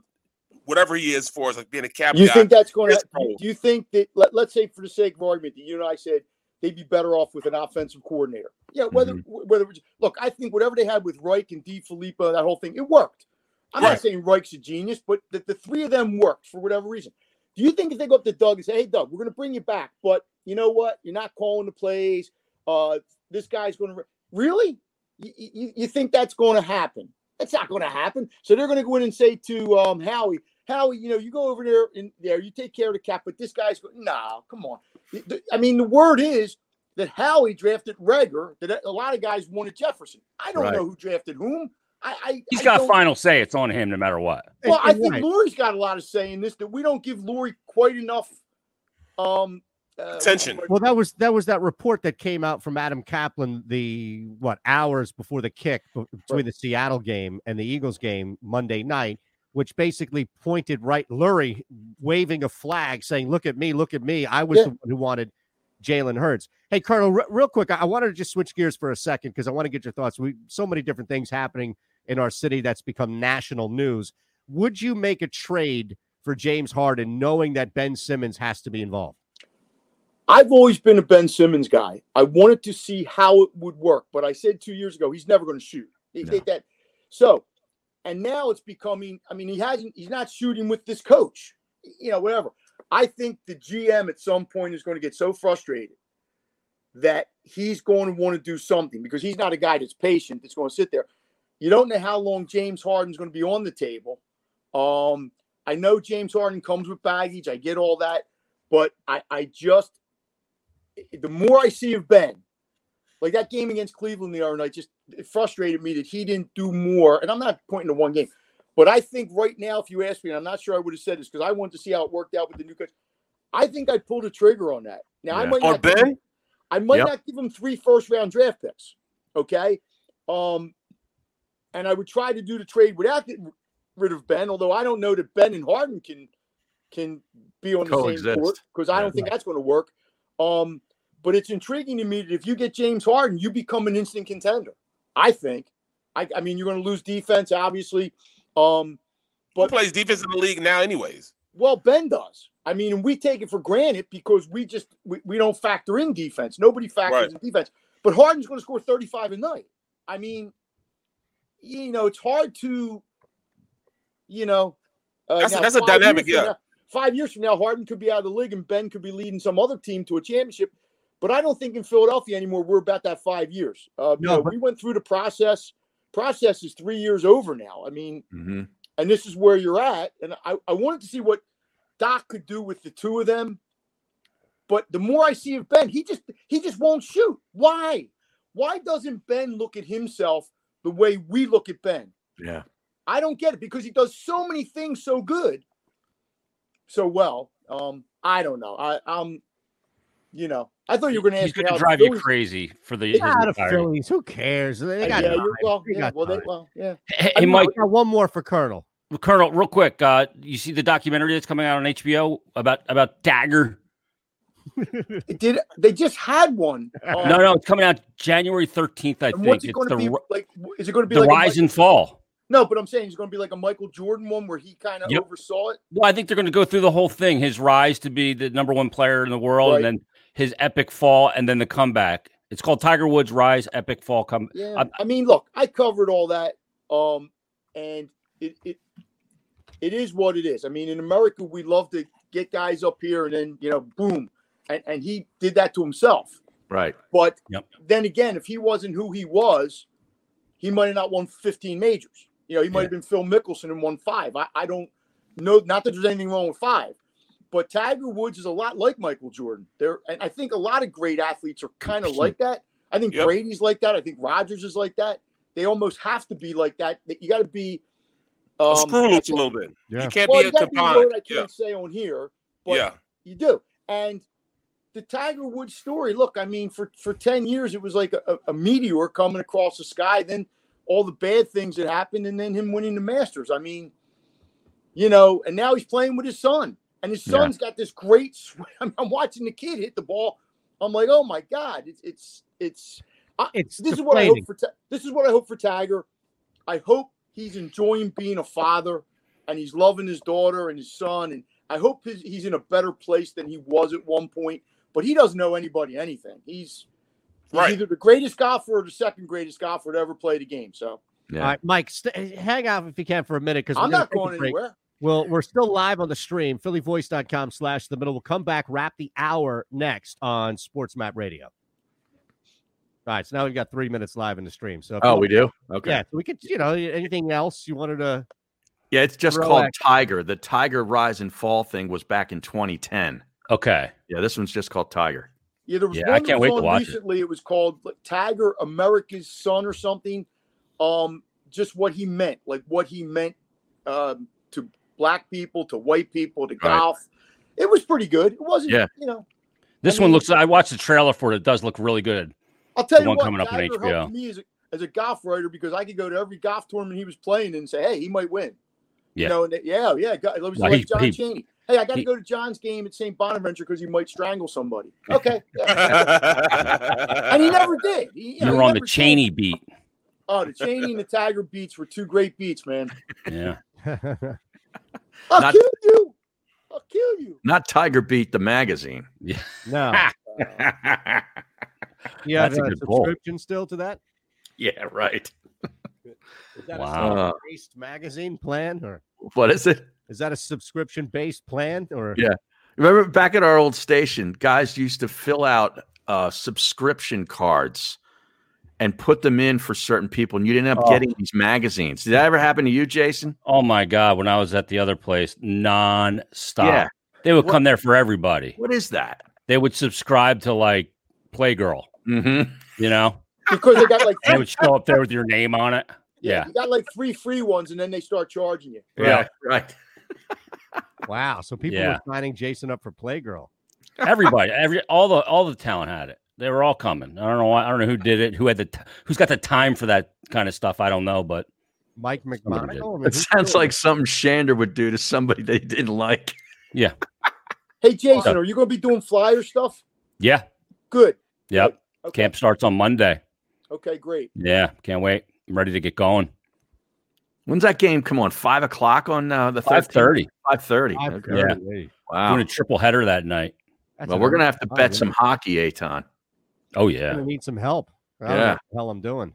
whatever he is for us, like being a *laughs* cap
You
guy.
think that's going
his
to?
role.
Do you think that? Let, let's say, for the sake of argument, that you and I said they'd be better off with an offensive coordinator. Yeah, whether
Mm-hmm.
whether look, I think whatever they had with Reich and D. Filippo, that whole thing, it worked. I'm not
Right.
saying Reich's a genius, but the, the three of them worked for whatever reason. Do you think if they go up to Doug and say, "Hey, Doug, we're going to bring you back, but you know what? You're not calling the plays. Uh, this guy's going to really? You, you, you think that's going to happen? That's not going to happen. So they're going to go in and say to um, Howie, Howie, you know, you go over there and there, you take care of the cap, but this guy's going. No, come on. The- the- I mean, the word is that Howie drafted Rager. That a lot of guys wanted Jefferson. I don't
Right.
know who drafted whom. I, I
He's
I
got
don't-
final say. It's on him no matter what.
well, I think
Right.
Lori's got a lot of say in this that we don't give Lori quite enough um uh,
Well, that was that was that report that came out from Adam Kaplan the what hours before the kick be- between the Seattle game and the Eagles game Monday night, which basically pointed right Lurie waving a flag saying, "Look at me, look at me. I was the one who wanted Jalen Hurts." Hey, Colonel, re- real quick, I, I wanted to just switch gears for a second because I want to get your thoughts. We so many different things happening in our city that's become national news. Would you make a trade for James Harden, knowing that Ben Simmons has to be involved?
I've always been a Ben Simmons guy. I wanted to see how it would work, but I said two years ago he's never going to shoot. He did that. So, and now it's becoming. I mean, he hasn't. He's not shooting with this coach. You know, whatever. I think the GM at some point is going to get so frustrated that he's going to want to do something because he's not a guy that's patient. That's going to sit there. You don't know how long James Harden's going to be on the table. Um, I know James Harden comes with baggage. I get all that, but I, I just the more I see of Ben, like that game against Cleveland the other night, just it frustrated me that he didn't do more. And I'm not pointing to one game, but I think right now, if you ask me, and I'm not sure I would have said this because I wanted to see how it worked out with the new coach. I think I pulled a trigger on that. Now I
Yeah.
might
On
not give
Ben?
him- I might
Yep.
not give him three first round draft picks. Okay. Um, and I would try to do the trade without getting rid of Ben, although I don't know that Ben and Harden can can be on the
Coexist.
same court because I don't think that's going to work. Um, but it's intriguing to me that if you get James Harden, you become an instant contender. I think. I, I mean, you're going to lose defense, obviously. Um,
Who plays defense in the league now, anyways?
well, Ben does. I mean, and we take it for granted because we just we, we don't factor in defense. Nobody factors in defense. But Harden's going to score 35 a night. I mean, you know, it's hard to, you know, uh,
That's a-
now
that's a
five
dynamic,
years from
yeah.
now- five years from now, Harden could be out of the league and Ben could be leading some other team to a championship. But I don't think in Philadelphia anymore we're about that five years. Uh, you
No,
know,
but-
we went through the process. Process is three years over now. I mean,
Mm-hmm.
and this is where you're at. And I, I wanted to see what Doc could do with the two of them. But the more I see of Ben, he just he just won't shoot. Why? Why doesn't Ben look at himself the way we look at Ben?
Yeah.
I don't get it because he does so many things so good, so well. Um, I don't know. I, I'm, you know, I thought you were going to
He's
ask me
going to
how
drive you
Philly's-
crazy for the.
Get
his
out of
retirement.
Phillies. Who cares? They got
Uh, yeah,
time.
you're, well,
They
yeah,
got
well, they,
time.
well,
*laughs*
yeah.
Hey,
I mean,
Mike.
we got one more for Colonel.
Well, Colonel, real quick, uh, you see the documentary that's coming out on HBO about about Dagger?
Did they just
*laughs*
had one? Um,
no, no, it's coming out January thirteenth, I
And
think.
what's it
it's
going
the
to be
ri-
like? w- Is it going to be
the
like a
rise
Mike-
and fall.
No, but I'm saying he's going to be like a Michael Jordan one where he kind of
Yep.
oversaw it.
Well, I think they're going to go through the whole thing: his rise to be the number one player in the world, and
Right.
then his epic fall, and then the comeback. It's called Tiger Woods Rise, Epic Fall. Come.
Yeah.
I'm-
I mean, look, I covered all that, um, and it, it it is what it is. I mean, in America, we love to get guys up here and then you know, boom, and and he did that to himself.
Right.
But
Yep.
then again, if he wasn't who he was, he might have not won 15 majors. You know, he might have been Phil Mickelson and won five. I, I don't know. Not that there's anything wrong with five, but Tiger Woods is a lot like Michael Jordan. There, and I think a lot of great athletes are kind
Hmm.
of like that. I think Brady's like that. I think Rogers is like that. They almost have to be like that. That you got to be
A
um,
screw loose a little bit. You can't
well,
be a
you gotta
Capon.
word I
yeah.
can't say on here, but
Yeah.
you do. And the Tiger Woods story. Look, I mean, for for ten years it was like a, a meteor coming across the sky. Then all the bad things that happened, and then him winning the Masters. I mean, you know, and now he's playing with his son, and his
Yeah.
son's got this great. *laughs* sw- I'm, I'm watching the kid hit the ball. I'm like, oh my god, it's it's it's. I,
it's
this is what I hope
deflating.
for. Ti- This is what I hope for Tiger. I hope he's enjoying being a father, and he's loving his daughter and his son, and I hope his, he's in a better place than he was at one point. but he doesn't know anybody anything. He's, he's either the greatest golfer or the second greatest golfer to ever play the game. So
All right, Mike, st- eh, hang out if you can for a minute because
I'm not going anywhere.
Well, we're still live on the stream, phillyvoice.com slash the middle. We'll come back, wrap the hour next on Sports Map Radio. All right, so now we've got three minutes live in the stream. So if you
Oh,
want-
we do? Okay.
Yeah, so we could, you know, anything else you wanted to
Yeah, it's just
Throw
called
action.
Tiger. The Tiger Rise and Fall thing was back in 2010.
Okay.
Yeah, this one's just called Tiger.
Yeah, there was
Yeah,
one
I
that
can't
was
wait to
on
watch it.
recently. It. was called like, Tiger America's Son or something. Um, just what he meant, like what he meant um, to black people, to white people, to golf. It was pretty good. It wasn't,
Yeah.
you know.
This
I
one
mean-
looks. I watched the trailer for it. It does look really good.
I'll tell
the
you
one
what,
coming up on
Tiger
HBO.
helped me as a, as a golf writer because I could go to every golf tournament he was playing and say, "Hey, he might win."
Yeah.
You know, and they- yeah, yeah. go- It was
Well,
like
he-
John
he-
Cheney. Hey, I got to
he-
go to John's game at St. Bonaventure because he might
*laughs*
strangle somebody. Okay. yeah. and he never did. He, you know,
you
he
were on the
never did.
Cheney beat.
Oh, the Cheney and the Tiger beats were two great beats, man.
*laughs*
Yeah.
I'll
Not-
kill you. I'll kill you.
Not Tiger Beat the *laughs* magazine.
Yeah.
*laughs* No. Yeah,
That's a good poll.
subscription still to that?
yeah, right.
Is that
Wow.
a based magazine plan or
What is it?
is that a subscription based plan or
Yeah. Remember back at our old station, guys used to fill out uh, subscription cards and put them in for certain people, and you'd end up
Oh.
getting these magazines. Did that ever happen to you, Jason?
Oh my God! When I was at the other place, non-stop.
Yeah.
They would come there for everybody.
What is that?
They would subscribe to like Playgirl.
Mm-hmm.
You know,
Because
*laughs*
they got like
and it would show up there with your name on it. Yeah.
you got like three free ones, and then they start charging you.
Yeah.
Right.
*laughs* wow? So people
Yeah.
were signing Jason up for Playgirl.
Everybody, every all the all the town had it. They were all coming. I don't know why. I don't know who did it. Who had the t- who's got the time for that kind of stuff? I don't know, but
Mike
Somebody did.
McMonagle. I mean,
It
who's
sounds
doing
like something Shander would do to somebody they didn't like.
Yeah.
Hey, Jason, are you going to be doing flyer stuff?
yeah,
Good.
yep.
Okay.
Camp starts on Monday.
Okay, great.
Yeah, can't wait. I'm ready to get going.
When's that game come on? Five o'clock on uh, the
5:30.
Five thirty.
Yeah.
Wow.
Doing a triple header that night.
That's
well,
an
we're gonna have to
early
bet
time,
some hockey, Aton.
Oh
I'm
yeah,
gonna need some help. I don't know
Yeah.
what the hell I'm doing.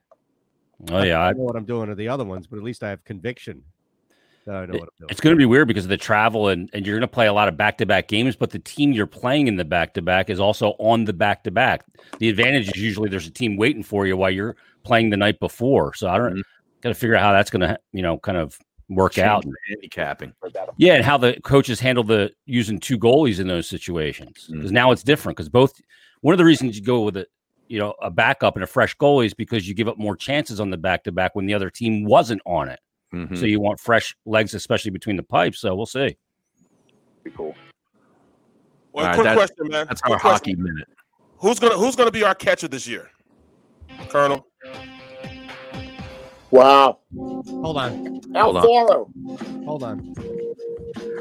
oh yeah.
I
I-
don't know what I'm doing to the other ones, but at least I have conviction. that I know what I'm doing.
It's going to be weird because of the travel and, and you're going to play a lot of back to back games, but the team you're playing in the back to back is also on the back to back. The advantage is usually there's a team waiting for you while you're playing the night before. So I
Mm-hmm.
don't got to figure out how that's going to you know kind of work out.
Change the handicapping.
Yeah, and how the coaches handle the using two goalies in those situations
Mm.
because now it's different because both one of the reasons you go with a you know a backup and a fresh goalie is because you give up more chances on the back to back when the other team wasn't on it.
Mm-hmm.
So you want fresh legs, especially between the pipes. So we'll see.
cool.
Well,
All right,
quick
that's-
question, man.
That's our
Quick
hockey
question.
minute.
Who's gonna Who's gonna be our catcher this year, Colonel? *laughs*
Wow.
Hold on.
Alfaro.
Hold on.
You're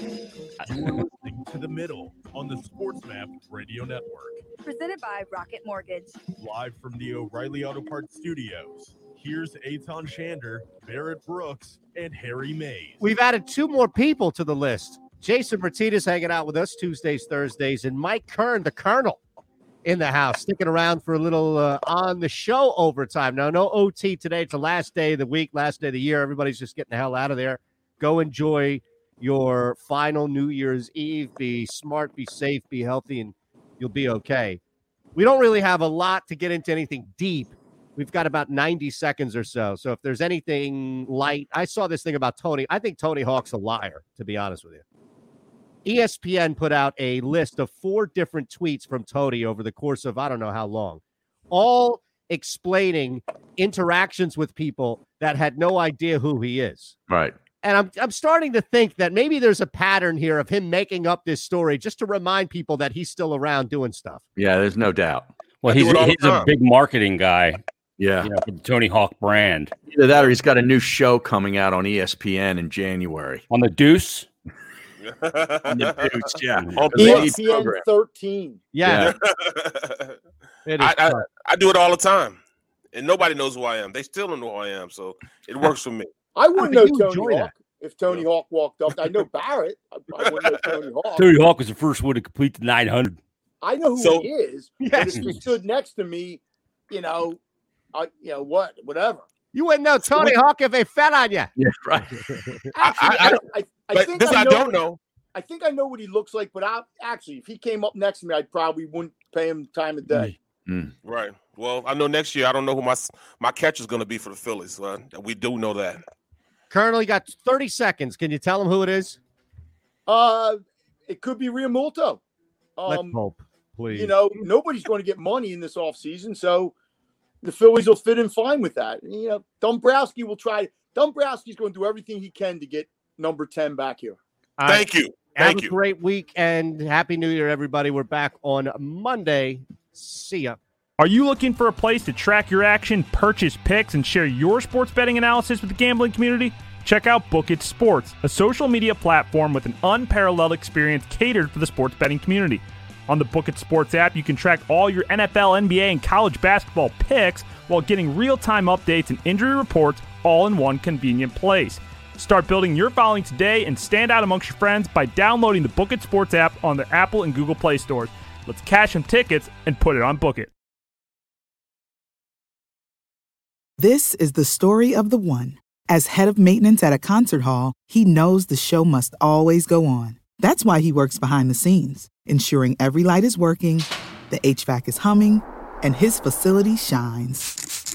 listening to the middle on the Sports Map Radio Network.
Presented by Rocket Mortgage.
Live from the O'Reilly Auto Parts Studios, here's Aton Shander, Barrett Brooks, and Harry Mays.
We've added two more people to the list. Jason Martinez hanging out with us Tuesdays, Thursdays, and Mike Kern, the Colonel, in the house, sticking around for a little uh, on the show overtime. Now, no OT today. It's the last day of the week, last day of the year. Everybody's just getting the hell out of there. Go enjoy your final New Year's Eve. Be smart, be safe, be healthy, and you'll be okay. We don't really have a lot to get into anything deep. We've got about 90 seconds or so. So if there's anything light, I saw this thing about Tony. I think Tony Hawk's a liar, to be honest with E you. ESPN put out a list of four different tweets from Tony over the course of I don't know how long, all explaining interactions with people that had no idea who he is.
Right.
And I'm I'm starting to think that maybe there's a pattern here of him making up this story just to remind people that he's still around doing stuff.
Yeah, there's no doubt.
Well,
I do
he's,
it all the
he's a
time.
big marketing guy.
Yeah.
you know, for the Tony Hawk brand
Either that or he's got a new show coming out on E ESPN in January.
on the Deuce.
On the Deuce, yeah.
On
They need
ESPN
program.
13.
Yeah. It is
I, I,
tough.
I do it all the time, and nobody knows who I am. They still don't know who I am, so it works for me.
I
but
wouldn't know
you
Tony
enjoy
Hawk. if Tony Hawk walked up. I know Barrett. I, I wouldn't know Tony Hawk.
Tony Hawk was the first one to complete the 900.
I know who
So-
he is. But if
Yes.
he stood next to me, you know, I you know what, whatever.
You wouldn't know Tony Hawk if they fed on you. *laughs*
Yeah,
*laughs*
right.
Actually, I, I, I
but
think
this
I,
I
know
don't
what-
know.
I think I know what he looks like, but I actually, if he came up next to me, I probably wouldn't pay him time of day.
Right. Well, I know next year I don't know who my s- my catcher's going to be for the Phillies. Uh, we do know that.
Colonel, you got 30 seconds. Can you tell him who it is?
Uh, it could be Riamulto. Um,
Mm. hope, please.
you know, nobody's going to get money in this offseason, so the Phillies will fit in fine with that. You know, Dombrowski will try. Dombrowski's going to do everything he can to get number ten back here.
Thank you.
Have a great week and happy new year, everybody. We're back on Monday. See ya.
Are you looking for a place to track your action, purchase picks, and share your sports betting analysis with the gambling community? Check out Book It Sports, a social media platform with an unparalleled experience catered for the sports betting community. On the Book It Sports app, you can track all your NFL, NBA, and college basketball picks while getting real time updates and injury reports all in one convenient place. Start building your following today and stand out amongst your friends by downloading the Book It Sports app on the Apple and Google Play stores. Let's cash some tickets and put it on Book It.
This is the story of the one. As head of maintenance at a concert hall, he knows the show must always go on. That's why he works behind the scenes, ensuring every light is working, the HVAC is humming, and his facility shines.